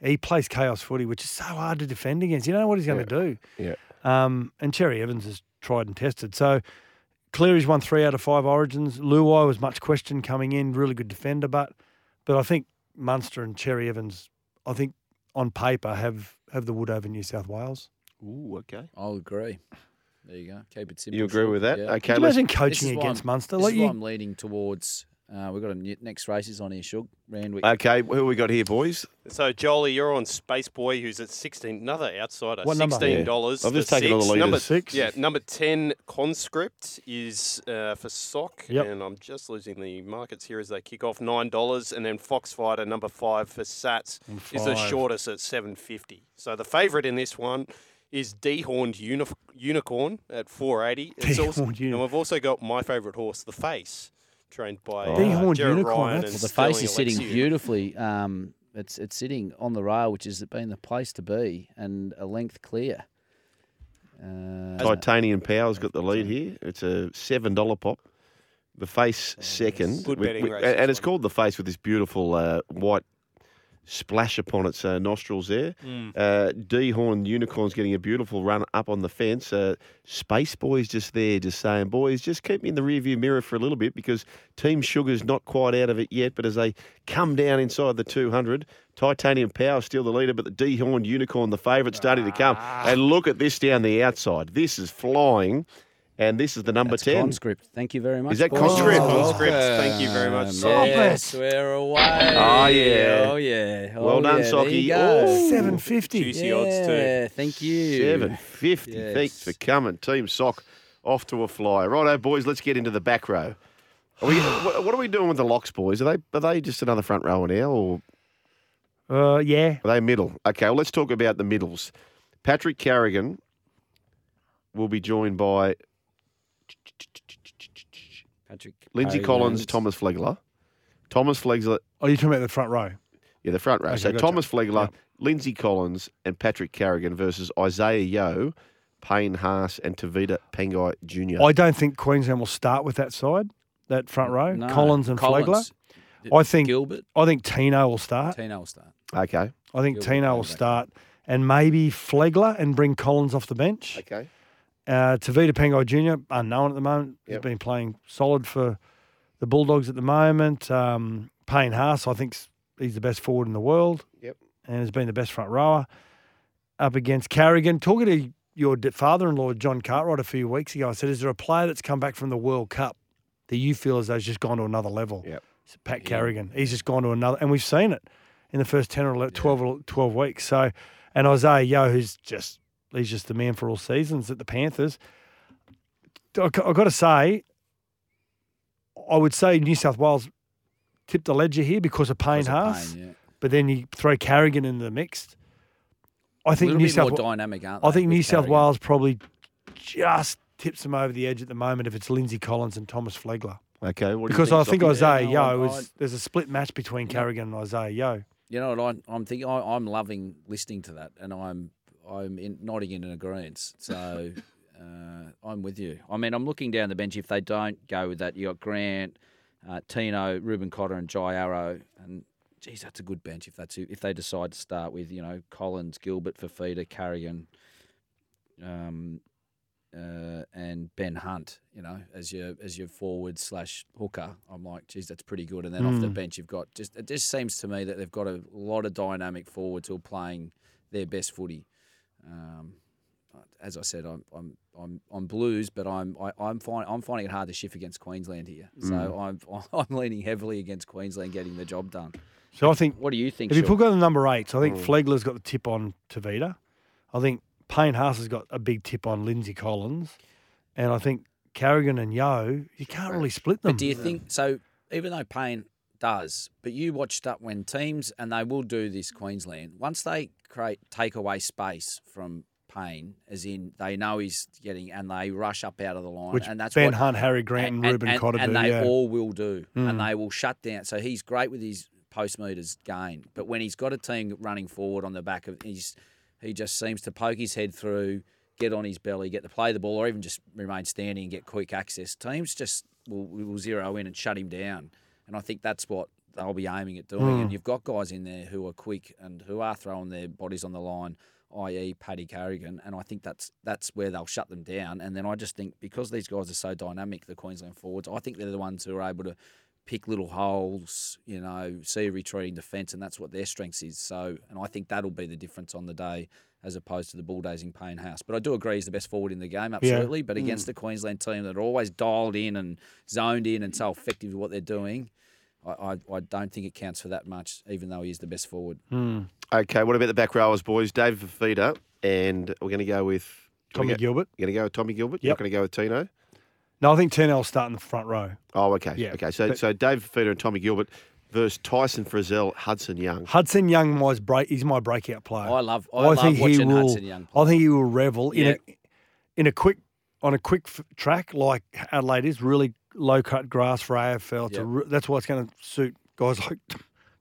Speaker 3: He plays chaos footy, which is so hard to defend against. You don't know what he's going to
Speaker 5: Yeah.
Speaker 3: do. Yeah. Um, and Cherry Evans has tried and tested. So Cleary's won three out of five Origins. Luai was much questioned coming in, really good defender, but but I think Munster and Cherry Evans, I think on paper have have the wood over New South Wales.
Speaker 5: Ooh, okay.
Speaker 6: I'll agree. There you go. Keep it simple.
Speaker 5: You agree
Speaker 6: Sean.
Speaker 5: with that?
Speaker 6: Yeah.
Speaker 5: Okay,
Speaker 3: Could you
Speaker 5: let's,
Speaker 3: imagine
Speaker 6: This is
Speaker 3: coaching
Speaker 6: why
Speaker 3: against
Speaker 6: I'm-
Speaker 3: Munster?
Speaker 6: This
Speaker 3: Like
Speaker 6: is why
Speaker 3: you,
Speaker 6: I'm leading towards. Uh, we've got a new, next races on here, Shug. Randwick.
Speaker 5: okay, who we got here, boys?
Speaker 7: so Jolie, you're on Space Boy, who's at sixteen, another outsider,
Speaker 3: What number?
Speaker 7: sixteen dollars.
Speaker 5: Yeah. I've just taken all the leaders.
Speaker 7: Number
Speaker 5: Six.
Speaker 7: yeah. Number ten conscript is uh, for sock,
Speaker 3: Yep.
Speaker 7: and I'm just losing the markets here as they kick off nine dollars, and then Foxfighter number five for Sats is the
Speaker 3: five.
Speaker 7: shortest at seven fifty. So the favourite in this one. Is dehorned uni- unicorn at 480. It's also,
Speaker 3: Dehorned uni-
Speaker 7: and we've also got my favourite horse, the face, trained by uh,
Speaker 3: Dehorned
Speaker 7: Jared
Speaker 3: unicorn,
Speaker 7: Ryan.
Speaker 3: that's-
Speaker 7: and
Speaker 3: Well,
Speaker 6: the face is
Speaker 7: Sterling
Speaker 6: sitting
Speaker 7: Alexiou.
Speaker 6: beautifully. Um, it's Uh, it's sitting on the rail, which has been the place to be, and a length clear.
Speaker 5: Titanium Power's got the lead here. It's a seven dollar pop. The face second,
Speaker 7: Good betting race,
Speaker 5: and,
Speaker 7: this
Speaker 5: and it's
Speaker 7: one.
Speaker 5: called the face with this beautiful uh, white splash upon its uh, nostrils. There, uh, D Horn Unicorn's getting a beautiful run up on the fence. Uh, Space Boy's just there, just saying, boys, just keep me in the rearview mirror for a little bit because Team Sugar's not quite out of it yet. But as they come down inside the two hundred, Titanium Power still the leader, but the D Horn Unicorn, the favourite, starting to come. And look at this down the outside. This is flying. And this is the number
Speaker 6: That's
Speaker 5: 10.
Speaker 6: conscript. Thank you very much.
Speaker 5: Is that
Speaker 6: boys.
Speaker 5: conscript?
Speaker 7: Conscript, thank you very much.
Speaker 3: Oh,
Speaker 6: Um, yes, we're away.
Speaker 5: Oh, yeah.
Speaker 6: Oh yeah. Oh,
Speaker 5: Well done,
Speaker 6: yeah. There you
Speaker 5: Socky.
Speaker 6: go.
Speaker 3: Seven fifty.
Speaker 7: Juicy odds too.
Speaker 6: Yeah, Thank you.
Speaker 5: Seven fifty.
Speaker 6: Yes.
Speaker 5: Thanks for coming, Team Sock. Off to a fly. Righto, boys. Let's get into the back row. Are we, what what are we doing with the locks, boys? Are they are they just another front row now, or
Speaker 3: Uh, yeah.
Speaker 5: are they middle? Okay, well, let's talk about the middles. Patrick Carrigan will be joined by
Speaker 6: Patrick.
Speaker 5: Lindsay
Speaker 6: Parry
Speaker 5: Collins,
Speaker 6: wins.
Speaker 5: Thomas Flegler. Thomas Flegler,
Speaker 3: Oh, you're talking about the front row.
Speaker 5: yeah, the front row. so
Speaker 3: gotcha.
Speaker 5: Thomas Flegler, Lindsay Collins, and Patrick Carrigan versus Isaiah Yo, Payne Haas, and Tavita Pangai Jr.
Speaker 3: I don't think Queensland will start with that side, that front row.
Speaker 6: No,
Speaker 3: Collins and
Speaker 6: Collins.
Speaker 3: Flegler. I think
Speaker 6: Gilbert.
Speaker 3: I think Tino will start.
Speaker 6: Tino will start.
Speaker 5: okay.
Speaker 3: I think Tino
Speaker 6: Gilbert played
Speaker 3: will
Speaker 6: back.
Speaker 3: start, and maybe Flegler and bring Collins off the bench.
Speaker 5: Okay.
Speaker 3: Uh, Tavita Pangai Jr. unknown at the moment.
Speaker 5: Yep.
Speaker 3: He's been playing solid for the Bulldogs at the moment. Um, Payne Haas, I think, he's the best forward in the world.
Speaker 5: Yep.
Speaker 3: And has been the best front rower. Up against Carrigan, talking to your d- father-in-law John Cartwright a few weeks ago, I said, "Is there a player that's come back from the World Cup that you feel as though has just gone to another level?"
Speaker 5: Yep.
Speaker 3: It's Pat Carrigan. He's just gone to another, and we've seen it in the first 10 or 11, 12, or 12 weeks. So, and Isaiah Yo, who's just, he's just the man for all seasons at the Panthers. I've got to say, I would say New South Wales tipped the ledger here because of Payne
Speaker 6: Because of
Speaker 3: Haas,
Speaker 6: Payne, yeah.
Speaker 3: but then you throw Carrigan into the mix. I
Speaker 6: A
Speaker 3: think
Speaker 6: little
Speaker 3: New
Speaker 6: bit
Speaker 3: South
Speaker 6: more
Speaker 3: Wa-
Speaker 6: dynamic, aren't they?
Speaker 3: I think
Speaker 6: with
Speaker 3: New South
Speaker 6: Carrigan?
Speaker 3: Wales probably just tips them over the edge at the moment if it's Lindsay Collins and Thomas Flegler.
Speaker 5: Okay. What
Speaker 3: Because
Speaker 5: do you
Speaker 3: I
Speaker 5: think,
Speaker 3: think
Speaker 5: Socky?
Speaker 3: Isaiah
Speaker 6: Yeah, no,
Speaker 3: Yo
Speaker 6: I-
Speaker 3: is there's a split match between Carrigan and Isaiah Yo.
Speaker 6: You know what I, I'm thinking? I, I'm loving listening to that, and I'm I'm in, nodding in agreement. So uh, I'm with you. I mean, I'm looking down the bench. If they don't go with that, you got Grant, uh, Tino, Ruben Cotter, and Jai Arrow, and geez, that's a good bench. If that's who, if they decide to start with, you know, Collins, Gilbert, Fafita, Carrigan, um, uh, and Ben Hunt, you know, as your as your forward slash hooker. I'm like, geez, that's pretty good. And then off the
Speaker 3: Hmm.
Speaker 6: bench, you've got just it just seems to me that they've got a lot of dynamic forwards who are playing their best footy. Um, as I said, I'm I'm I'm, I'm blues, but I'm I, I'm find, I'm finding it hard to shift against Queensland here. So
Speaker 3: Hmm.
Speaker 6: I'm I'm leaning heavily against Queensland getting the job done.
Speaker 3: So I think
Speaker 6: What do you think? Mm.
Speaker 3: If you
Speaker 6: Sean?
Speaker 3: put on the number eight, I think Flegler's got the tip on Tavita. I think Payne Haas has got a big tip on Lindsay Collins. And I think Carrigan and Yo, you can't really split them.
Speaker 6: But do you think so? Even though Payne does, but you watched up when teams and they will do this Queensland once they create take away space from Payne, as in they know he's getting and they rush up out of the line,
Speaker 3: Which
Speaker 6: and that's
Speaker 3: Ben
Speaker 6: what,
Speaker 3: Hunt, Harry Grant, and, Ruben Cotter
Speaker 6: and
Speaker 3: do.
Speaker 6: they
Speaker 3: yeah. Hmm.
Speaker 6: all will do, and they will shut down. So he's great with his post meters gain, but when he's got a team running forward on the back of, he's he just seems to poke his head through, get on his belly, get to play the ball, or even just remain standing and get quick access. Teams just will, will zero in and shut him down, and I think that's what they'll be aiming at doing. And you've got guys in there who are quick and who are throwing their bodies on the line. I.e., Paddy Carrigan, and I think that's that's where they'll shut them down. And then I just think because these guys are so dynamic, the Queensland forwards, I think they're the ones who are able to pick little holes, you know, see a retreating defence, and that's what their strengths is. So, and I think that'll be the difference on the day as opposed to the bulldozing Payne House. But I do agree he's the best forward in the game, absolutely. But against the Queensland team that are always dialed in and zoned in and so effective with what they're doing, I, I, I don't think it counts for that much, even though he is the best forward.
Speaker 5: Okay. What about the back rowers, boys? David Fafita, and we're going to go with do you
Speaker 3: Tommy
Speaker 5: wanna go-
Speaker 3: Gilbert.
Speaker 5: You're going to go with Tommy Gilbert. You're not
Speaker 3: Yep.
Speaker 5: going to go with Tino.
Speaker 3: No, I think Turnell's starting the front row.
Speaker 5: Oh, okay.
Speaker 3: Yeah,
Speaker 5: Okay. So
Speaker 3: but-
Speaker 5: so David Fafita and Tommy Gilbert versus Tyson Frizzell, Hudson Young.
Speaker 3: Hudson Young my break he's my breakout player.
Speaker 6: I love- I love watching Hudson Young
Speaker 3: I think he will revel
Speaker 6: Yeah.
Speaker 3: in a in a quick on a quick f- track like Adelaide is really low cut grass for AFL. It's a
Speaker 6: Yeah.
Speaker 3: re- that's why it's going to suit guys like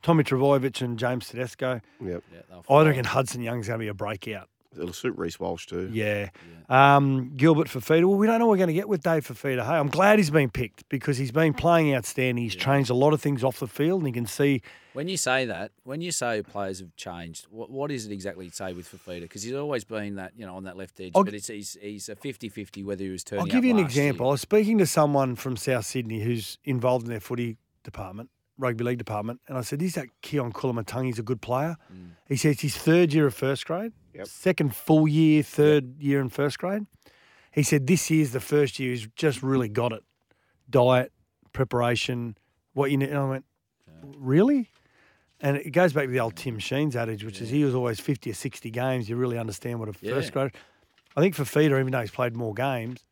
Speaker 3: Tommy Travojevic and James Tedesco.
Speaker 5: Yep.
Speaker 6: Yeah, they'll
Speaker 3: I
Speaker 6: fly.
Speaker 3: reckon Hudson Young's going to be a breakout.
Speaker 5: It'll suit Reese Walsh too.
Speaker 3: Yeah. Um, Gilbert Fafita. Well, we don't know what we're going to get with Dave Fafita. Hey, I'm glad he's been picked because he's been playing outstanding. He's changed a lot of things off the field, and you can see
Speaker 6: When you say that, when you say players have changed, what, what is it exactly you say with Fafita? Because he's always been that, you know, on that left edge,
Speaker 3: I'll
Speaker 6: but
Speaker 3: g-
Speaker 6: it's, he's, he's a 50 50 whether he was turning
Speaker 3: I'll
Speaker 6: up
Speaker 3: give you an
Speaker 6: last year.
Speaker 3: example. I was speaking to someone from South Sydney who's involved in their footy department, rugby league department, and I said, "Is that Keon Kulamatungi? He's a good player." He says he's third year of first grade, second full year, third year in first grade. He said this year's the first year he's just really got it. Diet, preparation, what you need. And I went, really? And it goes back to the old Tim Sheen's adage, which is he was always 50 or 60 games. You really understand what a
Speaker 6: Yeah.
Speaker 3: first grade. I think for Feeder, even though he's played more games,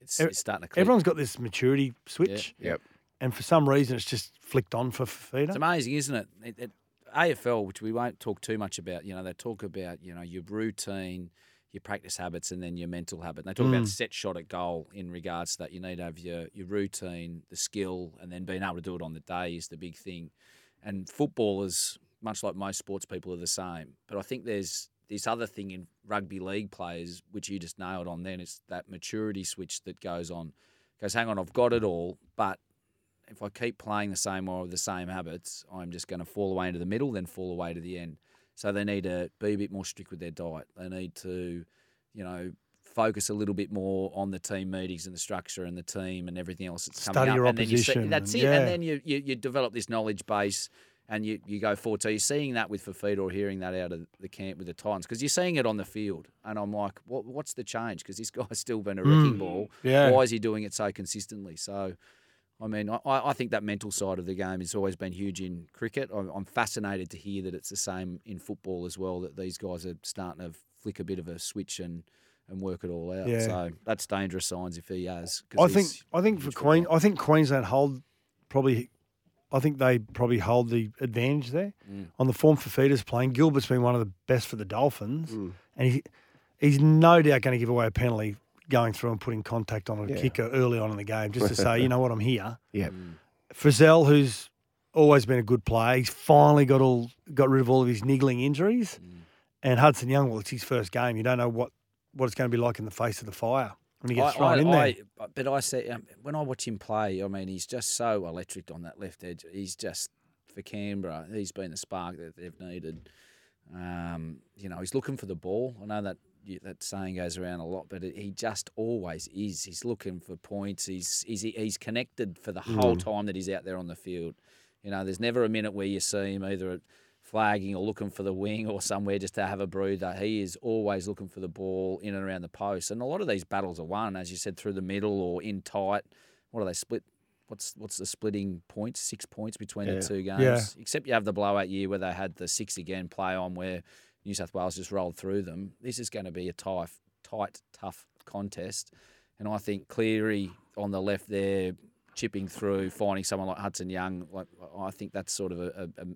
Speaker 6: It's,
Speaker 3: Ev-
Speaker 6: it's starting to click.
Speaker 3: E- Everyone's got this maturity switch.
Speaker 5: Yep.
Speaker 3: And for some reason, it's just flicked on for Fafita.
Speaker 6: It's amazing, isn't it? It, it? AFL, which we won't talk too much about, you know, they talk about, you know, your routine, your practice habits, and then your mental habit. And they talk about set shot at goal in regards to that. You need to have your, your routine, the skill, and then being able to do it on the day is the big thing. And footballers, much like most sports people, are the same. But I think there's this other thing in rugby league players, which you just nailed on then, it's that maturity switch that goes on. Goes, hang on, I've got it all, but if I keep playing the same or the same habits, I'm just going to fall away into the middle, then fall away to the end. So they need to be a bit more strict with their diet. They need to, you know, focus a little bit more on the team meetings and the structure and the team and everything else that's coming
Speaker 3: Study
Speaker 6: up.
Speaker 3: your
Speaker 6: and then you see,
Speaker 3: opposition
Speaker 6: that's
Speaker 3: and-
Speaker 6: it.
Speaker 3: yeah.
Speaker 6: And then you, you you develop this knowledge base and you, you go forward. So you're seeing that with Fafita or hearing that out of the camp with the Titans because you're seeing it on the field. And I'm like, what what's the change? Because this guy's still been a wrecking ball.
Speaker 3: Hmm. yeah.
Speaker 6: Why is he doing it so consistently? So. I mean, I, I I think that mental side of the game has always been huge in cricket. I'm, I'm fascinated to hear that it's the same in football as well, that these guys are starting to flick a bit of a switch and, and work it all out.
Speaker 3: Yeah.
Speaker 6: So that's dangerous signs if he has. 'cause
Speaker 3: I think
Speaker 6: he's-
Speaker 3: I think for Queen, I think Queensland hold probably, I think they probably hold the advantage there
Speaker 6: Mm.
Speaker 3: on the form Fafita's playing. Gilbert's been one of the best for the Dolphins, and he, he's no doubt going to give away a penalty going through and putting contact on a kicker early on in the game just to say, you know what, I'm here.
Speaker 5: Yep.
Speaker 6: Mm.
Speaker 3: Frizzell, who's always been a good player, he's finally got all got rid of all of his niggling injuries.
Speaker 6: Mm.
Speaker 3: And Hudson Young, well, it's his first game. You don't know what, what it's going to be like in the face of the fire when he gets thrown in there.
Speaker 6: I- but I say, um, when I watch him play, I mean, he's just so electric on that left edge. He's just for Canberra. He's been the spark that they've needed. Um, you know, he's looking for the ball. I know that you- that saying goes around a lot, but it, he just always is. He's looking for points. He's he's, he's connected for the whole time that he's out there on the field. You know, there's never a minute where you see him either flagging or looking for the wing or somewhere just to have a breather. He is always looking for the ball in and around the post. And a lot of these battles are won, as you said, through the middle or in tight. What are they split? What's what's the splitting points? Six points between the two games. Except you have the blowout year where they had the six again play on where New South Wales just rolled through them. This is going to be a tight, tight, tough contest. And I think Cleary on the left there, chipping through, finding someone like Hudson Young, like I think that's sort of a, a, a-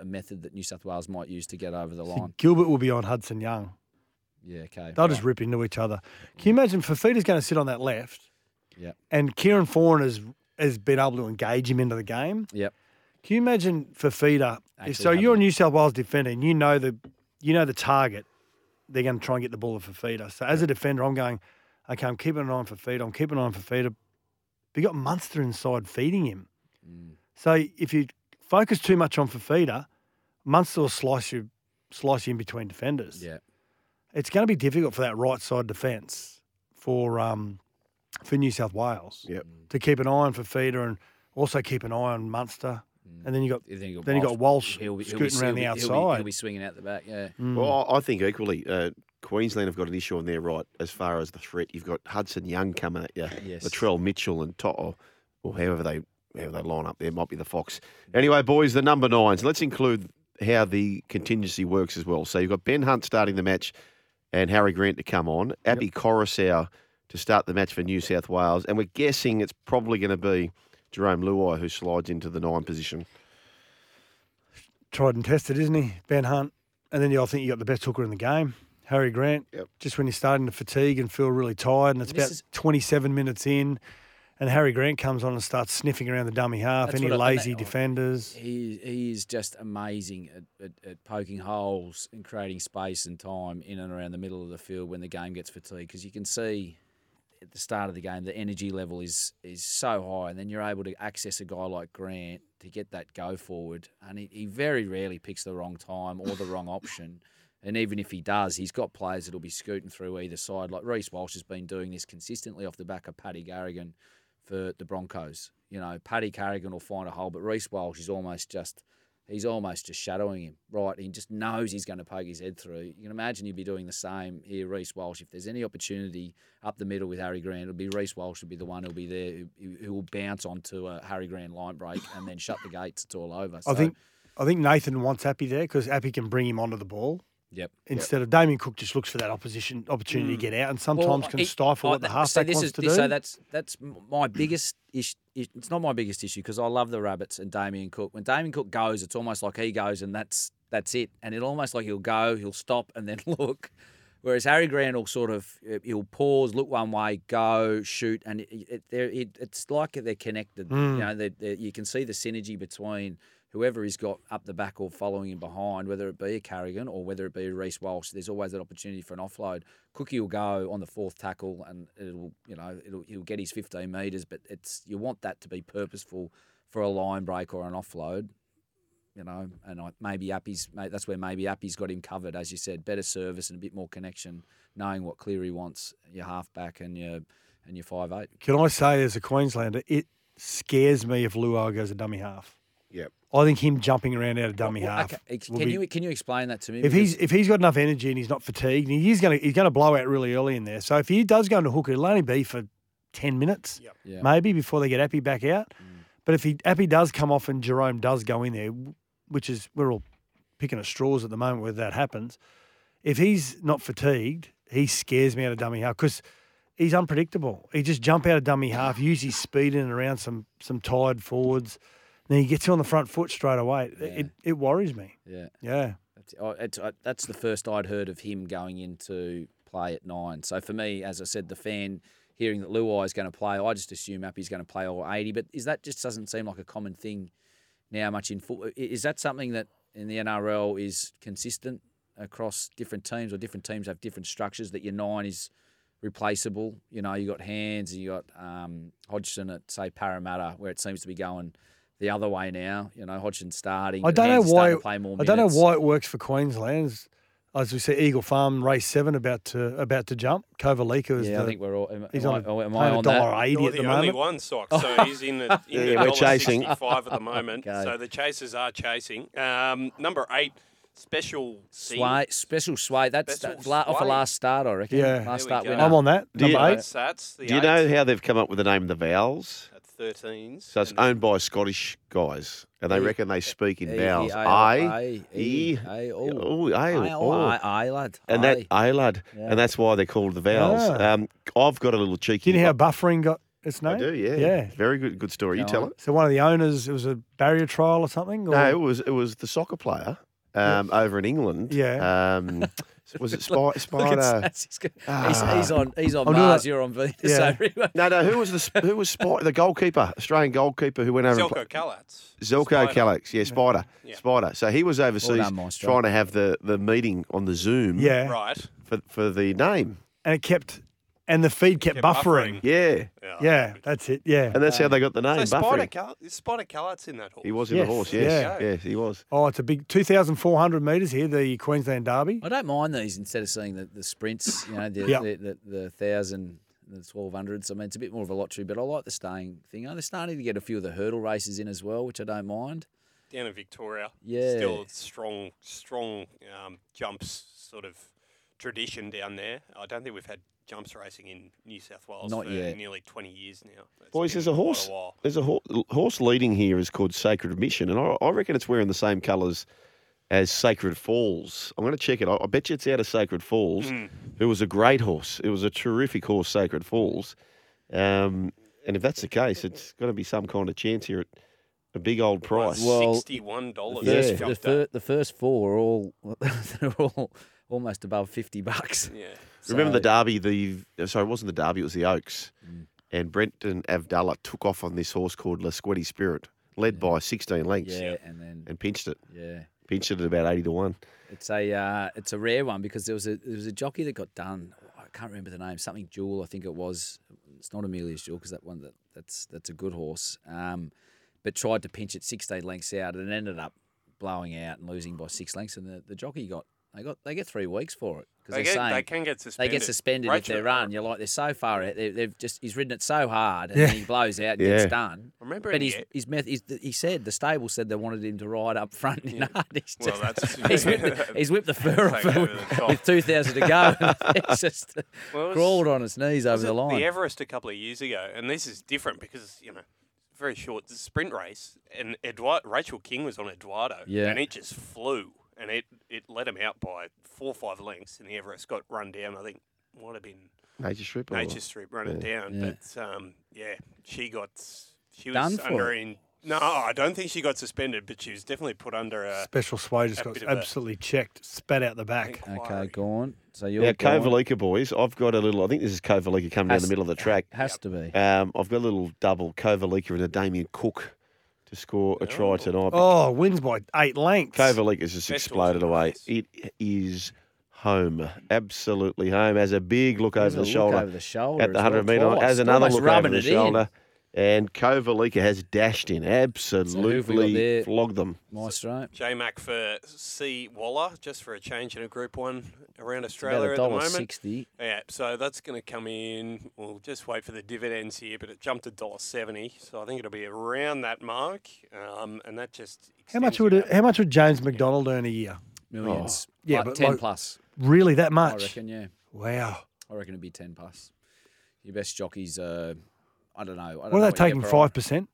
Speaker 6: a method that New South Wales might use to get over the
Speaker 3: So
Speaker 6: line.
Speaker 3: Gilbert will be on Hudson Young.
Speaker 6: Yeah, okay.
Speaker 3: They'll
Speaker 6: right.
Speaker 3: just rip into each other. Can you imagine Fafita's going to sit on that left?
Speaker 6: Yep.
Speaker 3: And Kieran Foran has, has been able to engage him into the game.
Speaker 6: Yep.
Speaker 3: Can you imagine Fafita?
Speaker 6: Actually
Speaker 3: If, so
Speaker 6: having
Speaker 3: you're a
Speaker 6: it.
Speaker 3: New South Wales defender and you know the you know the target. They're going to try and get the ball of Fafita. So as a defender, I'm going, okay, I'm keeping an eye on Fafita. I'm keeping an eye on Fafita. But you got Munster inside feeding him.
Speaker 6: Mm.
Speaker 3: So if you focus too much on Fafita, Munster will slice you, slice you in between defenders
Speaker 6: Yeah.
Speaker 3: it's going to be difficult for that right side defence for um, for New South Wales
Speaker 5: Yep.
Speaker 3: to keep an eye on for Feeder and also keep an eye on Munster. And then you got
Speaker 6: Then you've
Speaker 3: Then you got Walsh
Speaker 6: Mm. He'll be- he'll be-
Speaker 3: scooting around
Speaker 6: he'll
Speaker 3: the
Speaker 6: be- He'll be, he'll
Speaker 3: outside. Mm.
Speaker 6: be swinging out the back, yeah.
Speaker 5: Well,
Speaker 7: Hmm.
Speaker 5: I I think equally, uh, Queensland have got an issue on their right as far as the threat. You've got Hudson Young coming at you,
Speaker 6: Yes.
Speaker 5: Latrell Mitchell and Toto, or however they however they line up there, might be the Fox. Anyway, boys, the number nines. Let's include how the contingency works as well. So you've got Ben Hunt starting the match and Harry Grant to come on, Abby Coruscant to start the match for New South Wales, and we're guessing it's probably going to be Jerome Luai who slides into the nine position.
Speaker 3: tried and tested, isn't he? Ben Hunt, and then you, I think you got the best hooker in the game, Harry Grant.
Speaker 5: Yep.
Speaker 3: Just when you're starting to fatigue and feel really tired, and it's
Speaker 6: This
Speaker 3: about
Speaker 6: is-
Speaker 3: 27 minutes in, and And Harry Grant comes on and starts sniffing around the dummy half.
Speaker 6: That's
Speaker 3: Any
Speaker 6: what I-
Speaker 3: lazy
Speaker 6: I-
Speaker 3: defenders?
Speaker 6: He he is just amazing at, at, at poking holes and creating space and time in and around the middle of the field when the game gets fatigued because you can see at the start of the game the energy level is is so high and then you're able to access a guy like Grant to get that go forward and he, he very rarely picks the wrong time or the wrong option. And even if he does, he's got players that'll be scooting through either side. Like Reese Walsh has been doing this consistently off the back of Paddy Garrigan for the Broncos. You know, Paddy Carrigan will find a hole, but Reese Walsh is almost just he's almost just shadowing him, right? He just knows he's going to poke his head through. You can imagine he'd be doing the same here, Reese Walsh. If there's any opportunity up the middle with Harry Grant, it'll be Reese Walsh will be the one who'll be there who- who, who will bounce onto a Harry Grant line break and then shut the gates. It's all over.
Speaker 3: I
Speaker 6: So,
Speaker 3: think I think Nathan wants Appy there because Appy can bring him onto the ball
Speaker 6: Yep. Mm.
Speaker 3: instead of Damien Cook just looks for that opposition opportunity to get out and sometimes
Speaker 6: Well,
Speaker 3: can
Speaker 6: it-
Speaker 3: stifle
Speaker 6: I-
Speaker 3: what the
Speaker 6: that-
Speaker 3: halfback
Speaker 6: so this
Speaker 3: wants
Speaker 6: is,
Speaker 3: to do.
Speaker 6: this- So that's that's m- my biggest issue. It's not my biggest issue because I love the rabbits and Damien Cook. When Damien Cook goes, it's almost like he goes, and that's that's it. And it almost like he'll go, he'll stop, and then look. Whereas Harry Grant will sort of uh, he'll pause, look one way, go shoot, and it, it, they're- it, it's like they're connected. You know, they they you can see the synergy between whoever he's got up the back or following him behind, whether it be a Carrigan or whether it be a Reese Walsh, there's always that opportunity for an offload. Cookie will go on the fourth tackle and it'll, you know, it'll, he'll get his 15 metres, but it's you want that to be purposeful for a line break or an offload, you know, and I, maybe Appy's, mate, that's where maybe Appy's got him covered, as you said, better service and a bit more connection, knowing what Cleary wants, your halfback and your and your five eight.
Speaker 3: Can I say, as a Queenslander, it scares me if Luau goes a dummy half.
Speaker 5: Yep.
Speaker 3: I think him jumping around out of dummy half.
Speaker 6: Okay,
Speaker 3: will
Speaker 6: can
Speaker 3: be-
Speaker 6: you can you explain that to me?
Speaker 3: if
Speaker 6: Because-
Speaker 3: he's if he's got enough energy and he's not fatigued, and he's gonna he's gonna blow out really early in there. So if he does go into hooker, it'll only be for ten minutes,
Speaker 6: Yeah. Mm.
Speaker 3: maybe before they get Appy back out. But if he Appy does come off and Jerome does go in there, w- which is we're all picking at straws at the moment whether that happens. If he's not fatigued, he scares me out of dummy half because he's unpredictable. He just jump out of dummy half, use his speed in and around some some tired forwards, and then he gets you on the front foot straight away. It- It, it worries me.
Speaker 6: yeah.
Speaker 3: Yeah.
Speaker 6: That's, I- it's, I, that's the first I'd heard of him going into play at nine. So for me, as I said, the fan hearing that Luai is going to play, I just assume Appy's going to play all 80. But is that just doesn't seem like a common thing now much in football? Is that something that in the NRL is consistent across different teams or different teams have different structures that your nine is replaceable? You know, you got Hands and you got um, Hodgson at, say, Parramatta, where it seems to be going the other way now. You know, Hodgson starting.
Speaker 3: I
Speaker 6: but
Speaker 3: don't know
Speaker 6: Hands is starting
Speaker 3: why.
Speaker 6: to play more
Speaker 3: I don't know
Speaker 6: minutes.
Speaker 3: why it works for Queensland's. As we say, Eagle Farm race seven about to about to jump. Kovalika is
Speaker 6: Yeah,
Speaker 3: the,
Speaker 6: I think we're all. Am,
Speaker 3: he's
Speaker 6: am
Speaker 3: on,
Speaker 6: I, oh, am I
Speaker 3: paying
Speaker 6: on
Speaker 3: a dollar
Speaker 6: that?
Speaker 3: eighty
Speaker 7: You're
Speaker 3: at the,
Speaker 7: the, only
Speaker 3: moment. Oh.
Speaker 7: one sock, so he's in the, in the
Speaker 5: Yeah, we're
Speaker 7: dollar
Speaker 5: chasing.
Speaker 7: 65 at the moment.
Speaker 6: Okay.
Speaker 7: So the chasers are chasing. Um, number eight, special C.
Speaker 6: Sway, special sway. That's
Speaker 7: Special
Speaker 6: that, la- off a
Speaker 7: sway.
Speaker 6: last start, I reckon.
Speaker 3: Yeah.
Speaker 6: last
Speaker 7: There we
Speaker 6: start
Speaker 7: go.
Speaker 6: winner.
Speaker 3: I'm on that
Speaker 5: Do you-
Speaker 3: number eight.
Speaker 7: Sats, the
Speaker 5: Do you
Speaker 7: eight
Speaker 5: know how they've come up with the name of the vowels?
Speaker 7: at 13s.
Speaker 5: So it's
Speaker 7: and
Speaker 5: owned by Scottish guys, and they
Speaker 6: E-
Speaker 5: reckon they speak in
Speaker 6: E-
Speaker 5: vowels.
Speaker 6: E-
Speaker 5: I,
Speaker 6: I-
Speaker 5: E,
Speaker 6: E- I-
Speaker 5: oh,
Speaker 6: oh.
Speaker 5: I,
Speaker 6: Aye, oh,
Speaker 5: oh.
Speaker 6: aye, aye, lad.
Speaker 5: And that
Speaker 6: aye.
Speaker 5: I lad,
Speaker 6: Yeah.
Speaker 5: and that's why they're called the vowels.
Speaker 3: Ah.
Speaker 5: Um, I've got a little cheeky.
Speaker 3: Do you know how buffering got its name?
Speaker 5: I do, yeah.
Speaker 3: Yeah.
Speaker 5: Very good, good story. You
Speaker 6: Go
Speaker 5: tell
Speaker 6: on.
Speaker 5: it.
Speaker 3: So one of the owners, it was a barrier trial or something. Or,
Speaker 5: No, it was it was the soccer player um, over in England.
Speaker 3: Yeah.
Speaker 5: Um, was it Spy,
Speaker 6: Look at
Speaker 5: Spider? Ah.
Speaker 6: Sats, he's, got- he's, he's on. He's on
Speaker 3: Ah. I'm doing
Speaker 6: Mars.
Speaker 3: that-
Speaker 6: You're on Venus.
Speaker 3: Yeah.
Speaker 6: So everyone,
Speaker 5: No, no. Who was the sp- who was Spy, the goalkeeper? Australian goalkeeper who went over. and pla-
Speaker 7: Zelko Kalats.
Speaker 5: Zelko Kalex, yeah, Spider, Spider. So he was overseas
Speaker 6: done, Maestro.
Speaker 5: trying to have the, the meeting on the Zoom
Speaker 3: yeah.
Speaker 7: Right.
Speaker 5: for, for the name.
Speaker 3: And it kept, and the feed kept, buffering.
Speaker 5: Yeah,
Speaker 3: Yeah, that's it. Yeah.
Speaker 5: and that's how they got the
Speaker 7: So
Speaker 5: name.
Speaker 7: Spider,
Speaker 5: Buffering.
Speaker 7: Cal- Spider Callard's in that horse.
Speaker 5: He was in
Speaker 3: Yes,
Speaker 5: the horse. Yes,
Speaker 7: yeah.
Speaker 5: yes, he was.
Speaker 3: Oh, it's a big 2,400 metres here, the Queensland Derby.
Speaker 6: I don't mind these instead of seeing the, the sprints. You know, the
Speaker 3: Yeah.
Speaker 6: the, the, the thousand. The twelve hundreds. I mean, it's a bit more of a lottery, but I like the staying thing. Oh, They're starting to get a few of the hurdle races in as well, which I don't mind.
Speaker 7: down in Victoria.
Speaker 6: Yeah.
Speaker 7: Still strong, strong um, jumps sort of tradition down there. I don't think we've had jumps racing in New South Wales
Speaker 6: Not
Speaker 7: for
Speaker 6: yet.
Speaker 7: nearly 20 years now. It's
Speaker 5: Boys,
Speaker 7: been
Speaker 5: there's a
Speaker 7: quite
Speaker 5: horse.
Speaker 7: while.
Speaker 5: There's a ho- horse leading here is called Sacred Mission, and I, I reckon it's wearing the same colours as Sacred Falls. I'm going to check it. I, I bet you it's out of Sacred Falls. It was a great horse. It was a terrific horse, Sacred Falls. Um, and if that's the case, it's got to be some kind of chance here at a big old price.
Speaker 6: Well,
Speaker 7: $61
Speaker 5: Yeah.
Speaker 7: yeah.
Speaker 6: First, the, fir- the first four are all they're all almost above fifty bucks.
Speaker 7: Yeah.
Speaker 5: Remember
Speaker 6: So-
Speaker 5: the derby? The uh, sorry, it wasn't the derby. It was the Oaks, and Brenton Avdallah took off on this horse called La Squiddy Spirit, led by 16 lengths,
Speaker 6: Yeah, and then
Speaker 5: and pinched it.
Speaker 6: yeah,
Speaker 5: Pinched it at about 80 to 1.
Speaker 6: it's a uh, it's a rare one because there was a there was a jockey that got done. I can't remember the name. Something Jewel, I think it was. It's not Amelia's Jewel because that one that that's that's a good horse. Um, but tried to pinch it 16 lengths out and ended up blowing out and losing by six lengths. And the, the jockey got they got they get three weeks for it because
Speaker 10: They,
Speaker 6: are
Speaker 10: get,
Speaker 6: saying
Speaker 10: they can get
Speaker 6: they
Speaker 10: suspended.
Speaker 6: get suspended if
Speaker 10: Rachel-
Speaker 6: they run. You're like they're so far out. They, they've just he's ridden it so hard, and then he blows out and
Speaker 5: Yeah.
Speaker 6: gets done.
Speaker 10: I remember
Speaker 6: but
Speaker 10: in
Speaker 6: his,
Speaker 10: the-
Speaker 6: his meth, his, he said the stable said they wanted him to ride up front. And hard. He's
Speaker 10: Well,
Speaker 6: just,
Speaker 10: that's-
Speaker 6: he's, whipped the, he's whipped the fur off
Speaker 10: Take
Speaker 6: him
Speaker 10: over the top.
Speaker 6: with, two thousand to go. and it's just
Speaker 10: Well, it was-
Speaker 6: crawled on his knees over
Speaker 10: was
Speaker 6: the
Speaker 10: it
Speaker 6: line.
Speaker 10: The Everest a couple of years ago, and this is different because you know, it's very short. It's a sprint race, and Eduard, Rachel King was on Eduardo,
Speaker 6: Yeah.
Speaker 10: and it just flew, and it it let him out by four or five lengths, and the Everest got run down. I think might have been
Speaker 5: Nature Strip. or-
Speaker 10: Nature Strip running down,
Speaker 6: Oh, Yeah.
Speaker 10: but um, yeah, she got she was
Speaker 6: Done for
Speaker 10: under
Speaker 6: it.
Speaker 10: in. No, I don't think she got suspended, but she was definitely put under a.
Speaker 3: Special sway just
Speaker 10: That
Speaker 3: got
Speaker 10: bit of a-
Speaker 3: absolutely checked, spat out the back.
Speaker 6: okay, gone. So you're
Speaker 5: Now,
Speaker 6: gone.
Speaker 5: Kovalika boys, I've got a little, I think this is Kovalika coming down
Speaker 6: Has-
Speaker 5: the middle of the track.
Speaker 6: has to be.
Speaker 5: Um, I've got a little double Kovalika and a Damien Cook to score a try tonight.
Speaker 3: Oh, wins by eight lengths.
Speaker 5: Kovalika's just
Speaker 10: Specials
Speaker 5: exploded
Speaker 10: in the
Speaker 5: away.
Speaker 10: race.
Speaker 5: It is home, absolutely home. Has a big look over
Speaker 6: There's
Speaker 5: the,
Speaker 6: a look
Speaker 5: shoulder
Speaker 6: over the shoulder
Speaker 5: at the
Speaker 6: as
Speaker 5: 100
Speaker 6: well,
Speaker 5: metre line.
Speaker 6: twice.
Speaker 5: Has another
Speaker 6: Almost
Speaker 5: look over
Speaker 6: rubbing
Speaker 5: the
Speaker 6: it in.
Speaker 5: shoulder. And Kovalika has dashed in,
Speaker 6: who've we got
Speaker 5: absolutely
Speaker 6: there?
Speaker 5: flogged them.
Speaker 6: Maestro.
Speaker 10: J Mac for C Waller, just for a change in a Group One around
Speaker 6: About a
Speaker 10: Australia at the
Speaker 6: dollar
Speaker 10: moment.
Speaker 6: sixty.
Speaker 10: Yeah, so that's going to come in. We'll just wait for the dividends here, but it jumped to dollar seventy, so I think it'll be around that mark. Um, and that just
Speaker 3: How much
Speaker 10: extends
Speaker 3: would
Speaker 10: it
Speaker 3: it, how much would James McDonald earn a year?
Speaker 6: Millions.
Speaker 3: Oh. Yeah,
Speaker 6: Like
Speaker 3: but
Speaker 6: ten
Speaker 3: like-
Speaker 6: plus.
Speaker 3: Really, that
Speaker 6: I
Speaker 3: much?
Speaker 6: reckon. Yeah.
Speaker 3: Wow.
Speaker 6: I reckon it'd be ten plus. Your best jockeys, uh, I don't know. I don't
Speaker 3: What
Speaker 6: know
Speaker 3: are
Speaker 6: you
Speaker 3: they taking?
Speaker 6: get for-
Speaker 3: Five percent?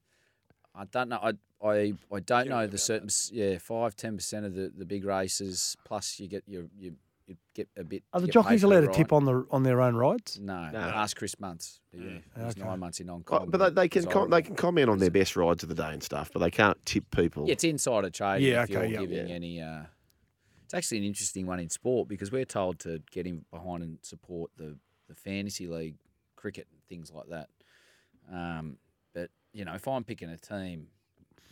Speaker 6: I don't know. I I, I don't know the certain. s- Yeah, five ten percent of the, the big races. Plus, you get your you, you get a bit.
Speaker 3: Are the
Speaker 6: get paid
Speaker 3: jockeys
Speaker 6: for the
Speaker 3: allowed to
Speaker 6: ride.
Speaker 3: tip on the on their own rides?
Speaker 6: No, ask Chris Muntz. Yeah, he's
Speaker 3: Okay.
Speaker 6: nine months in on.
Speaker 5: Oh, Mm. but they, they can com- they can comment on their best rides of the day and stuff, but they can't tip people.
Speaker 6: Yeah, it's insider trade.
Speaker 3: Yeah,
Speaker 6: if you're
Speaker 3: okay, yeah.
Speaker 6: giving any. Uh, it's actually an interesting one in sport because we're told to get him behind and support the, the fantasy league, cricket, and things like that. Um, but you know, if I'm picking a team,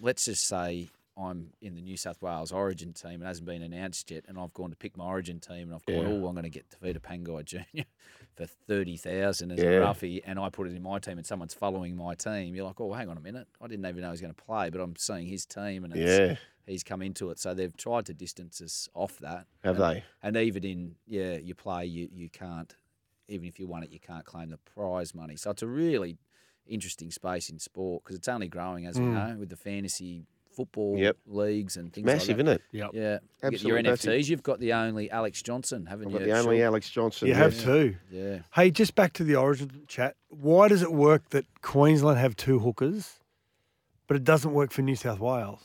Speaker 6: let's just say I'm in the New South Wales Origin team. It hasn't been announced yet, and I've gone to pick my Origin team, and I've gone,
Speaker 5: Yeah.
Speaker 6: oh, I'm going to get Tavita Pangai Junior for thirty thousand as
Speaker 5: Yeah.
Speaker 6: a roughie, and I put it in my team, and someone's following my team. You're like, oh, hang on a minute, I didn't even know he was going to play, but I'm seeing his team, and it's,
Speaker 5: Yeah.
Speaker 6: he's come into it. So they've tried to distance us off that,
Speaker 5: Have
Speaker 6: and,
Speaker 5: they?
Speaker 6: And even in yeah, you play, you you can't. Even if you won it, you can't claim the prize money. So it's a really interesting space in sport because it's only growing, as we know, with the fantasy football
Speaker 5: Hmm. Yep.
Speaker 6: leagues and things.
Speaker 5: Massive,
Speaker 6: like
Speaker 5: isn't
Speaker 6: that.
Speaker 5: it?
Speaker 3: Yep.
Speaker 6: Yeah, You get
Speaker 5: Absolute
Speaker 6: your
Speaker 5: massive.
Speaker 6: NFTs. You've got the only Alex Johnson, haven't
Speaker 5: I've
Speaker 6: you?
Speaker 5: got the
Speaker 6: It's
Speaker 5: only
Speaker 6: short-
Speaker 5: Alex Johnson.
Speaker 3: You have
Speaker 5: yes.
Speaker 3: two.
Speaker 6: Yeah,
Speaker 3: Hey, just back to the origin chat. Why does it work that Queensland have two hookers, but it doesn't work for New South Wales?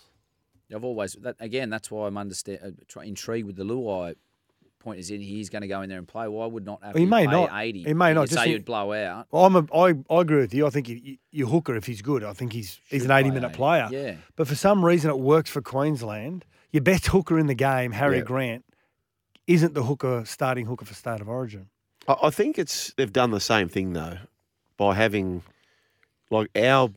Speaker 6: I've always that again. That's why I'm understand uh, tr- intrigued with the Luai point. Is in he's going to go in there and play? Why would not? Have
Speaker 3: He
Speaker 6: you
Speaker 3: may
Speaker 6: pay
Speaker 3: not.
Speaker 6: Eighty.
Speaker 3: He may
Speaker 6: You
Speaker 3: not.
Speaker 6: could
Speaker 3: Just
Speaker 6: say
Speaker 3: think-
Speaker 6: you'd blow out.
Speaker 3: Well, I'm a, I, I agree with you. I think you, you, your hooker, if he's good, I think he's he's an
Speaker 6: Should
Speaker 3: 80
Speaker 6: play
Speaker 3: minute
Speaker 6: 80,
Speaker 3: player.
Speaker 6: yeah.
Speaker 3: But for some reason, it works for Queensland. Your best hooker in the game, Harry
Speaker 5: Yeah.
Speaker 3: Grant, isn't the hooker starting hooker for State of Origin.
Speaker 5: I, I think it's they've done the same thing though, by having like our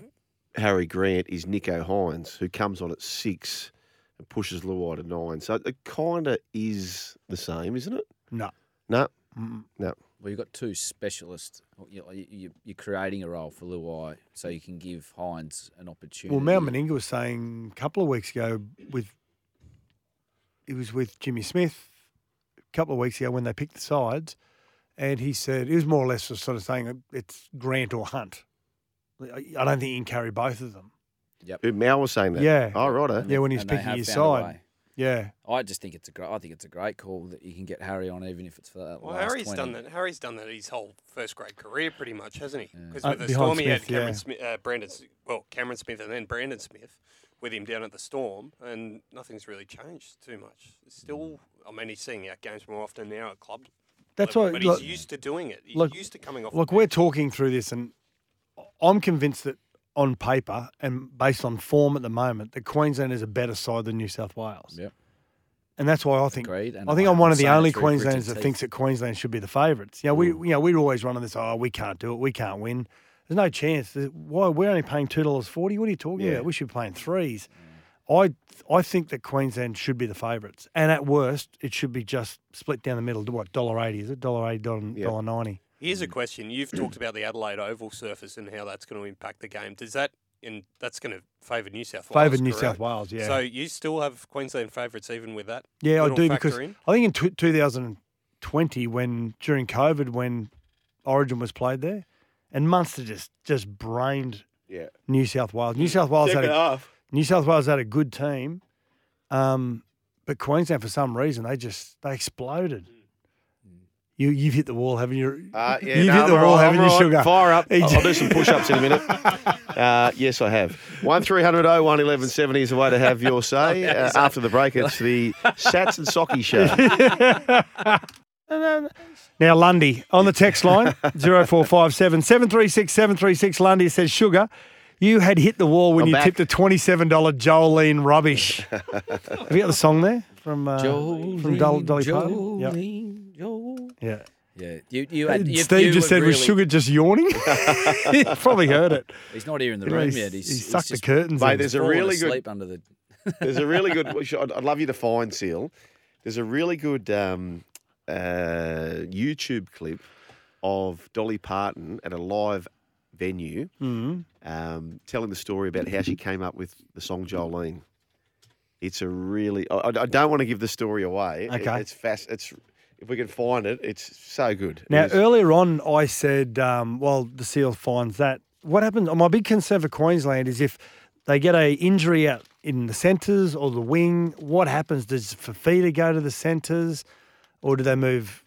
Speaker 5: Harry Grant is Nico Hines, who comes on at six and pushes Luai to nine. So it kinda is the same, isn't it?
Speaker 3: No.
Speaker 5: No.
Speaker 3: Mm.
Speaker 5: No.
Speaker 6: Well, you've got two specialists. You- you- You're creating a role for Luai, so you can give Hines an opportunity.
Speaker 3: Well, Mount Meninga was saying a couple of weeks ago with he was with Jimmy Smith a couple of weeks ago when they picked the sides, and he said it was more or less just sort of saying it's Grant or Hunt. I I don't think you can carry both of them.
Speaker 5: Who Mal was saying that.
Speaker 3: Yeah.
Speaker 5: Oh righto.
Speaker 6: And
Speaker 3: Yeah,
Speaker 6: they-
Speaker 3: when he's
Speaker 6: and they
Speaker 3: picking
Speaker 6: have
Speaker 3: his
Speaker 6: found a
Speaker 3: side.
Speaker 6: way.
Speaker 3: Yeah,
Speaker 6: I just think it's a great. I think it's a great call that you can get Harry on, even if it's for that
Speaker 10: Well,
Speaker 6: last
Speaker 10: Harry's
Speaker 6: 20.
Speaker 10: done that. Harry's done that his whole first grade career, pretty much, hasn't he? Because
Speaker 3: Uh,
Speaker 10: with the
Speaker 3: behind
Speaker 10: Storm, he had
Speaker 3: Smith, yeah.
Speaker 10: Cameron Smith, uh, Brandon, S- well, Cameron Smith, and then Brandon Smith with him down at the Storm, and nothing's really changed too much. It's still, I mean, he's seeing out games more often now at club.
Speaker 3: that's
Speaker 10: level,
Speaker 3: why.
Speaker 10: But
Speaker 3: look-
Speaker 10: he's used to doing it. He's
Speaker 3: look-
Speaker 10: used to coming off. the
Speaker 3: Look,
Speaker 10: bench.
Speaker 3: we're talking through this, and I'm convinced that on paper and based on form at the moment, that Queensland is a better side than New South Wales.
Speaker 6: Yep.
Speaker 3: And that's why I think
Speaker 6: Agreed, and
Speaker 3: I think
Speaker 6: I-
Speaker 3: I'm one
Speaker 6: I'm
Speaker 3: of the
Speaker 6: saying it
Speaker 3: only
Speaker 6: through gritted
Speaker 3: Queenslanders that
Speaker 6: teeth. Hmm.
Speaker 3: thinks that Queensland should be the favourites. You know, we you know we're always running this. Oh, we can't do it. We can't win. There's no chance. There's- Why we're only paying two dollars forty? What are you talking
Speaker 5: Yeah.
Speaker 3: about? We should be paying threes.
Speaker 6: Hmm.
Speaker 3: I I think that Queensland should be the favourites, and at worst, it should be just split down the middle. To what dollar eighty is it? Dollar eighty, dollar
Speaker 5: Yeah.
Speaker 3: dollar ninety.
Speaker 7: Here's a question. You've talked about the Adelaide Oval surface and how that's going to impact the game. Does that and that's going to favour New South Wales?
Speaker 3: Favoured New South
Speaker 7: correct?
Speaker 3: Wales, yeah.
Speaker 7: So you still have Queensland favourites even with that?
Speaker 3: Yeah, I
Speaker 7: little
Speaker 3: do
Speaker 7: factor
Speaker 3: because
Speaker 7: in?
Speaker 3: I think in tw 2020, when during COVID, when Origin was played there, and Munster just just brained
Speaker 5: Yeah.
Speaker 3: New South Wales. New South Wales had a,
Speaker 5: half.
Speaker 3: New South Wales had a good team, um, but Queensland for some reason they just they exploded.
Speaker 7: Mm.
Speaker 3: You you've hit the wall, haven't you?
Speaker 5: Uh, yeah,
Speaker 3: you've
Speaker 5: no,
Speaker 3: hit the
Speaker 5: I'm
Speaker 3: wall,
Speaker 5: right,
Speaker 3: haven't
Speaker 5: I'm
Speaker 3: you,
Speaker 5: right.
Speaker 3: sugar?
Speaker 5: Fire up.
Speaker 3: He
Speaker 5: I'll, I'll
Speaker 3: did.
Speaker 5: do some push-ups in a minute. Uh, yes, I have. One 1170 is the way to have your say. Uh, after the break, it's the Sats and Socky Show.
Speaker 3: Now, Lundy on the text line 0457 736 736. Lundy says, Sugar, you had hit the wall when
Speaker 5: I'm
Speaker 3: you
Speaker 5: back.
Speaker 3: tipped a $27 Jolene rubbish. Have you got the song there from uh, from Dol- Dolly Parton? Yeah. yeah.
Speaker 6: Yeah, you, you, had, you
Speaker 3: Steve
Speaker 6: you
Speaker 3: just
Speaker 6: were
Speaker 3: said, Was
Speaker 6: really-
Speaker 3: Sugar just yawning? Probably heard it.
Speaker 6: He's not here in the
Speaker 3: Anyway,
Speaker 6: room
Speaker 3: he's-
Speaker 6: yet. He's,
Speaker 3: he
Speaker 6: he's
Speaker 3: sucked the
Speaker 6: just
Speaker 3: curtains.
Speaker 5: Mate,
Speaker 3: in.
Speaker 5: there's a
Speaker 6: fallen
Speaker 5: really good
Speaker 6: asleep under the.
Speaker 5: There's a really good. which I'd, I'd love you to find Seal. There's a really good um, uh, YouTube clip of Dolly Parton at a live venue,
Speaker 3: Mm-hmm.
Speaker 5: um, telling the story about how she came up with the song Jolene. It's a really. I, I- I don't want to give the story away. It-
Speaker 3: Okay.
Speaker 5: it's fast. It's if we can find it, it's so good. It
Speaker 3: Now,
Speaker 5: is-
Speaker 3: earlier on, I said, um, well, the seal finds that. What happens? My big concern for Queensland is if they get a injury out in the centres or the wing, what happens? Does Fafita go to the centres or do they move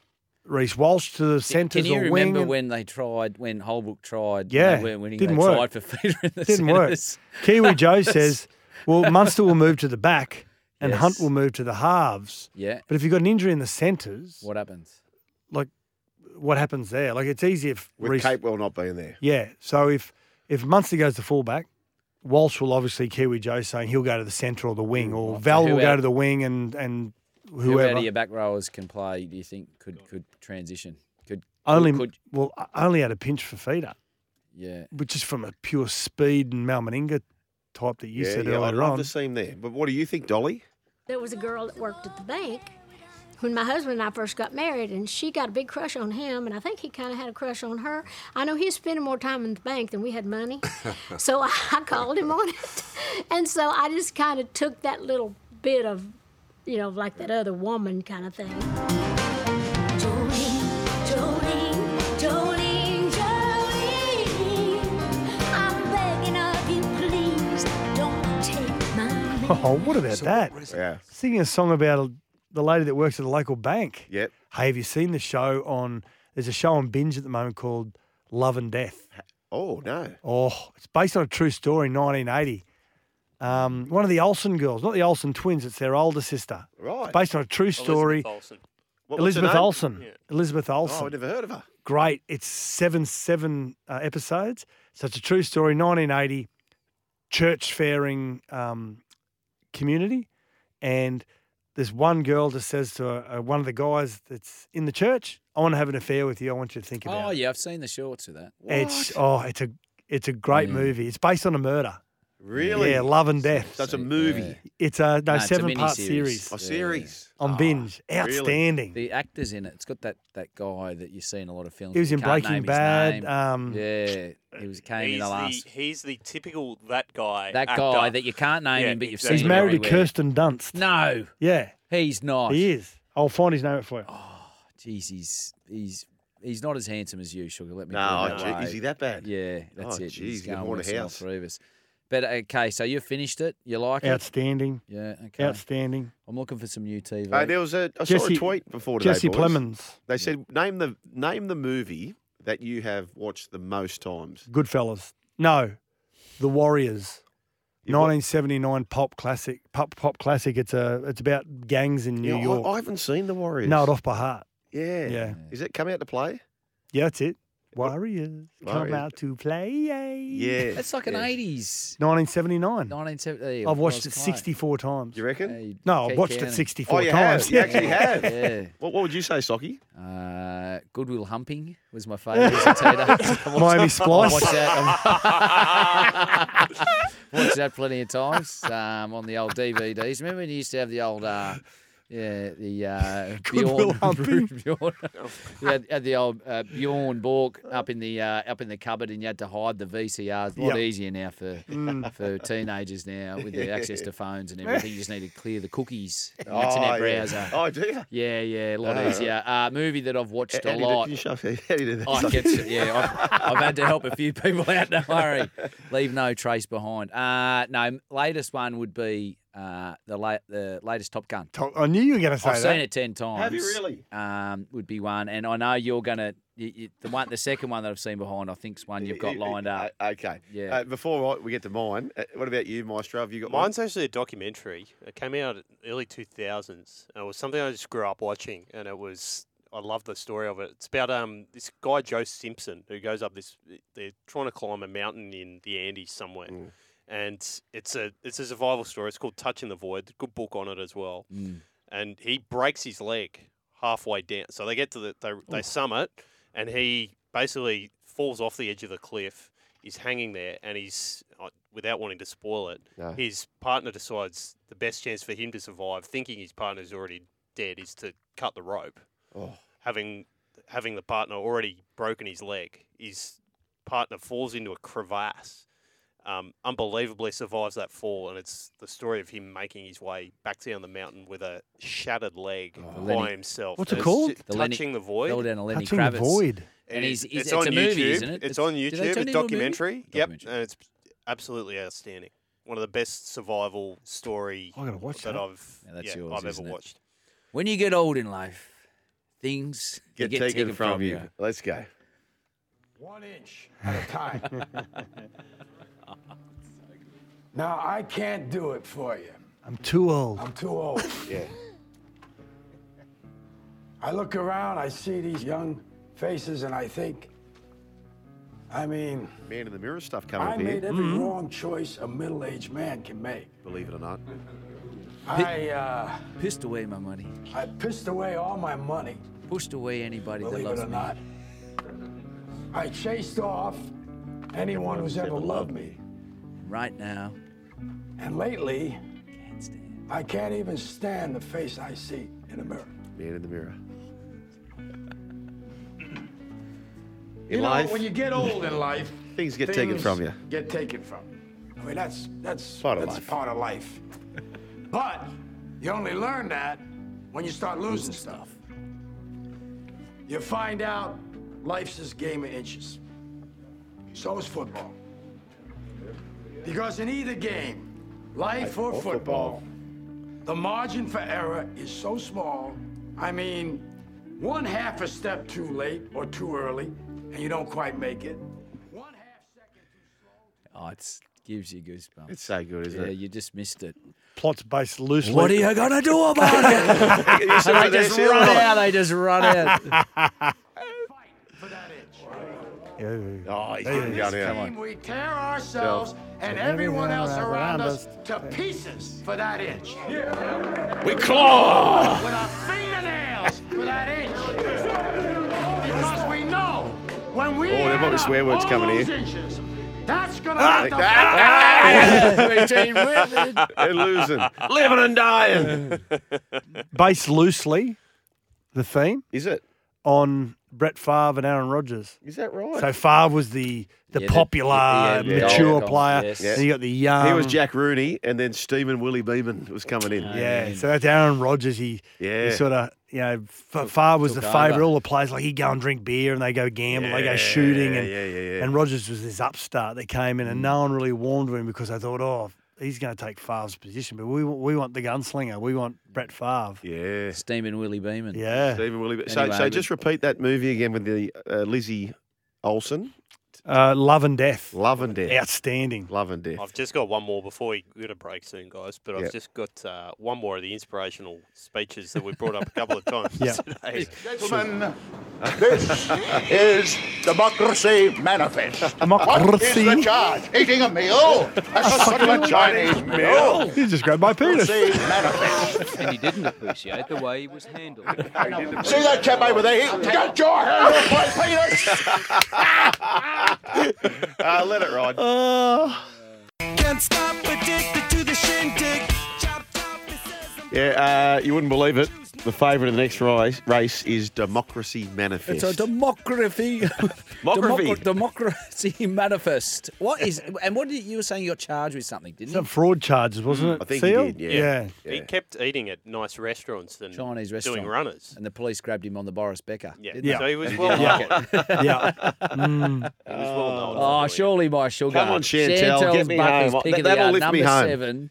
Speaker 3: Reese Walsh to the
Speaker 6: Can-
Speaker 3: centres
Speaker 6: Can you
Speaker 3: or wing?
Speaker 6: remember
Speaker 3: And-
Speaker 6: when they tried, when Holbrook tried?
Speaker 3: Yeah,
Speaker 6: they weren't winning,
Speaker 3: didn't
Speaker 6: they
Speaker 3: work.
Speaker 6: tried for Feeder in the
Speaker 3: Didn't work.
Speaker 6: centres.
Speaker 3: Kiwi Joe says, well, Munster will move to the back and Hunt
Speaker 6: Yes.
Speaker 3: will move to the halves.
Speaker 6: Yeah.
Speaker 3: But if you've got an injury in the centres,
Speaker 6: What happens?
Speaker 3: like, what happens there? Like, it's easy if
Speaker 5: with
Speaker 3: Reece-
Speaker 5: Capewell not being there.
Speaker 3: Yeah. So if if Munster goes to fullback, Walsh will obviously Kiwi Joe saying he'll go to the centre or the wing, or Val
Speaker 6: who
Speaker 3: will go
Speaker 6: out-
Speaker 3: Mm, to the wing, and and
Speaker 6: Who out
Speaker 3: whoever
Speaker 6: of your back rowers can play? Do you think could could transition? Could
Speaker 3: only
Speaker 6: could
Speaker 3: well o- only had a pinch for feeder,
Speaker 6: yeah.
Speaker 3: which is from a pure speed and Mal Meninga type that you
Speaker 5: yeah,
Speaker 3: said
Speaker 5: yeah, I'd
Speaker 3: earlier
Speaker 5: love
Speaker 3: on.
Speaker 5: to see him there. But what do you think, Dolly?
Speaker 11: There was a girl that worked at the bank when my husband and I first got married, and she got a big crush on him, and I think he kind of had a crush on her. I know he was spending more time in the bank than we had money, so I, I called him on it. And so I just kind of took that little bit of, you know, like that other woman kind of thing. Jolene, Jolene, Jolene, Jolene, I'm begging of you, please don't take my man.
Speaker 3: Oh, what about that?
Speaker 5: Yeah,
Speaker 3: Singing a song about a, the lady that works at the local bank.
Speaker 5: Yep.
Speaker 3: Hey, have you seen the show on? There's a show on binge at the moment called Love and Death.
Speaker 5: Oh no.
Speaker 3: Oh, it's based on a true story, 1980. Um, one of the Olsen girls, not the Olsen twins, it's their older sister.
Speaker 5: Right.
Speaker 3: It's based on a true story.
Speaker 7: Elizabeth Olsen.
Speaker 5: What- what's her
Speaker 3: Elizabeth
Speaker 5: name?
Speaker 3: Olsen. Elizabeth
Speaker 5: Oh, I've
Speaker 3: Olsen.
Speaker 5: never heard of her.
Speaker 3: Great. It's seven, seven uh, episodes. So it's a true story, 1980, church faring um, community. And this one girl just says to uh, one of the guys that's in the church, I want to have an affair with you. I want you to think about
Speaker 6: Oh
Speaker 3: it.
Speaker 6: yeah, I've seen the shorts of that.
Speaker 3: It's, oh, it's a, it's a
Speaker 5: Mm.
Speaker 3: great movie. It's based on a murder.
Speaker 5: Really?
Speaker 3: Yeah, Love and Death.
Speaker 5: So it's a
Speaker 6: Yeah.
Speaker 5: movie,
Speaker 3: It's a no,
Speaker 6: No, it's a
Speaker 3: seven part
Speaker 6: miniseries.
Speaker 3: series
Speaker 5: a
Speaker 6: Yeah.
Speaker 5: series.
Speaker 3: on
Speaker 5: Ah,
Speaker 3: binge.
Speaker 5: really?
Speaker 3: Outstanding.
Speaker 6: The actors in it. It's got that that guy that you see in a lot of films.
Speaker 3: He was
Speaker 6: You
Speaker 3: in
Speaker 6: can't
Speaker 3: Breaking
Speaker 6: name his
Speaker 3: Bad.
Speaker 6: name.
Speaker 3: Um,
Speaker 6: yeah, he was came in
Speaker 7: He's
Speaker 6: the
Speaker 7: the,
Speaker 6: last.
Speaker 7: he's the typical that guy.
Speaker 6: that
Speaker 7: actor.
Speaker 6: guy that you can't name
Speaker 7: Yeah,
Speaker 6: him, but you've
Speaker 7: exactly.
Speaker 3: He's
Speaker 6: seen him
Speaker 3: married to
Speaker 6: everywhere.
Speaker 3: Kirsten Dunst.
Speaker 6: No,
Speaker 3: Yeah,
Speaker 6: he's not.
Speaker 3: he is. I'll find his name out for you.
Speaker 6: Jeez, he's he's he's not as handsome as you, sugar. Let me.
Speaker 5: No,
Speaker 6: put it
Speaker 5: gee,
Speaker 6: that way.
Speaker 5: is he that bad?
Speaker 6: Yeah, that's
Speaker 5: Oh,
Speaker 6: it.
Speaker 5: geez,
Speaker 6: He's
Speaker 5: you're
Speaker 6: going
Speaker 5: born a
Speaker 6: worse than all
Speaker 5: house.
Speaker 6: three of us. But uh, okay, so you finished it. You like it?
Speaker 3: Outstanding.
Speaker 6: Yeah. Okay.
Speaker 3: Outstanding.
Speaker 6: I'm looking for some new TV.
Speaker 5: Hey, Uh, there was a I saw
Speaker 3: Jesse-
Speaker 5: a tweet before today.
Speaker 3: Jesse
Speaker 5: boys.
Speaker 3: Plemons,
Speaker 5: They said name the name the movie that you have watched the most times.
Speaker 3: Goodfellas. No, The Warriors.
Speaker 5: You wa-
Speaker 3: 1979 pop classic. Pop pop classic. It's a. It's about gangs in New
Speaker 5: Yeah, I-
Speaker 3: York.
Speaker 5: I, haven't seen The Warriors.
Speaker 3: No, it off by heart.
Speaker 5: Yeah.
Speaker 3: Yeah.
Speaker 5: Is it come out to play?
Speaker 3: Yeah, that's it. Warriors come
Speaker 5: Warriors.
Speaker 3: out to play.
Speaker 5: Yeah.
Speaker 6: That's like an
Speaker 5: yeah.
Speaker 6: 80s.
Speaker 3: 1979.
Speaker 6: 1970.
Speaker 3: I've watched it 64 times.
Speaker 5: Do you reckon?
Speaker 3: No, I watched it 64
Speaker 5: Oh, you have.
Speaker 3: times.
Speaker 5: You actually have.
Speaker 6: Yeah.
Speaker 5: What, what would you say, Socky?
Speaker 6: Uh, Goodwill Humping was my favourite as a teenager.
Speaker 3: Miami Splice.
Speaker 6: I watched that. watched that plenty of times um, on the old DVDs. Remember when you used to have the old. Uh, yeah, the uh,
Speaker 3: Goodwill
Speaker 6: Bjorn,
Speaker 3: Humping.
Speaker 6: Bjorn. you had, had the old uh, Bjorn Bork up in the uh, up in the cupboard, and you had to hide the VCRs. A lot
Speaker 3: Yep.
Speaker 6: easier now for
Speaker 5: Mm.
Speaker 6: for teenagers now with the access to phones and everything. You just need to clear the cookies, the internet
Speaker 5: yeah.
Speaker 6: browser.
Speaker 5: Oh, Uh-huh. do you?
Speaker 6: Yeah, yeah, a lot easier. Uh, movie that I've watched
Speaker 5: How
Speaker 6: a
Speaker 5: do you do-
Speaker 6: lot.
Speaker 5: can you shove- how do you do that?
Speaker 6: I get to, yeah, I've, I've had to help a few people out. Don't worry, leave no trace behind. Uh, no, latest one would be uh, the la- the latest Top Gun.
Speaker 3: Top- I knew you were going to say
Speaker 6: I've
Speaker 3: that.
Speaker 6: seen it ten times.
Speaker 5: Have you really?
Speaker 6: Um, would be one, and I know you're gonna you, you, the one, the second one that I've seen behind. I think's one you've got lined up.
Speaker 5: Uh, okay.
Speaker 6: Yeah.
Speaker 5: Uh, before I, we get to mine, uh, what about you, Maestro? Have you got
Speaker 7: Mine's actually a documentary. It came out early 2000s, and it was something I just grew up watching, and it was I love the story of it. It's about um this guy Joe Simpson who goes up this. They're trying to climb a mountain in the Andes somewhere,
Speaker 5: Mm.
Speaker 7: and it's a it's a survival story. It's called Touching the Void. Good book on it as well.
Speaker 5: Mm.
Speaker 7: And he breaks his leg halfway down, so they get to the they, they summit, and he basically falls off the edge of the cliff. He's hanging there, and he's uh, without wanting to spoil it.
Speaker 5: No.
Speaker 7: His partner decides the best chance for him to survive, thinking his partner's already dead, is to cut the rope.
Speaker 5: Oh.
Speaker 7: Having having the partner already broken his leg, his partner falls into a crevasse. Um, unbelievably survives that fall, and it's the story of him making his way back down the mountain with a shattered
Speaker 5: Oh.
Speaker 7: leg by
Speaker 6: Lenny-
Speaker 7: himself.
Speaker 3: What's it
Speaker 7: And it's
Speaker 3: called?
Speaker 7: ju-
Speaker 6: The Lenny-
Speaker 7: touching the
Speaker 6: Fell
Speaker 7: void.
Speaker 6: down a Lenny
Speaker 3: Touching
Speaker 6: Kravitz.
Speaker 3: the void.
Speaker 6: And
Speaker 7: It
Speaker 6: he's,
Speaker 7: is.
Speaker 6: he's, it's, a movie, isn't it?
Speaker 7: It's, on
Speaker 6: did they
Speaker 7: YouTube.
Speaker 6: turn
Speaker 7: It's
Speaker 6: it into a movie?
Speaker 7: documentary. Yep,
Speaker 6: Documentary.
Speaker 7: and it's absolutely outstanding. One of the best survival story
Speaker 3: I gotta watch
Speaker 7: that,
Speaker 3: that.
Speaker 7: I've
Speaker 6: Yeah, that's
Speaker 7: yeah,
Speaker 6: yours,
Speaker 7: I've ever
Speaker 6: isn't it?
Speaker 7: watched.
Speaker 6: When you get old in life, things they
Speaker 5: Get, taken, from, you.
Speaker 6: you.
Speaker 5: Let's go.
Speaker 4: One inch at a time. now, I can't do it for you.
Speaker 3: I'm too old.
Speaker 4: I'm too old.
Speaker 5: Yeah.
Speaker 4: I look around, I see these young faces, and I think, I mean,
Speaker 5: Man in the mirror stuff coming
Speaker 4: I
Speaker 5: up here.
Speaker 4: made every wrong choice a middle aged man can make.
Speaker 5: Believe it or not.
Speaker 4: I, uh,
Speaker 6: Pissed away my money.
Speaker 4: I pissed away all my money,
Speaker 6: Pushed away anybody
Speaker 4: believe it
Speaker 6: that loves
Speaker 4: or
Speaker 6: me.
Speaker 4: not. I chased off anyone who's ever loved me.
Speaker 6: Right now,
Speaker 4: And lately,
Speaker 6: can't stand.
Speaker 4: I can't even stand the face I see in the mirror.
Speaker 5: Man in the mirror. In
Speaker 12: You know,
Speaker 5: life,
Speaker 12: when you get old in life,
Speaker 5: things get taken
Speaker 12: things
Speaker 5: from you.
Speaker 12: Get taken from. you.
Speaker 4: I mean, that's that's
Speaker 5: Part of
Speaker 4: that's
Speaker 5: life.
Speaker 4: part of life. but you only learn that when you start losing stuff. You find out life's this game of inches. So is football. Because in either game, life or football, the margin for error is so small. I mean, one half a step too late or too early, and you don't quite make it. One half second too
Speaker 6: Oh, it gives you goosebumps.
Speaker 5: It's so good, isn't
Speaker 6: yeah,
Speaker 5: it?
Speaker 6: you just missed it.
Speaker 3: Plots based loosely.
Speaker 6: What are you gonna do about it?
Speaker 5: You see
Speaker 6: they
Speaker 5: right there,
Speaker 6: just
Speaker 5: see it right
Speaker 6: run
Speaker 5: there?
Speaker 6: out. They just run out.
Speaker 4: for that inch.
Speaker 3: Yeah.
Speaker 5: Oh, he's getting
Speaker 4: This
Speaker 5: going out.
Speaker 4: team, we tear ourselves and everyone else around us to pieces for that inch. We claw! With our fingernails for that inch. Because we know when we
Speaker 5: Oh, there might be
Speaker 4: add up
Speaker 5: swear words
Speaker 4: all
Speaker 5: coming
Speaker 4: those
Speaker 5: here. Ah,
Speaker 4: inches, that's going to make the
Speaker 5: They're losing. Living and dying.
Speaker 3: Based loosely, the theme,
Speaker 5: Is it?
Speaker 3: on Brett Favre and Aaron Rodgers.
Speaker 5: Is that right?
Speaker 3: So Favre was the, the
Speaker 6: Yeah, the-
Speaker 3: popular,
Speaker 6: yeah, yeah,
Speaker 3: mature
Speaker 6: yeah.
Speaker 3: player.
Speaker 6: Yes.
Speaker 3: And you got the young.
Speaker 5: He was Jack Rooney, and then Steeman Willie Beeman was coming in.
Speaker 3: Yeah, so that's Aaron Rodgers. He,
Speaker 5: Yeah.
Speaker 3: he sort of, you know, F- Favre was the
Speaker 6: took
Speaker 3: favourite.
Speaker 6: over.
Speaker 3: All the players, like, he'd go and drink beer and they go gamble, they go shooting.
Speaker 5: yeah,
Speaker 3: And,
Speaker 5: yeah, yeah, Mm. yeah.
Speaker 3: and Rodgers was this upstart that came in, and no one really warned him because they thought, oh, he's going to take Favre's position. But we, we want the gunslinger. We want Brett Favre.
Speaker 5: Yeah.
Speaker 6: Steaming Willie Beeman.
Speaker 3: Yeah.
Speaker 5: Stephen Willie. So,
Speaker 6: Anyway,
Speaker 5: so
Speaker 6: we-
Speaker 5: just repeat that movie again with the uh, Lizzie Olson. left?
Speaker 3: Uh, Love and Death.
Speaker 5: Love and Death.
Speaker 3: Outstanding.
Speaker 5: Love and Death.
Speaker 7: I've just got one more before we go to break soon, guys. But
Speaker 5: Yeah.
Speaker 7: I've just got uh, one more of the inspirational speeches that we brought up a couple of times
Speaker 9: Yeah.
Speaker 7: today.
Speaker 9: Gentlemen, this is Democracy Manifest. What is the
Speaker 3: Democracy.
Speaker 9: charge? Eating a meal? A succulent oh. Chinese meal?
Speaker 3: You just grabbed my penis.
Speaker 13: and he didn't appreciate the way he was handled.
Speaker 9: See that chap over there? He, get your hand off my penis!
Speaker 5: uh, let it ride.
Speaker 8: Uh. Can't stop addicted to the shindig. Chop top, it says I'm
Speaker 5: Yeah, uh, you wouldn't believe it. The favourite of the next race, race is Democracy
Speaker 6: It's
Speaker 5: Manifest.
Speaker 6: a democracy.
Speaker 5: Democracy.
Speaker 6: Democ- democracy manifest. What is and what did you were saying? You got charged with something, didn't you?
Speaker 3: Some fraud charges,
Speaker 5: Mm.
Speaker 3: wasn't it? Seal? yeah.
Speaker 7: He kept eating at nice restaurants and
Speaker 6: Chinese restaurant.
Speaker 7: doing runners.
Speaker 6: And the police grabbed him on the Boris Becker.
Speaker 7: Yeah.
Speaker 6: didn't
Speaker 7: Yeah.
Speaker 6: they?
Speaker 7: So he was
Speaker 6: And
Speaker 7: well
Speaker 6: didn't
Speaker 7: known.
Speaker 6: like it.
Speaker 7: Yeah. Mm. He was well known for
Speaker 6: Oh, surely my sugar.
Speaker 5: Come on, Chantel, get me
Speaker 6: Buckley's
Speaker 5: home.
Speaker 6: Pick of the
Speaker 5: That'll
Speaker 6: Yard.
Speaker 5: lift me
Speaker 6: Number
Speaker 5: home.
Speaker 6: seven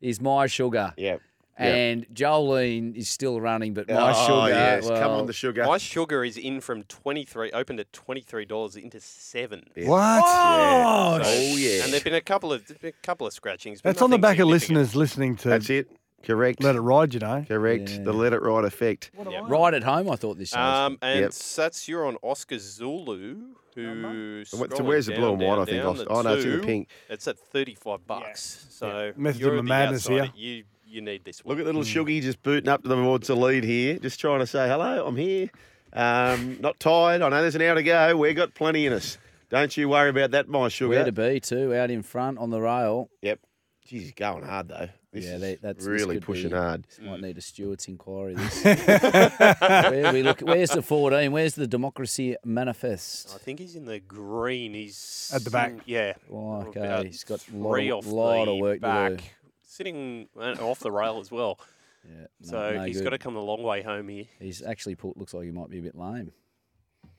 Speaker 6: is my sugar.
Speaker 5: Yeah.
Speaker 6: And Jolene is still running,
Speaker 5: Uh,
Speaker 6: but my
Speaker 5: Oh,
Speaker 6: sugar. well,
Speaker 5: sugar.
Speaker 7: My sugar is in from twenty three, opened at twenty three dollars into seven.
Speaker 3: What? Oh,
Speaker 7: And there've been a couple of there've been a couple of scratchings. but
Speaker 3: That's on the
Speaker 7: nothing
Speaker 3: back of
Speaker 7: significant.
Speaker 3: listeners listening to. That's
Speaker 5: it. Correct.
Speaker 3: Let it ride, you know.
Speaker 5: Correct. The Let It Ride effect.
Speaker 6: Right at home, I thought this. year was-
Speaker 7: Um, and that's you're on Oscar Zulu, who.
Speaker 5: So what- so
Speaker 7: scrolling
Speaker 5: where's the
Speaker 7: down,
Speaker 5: blue and white,
Speaker 7: down,
Speaker 5: I think,
Speaker 7: down,
Speaker 5: Oscar?
Speaker 7: the
Speaker 5: Oh, no, it's in the
Speaker 7: two.
Speaker 5: pink.
Speaker 7: It's at thirty-five bucks. So
Speaker 5: Method
Speaker 7: you're
Speaker 5: of
Speaker 7: a bit
Speaker 5: madness
Speaker 7: outside
Speaker 5: here.
Speaker 7: it. You you need this one.
Speaker 5: Look at little Shuggy just booting up towards the lead here, just trying to say, hello, I'm here. Um, not tired. I know there's an hour to go. We've got plenty in us. Don't you worry about that, my sugar.
Speaker 6: Where to be too? Out in front on the rail.
Speaker 5: Yep. Jeez, he's going hard though. This
Speaker 6: yeah,
Speaker 5: is
Speaker 6: they, that's this
Speaker 5: really
Speaker 6: could
Speaker 5: pushing
Speaker 6: be-
Speaker 5: hard.
Speaker 6: This might need a Stewart's inquiry. This. Where we look, where's the fourteen? Where's the democracy manifest?
Speaker 7: I think he's in the green. He's
Speaker 6: At the back.
Speaker 7: sitting- Yeah.
Speaker 6: Oh,
Speaker 7: About
Speaker 5: uh,
Speaker 6: okay. He's got a lot
Speaker 7: three
Speaker 6: of-
Speaker 7: off
Speaker 6: lot
Speaker 7: the
Speaker 6: of work to
Speaker 7: back.
Speaker 6: do.
Speaker 7: Sitting uh, off the rail as well. Yeah. so
Speaker 6: no
Speaker 7: he's
Speaker 6: good.
Speaker 7: got to come the long way home here.
Speaker 6: He's actually put, looks like he might be a bit lame.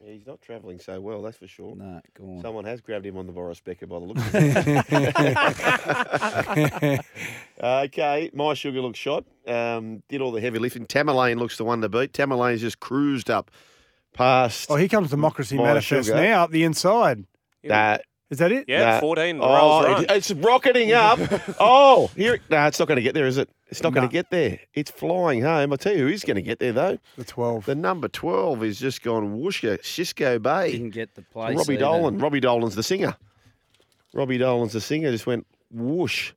Speaker 5: Yeah, he's not travelling so well, that's for sure.
Speaker 6: No, go on.
Speaker 5: Someone has grabbed him on the Boris Becker by the look of it. okay, my sugar looks shot. Um, did all the heavy lifting. Tamerlane looks the one to beat. Tamerlane's just cruised up past.
Speaker 3: Oh, here comes Democracy
Speaker 5: My
Speaker 3: Manifest
Speaker 5: sugar.
Speaker 3: now up the inside.
Speaker 5: Nah,
Speaker 3: Is that it?
Speaker 5: nah. Oh, it- it's rocketing up. oh, here. it- Nah, it's not going to get there, is it? It's not going to get there. It's flying home. I tell you who is going to get there though.
Speaker 3: The twelve.
Speaker 5: The number twelve is just gone whooshka, Cisco Bay.
Speaker 6: Didn't get the
Speaker 5: Robbie
Speaker 6: place. either.
Speaker 5: Dolan. Robbie Dolan's the singer. Robbie Dolan's the singer. Just went whoosh.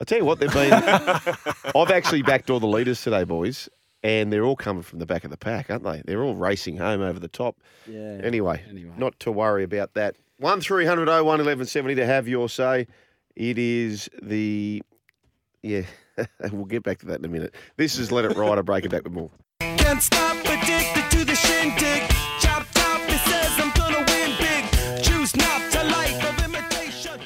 Speaker 5: I tell you what, they've been. I've actually backed all the leaders today, boys, and they're all coming from the back of the pack, aren't they? They're all racing home over the top.
Speaker 6: Yeah.
Speaker 5: Anyway, not to worry about that. One 1170 to have your say. It is the yeah. we'll get back to that in a minute. This is Let It Ride. I break it back with more.
Speaker 8: Can't stop addicted to the shindig. Chop top, it says I'm gonna win big. Choose not to life of imitation.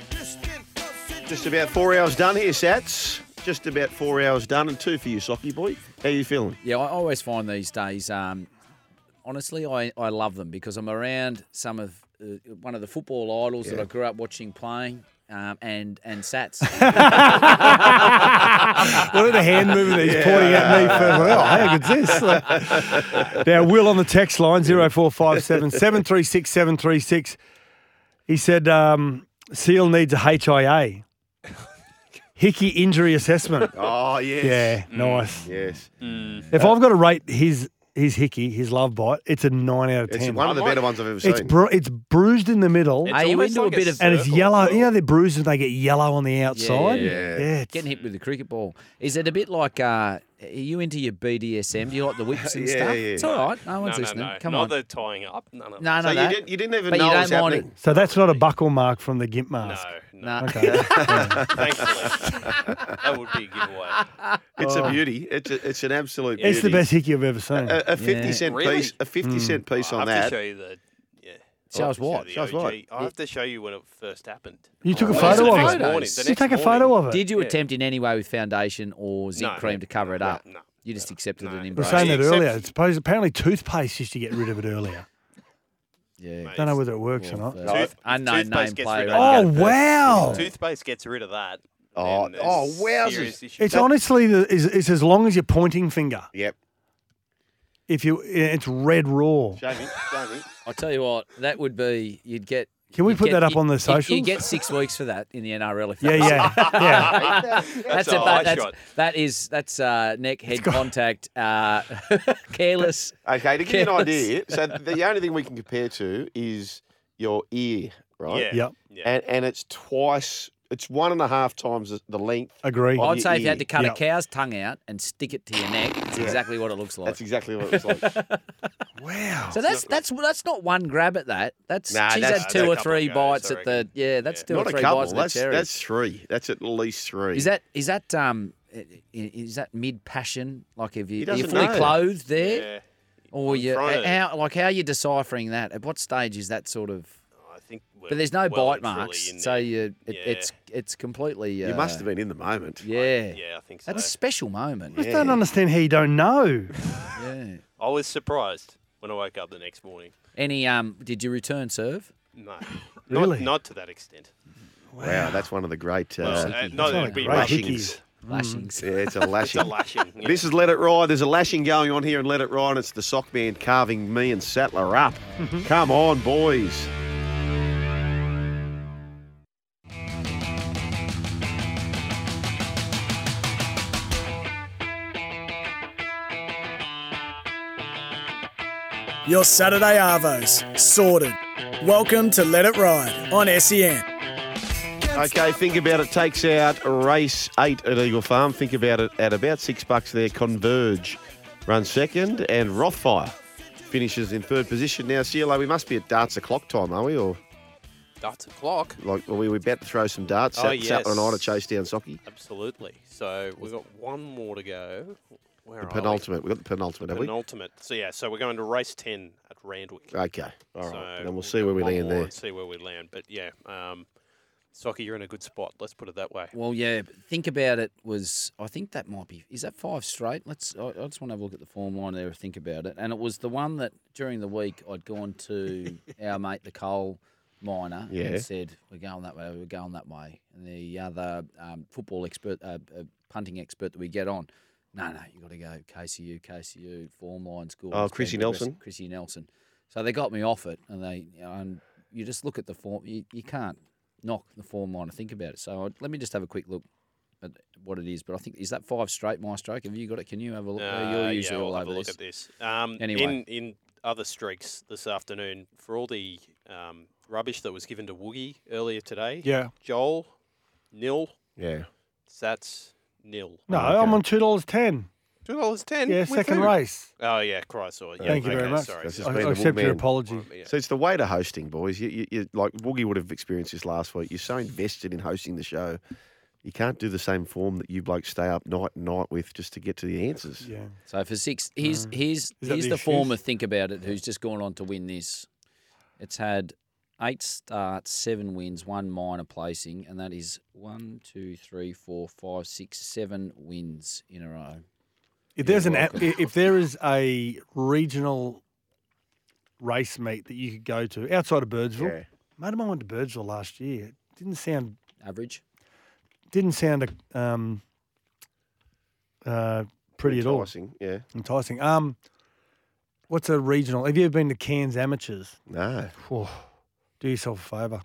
Speaker 5: Just about four hours done here, Sats. Just about four hours done, and two for you, Socky boy. How you feeling?
Speaker 6: Yeah, I always find these days, um, honestly, I, I love them because I'm around some of uh, one of the football idols that
Speaker 5: Yeah.
Speaker 6: I grew up watching playing. Um, and and Sats.
Speaker 3: What are the hand movement that he's pointing at me for? Well, oh, how good's this? Like- now, Will on the text line 0457 736 736. He said, um, Seal needs a HIA. Hickey injury assessment.
Speaker 5: Oh, yes.
Speaker 3: Yeah, nice.
Speaker 5: Yes.
Speaker 3: If I've got to rate his his hickey, his love bite, it's a nine out of ten.
Speaker 5: It's one of the better ones I've ever seen.
Speaker 3: It's bru- it's bruised in the middle.
Speaker 6: Are you into a bit of
Speaker 3: and it's yellow. You know they're bruised and they get yellow on the outside. it's-
Speaker 6: Getting hit with the cricket ball. Is it a bit like, uh, are you into your BDSM? Do you like the whips and
Speaker 5: Yeah,
Speaker 6: stuff?
Speaker 5: yeah.
Speaker 6: It's all right. No one's
Speaker 7: no,
Speaker 6: listening.
Speaker 7: No, no.
Speaker 6: Come
Speaker 7: Not
Speaker 6: on.
Speaker 7: the tying up. No,
Speaker 6: No,
Speaker 7: no.
Speaker 6: no,
Speaker 5: So you
Speaker 6: that.
Speaker 5: didn't- you didn't even
Speaker 6: but
Speaker 5: know
Speaker 6: you
Speaker 5: it
Speaker 6: don't
Speaker 5: was
Speaker 6: mind
Speaker 5: happening.
Speaker 3: So that's not a buckle mark from the gimp mask.
Speaker 6: No, no.
Speaker 3: Okay.
Speaker 7: Thankfully. that would be a giveaway.
Speaker 5: It's
Speaker 3: Oh.
Speaker 5: a beauty. It's a, it's an absolute.
Speaker 3: It's the
Speaker 5: beauty.
Speaker 3: best hickey I've ever seen.
Speaker 5: A, a fifty cent
Speaker 7: Really?
Speaker 5: piece. A
Speaker 6: Mm.
Speaker 5: fifty cent piece
Speaker 7: I
Speaker 5: on
Speaker 7: have
Speaker 5: that.
Speaker 7: to show you the. Yeah.
Speaker 5: Show
Speaker 7: I'll have
Speaker 5: us
Speaker 7: to
Speaker 5: what? Show us
Speaker 7: the OG.
Speaker 5: what?
Speaker 7: I have to show you when it first happened.
Speaker 3: You took a
Speaker 7: Oh,
Speaker 3: photo
Speaker 7: the
Speaker 3: of
Speaker 7: next
Speaker 3: it.
Speaker 7: morning, the
Speaker 3: You
Speaker 7: next
Speaker 3: take a photo
Speaker 7: morning.
Speaker 3: of it.
Speaker 6: Did you
Speaker 7: Yeah.
Speaker 6: attempt in any way with foundation or zinc
Speaker 7: No,
Speaker 6: cream to cover it up?
Speaker 7: no,
Speaker 6: You just accepted it in
Speaker 3: We were saying that earlier.
Speaker 7: Except-
Speaker 3: It's supposed, apparently, toothpaste used to get rid of it earlier.
Speaker 6: Yeah.
Speaker 3: Don't know whether it works or not.
Speaker 7: Tooth-
Speaker 6: unknown
Speaker 7: toothpaste
Speaker 6: name
Speaker 7: gets
Speaker 6: player.
Speaker 7: rid of
Speaker 3: Oh,
Speaker 7: that.
Speaker 3: wow.
Speaker 7: If Toothpaste gets rid of that.
Speaker 5: Oh,
Speaker 7: then
Speaker 5: oh,
Speaker 7: there's
Speaker 5: wowzers.
Speaker 7: serious issues.
Speaker 3: It's honestly the, is, it's as long as your pointing finger.
Speaker 5: Yep.
Speaker 3: If you, it's red raw.
Speaker 5: Jamie, Jamie.
Speaker 6: I tell you what, that would be you'd get
Speaker 3: Can we
Speaker 6: You'd
Speaker 3: put that up
Speaker 6: you-
Speaker 3: on the
Speaker 6: you-
Speaker 3: socials?
Speaker 6: You get six weeks for that in the NRL. If
Speaker 3: Yeah,
Speaker 6: that's-
Speaker 3: yeah, yeah.
Speaker 6: that's
Speaker 3: That's
Speaker 6: a,
Speaker 3: a high
Speaker 6: that's,
Speaker 3: shot.
Speaker 6: that is that's uh, neck head contact. Uh, careless.
Speaker 5: Okay, to give you an
Speaker 6: careless.
Speaker 5: idea, so the only thing we can compare to is your ear, right?
Speaker 6: Yeah. Yep.
Speaker 5: And and it's twice, it's one and a half times the- the length.
Speaker 3: Agree.
Speaker 5: of
Speaker 6: I'd
Speaker 5: your
Speaker 6: say if you had to
Speaker 5: ear.
Speaker 6: cut a cow's tongue out and stick it to your neck, it's
Speaker 5: Yeah.
Speaker 6: exactly what it looks like.
Speaker 5: That's exactly what it looks like.
Speaker 3: wow.
Speaker 6: So that's that's that's not one grab at that. That's
Speaker 5: Nah,
Speaker 6: she's
Speaker 5: that's-
Speaker 6: had
Speaker 5: that's
Speaker 6: two
Speaker 5: a
Speaker 6: or
Speaker 5: couple
Speaker 6: three
Speaker 5: of goes,
Speaker 6: bites
Speaker 5: I
Speaker 6: at the yeah. That's two
Speaker 5: Not
Speaker 6: or
Speaker 5: a
Speaker 6: three
Speaker 5: couple.
Speaker 6: bites at
Speaker 5: That's,
Speaker 6: the cherry.
Speaker 5: that's three. That's at least three.
Speaker 6: Is that is that um i- i- is that mid passion? Like if you are you
Speaker 5: doesn't
Speaker 6: fully
Speaker 5: know.
Speaker 6: clothed there, or you
Speaker 5: trying to-
Speaker 6: how like how are you deciphering that? At what stage is that sort of?
Speaker 7: I think.
Speaker 6: But there's no
Speaker 7: well
Speaker 6: bite
Speaker 7: and truly
Speaker 6: marks,
Speaker 7: in
Speaker 6: so
Speaker 7: there.
Speaker 6: you it,
Speaker 7: Yeah.
Speaker 6: it's it's completely. Uh,
Speaker 5: You must have been in the moment.
Speaker 6: Yeah.
Speaker 7: yeah, I think so.
Speaker 6: That's a special moment.
Speaker 3: I just don't understand how you don't know.
Speaker 6: Yeah.
Speaker 7: I was surprised when I woke up the next morning.
Speaker 6: Any um? Did you return serve?
Speaker 7: No,
Speaker 6: Really?
Speaker 7: not, not to that extent.
Speaker 5: Wow. that's one of the great. Uh,
Speaker 7: Well, uh, no, it'd be
Speaker 5: lashings.
Speaker 6: Lashings.
Speaker 7: lashings.
Speaker 5: Yeah, it's a lashing.
Speaker 7: lashing, yeah.
Speaker 5: This is Let It Ride. There's a lashing going on here and Let It Ride. and It's the sock man carving me and Sattler up.
Speaker 6: Mm-hmm.
Speaker 5: Come on, boys.
Speaker 1: Your Saturday Arvos, sorted. Welcome to Let It Ride on SEN.
Speaker 5: Okay, think about it. Takes out race eight at Eagle Farm. Think about it at about six bucks there. Converge runs second, and Rothfire finishes in third position. Now, CLO, we must be at darts o'clock time, are we? Or
Speaker 7: That's o'clock.
Speaker 5: like, are we about to throw some darts?
Speaker 7: Oh,
Speaker 5: Sat- Sattler and I to
Speaker 7: yes.
Speaker 5: chase down Socky.
Speaker 7: Absolutely. So we've got one more to go. Where
Speaker 5: The
Speaker 7: are
Speaker 5: penultimate. We? have got the penultimate,
Speaker 7: we?
Speaker 5: have we?
Speaker 7: Penultimate. So yeah, so we're going to race ten at Randwick.
Speaker 5: Okay. All right.
Speaker 7: So
Speaker 5: then we'll see where we
Speaker 7: one
Speaker 5: land
Speaker 7: more
Speaker 5: there.
Speaker 7: and see where we land. But yeah, um, Socky, you're in a good spot. Let's put it that way.
Speaker 6: Well, yeah. but Think about it. Was I think that might be? Is that five straight? Let's. I, I just want to have a look at the form line there. and Think about it. And it was the one that during the week I'd gone to our mate the coal miner
Speaker 5: Yeah.
Speaker 6: and said we're going that way. We're going that way. And the other um, football expert, uh, uh, punting expert that we get on. No, no, you got to go KCU, KCU form line's good.
Speaker 5: Oh,
Speaker 6: It's been
Speaker 5: Chrissy
Speaker 6: progressing."
Speaker 5: Nelson?
Speaker 6: Chrissy Nelson. So they got me off it, and they and you just look at the form. You, you can't knock the form line and think about it. So I, let me just have a quick look at what it is. But I think is that five straight, my stroke. Have you got it? Can you have a look?
Speaker 7: Uh,
Speaker 6: You're
Speaker 7: yeah,
Speaker 6: usually
Speaker 7: we'll
Speaker 6: all
Speaker 7: have
Speaker 6: over
Speaker 7: a look
Speaker 6: this.
Speaker 7: at this. Um,
Speaker 6: Anyway.
Speaker 7: in in other streaks this afternoon for all the um, rubbish that was given to Woogie earlier today.
Speaker 3: Yeah.
Speaker 7: Joel, nil.
Speaker 5: Yeah.
Speaker 7: Sats nil.
Speaker 3: No, I'm on two dollars ten.
Speaker 7: Two dollars ten.
Speaker 3: Yeah, second race.
Speaker 7: Oh yeah, Chrysler. Yeah,
Speaker 3: Thank you
Speaker 7: okay,
Speaker 3: very much.
Speaker 7: Sorry.
Speaker 5: That's just
Speaker 3: I,
Speaker 5: being
Speaker 3: I
Speaker 5: a
Speaker 3: accept your
Speaker 5: woodman.
Speaker 3: apology.
Speaker 5: So it's the way to hosting, boys. You, you, you, like Woogie would have experienced this last week. You're so invested in hosting the show, you can't do the same form that you blokes stay up night and night with just to get to the answers.
Speaker 3: Yeah.
Speaker 6: So for six, here's
Speaker 3: Mm.
Speaker 6: here's
Speaker 3: Is that
Speaker 6: here's
Speaker 3: the
Speaker 6: the, former
Speaker 3: issues?
Speaker 6: think about it. Who's just gone on to win this? It's had eight starts, seven wins, one minor placing, and that is one, two, three, four, five, six, seven wins in a row.
Speaker 3: If there's an
Speaker 6: welcome.
Speaker 3: if there is a regional race meet that you could go to outside of Birdsville,
Speaker 5: Yeah.
Speaker 3: mate of mine went to Birdsville last year. It didn't sound
Speaker 6: Average.
Speaker 3: didn't sound um, uh, pretty at all.
Speaker 5: Enticing, Yeah.
Speaker 3: Enticing. Um, what's a regional? Have you ever been to Cairns Amateurs?
Speaker 5: No,
Speaker 3: Whew, do yourself a favour.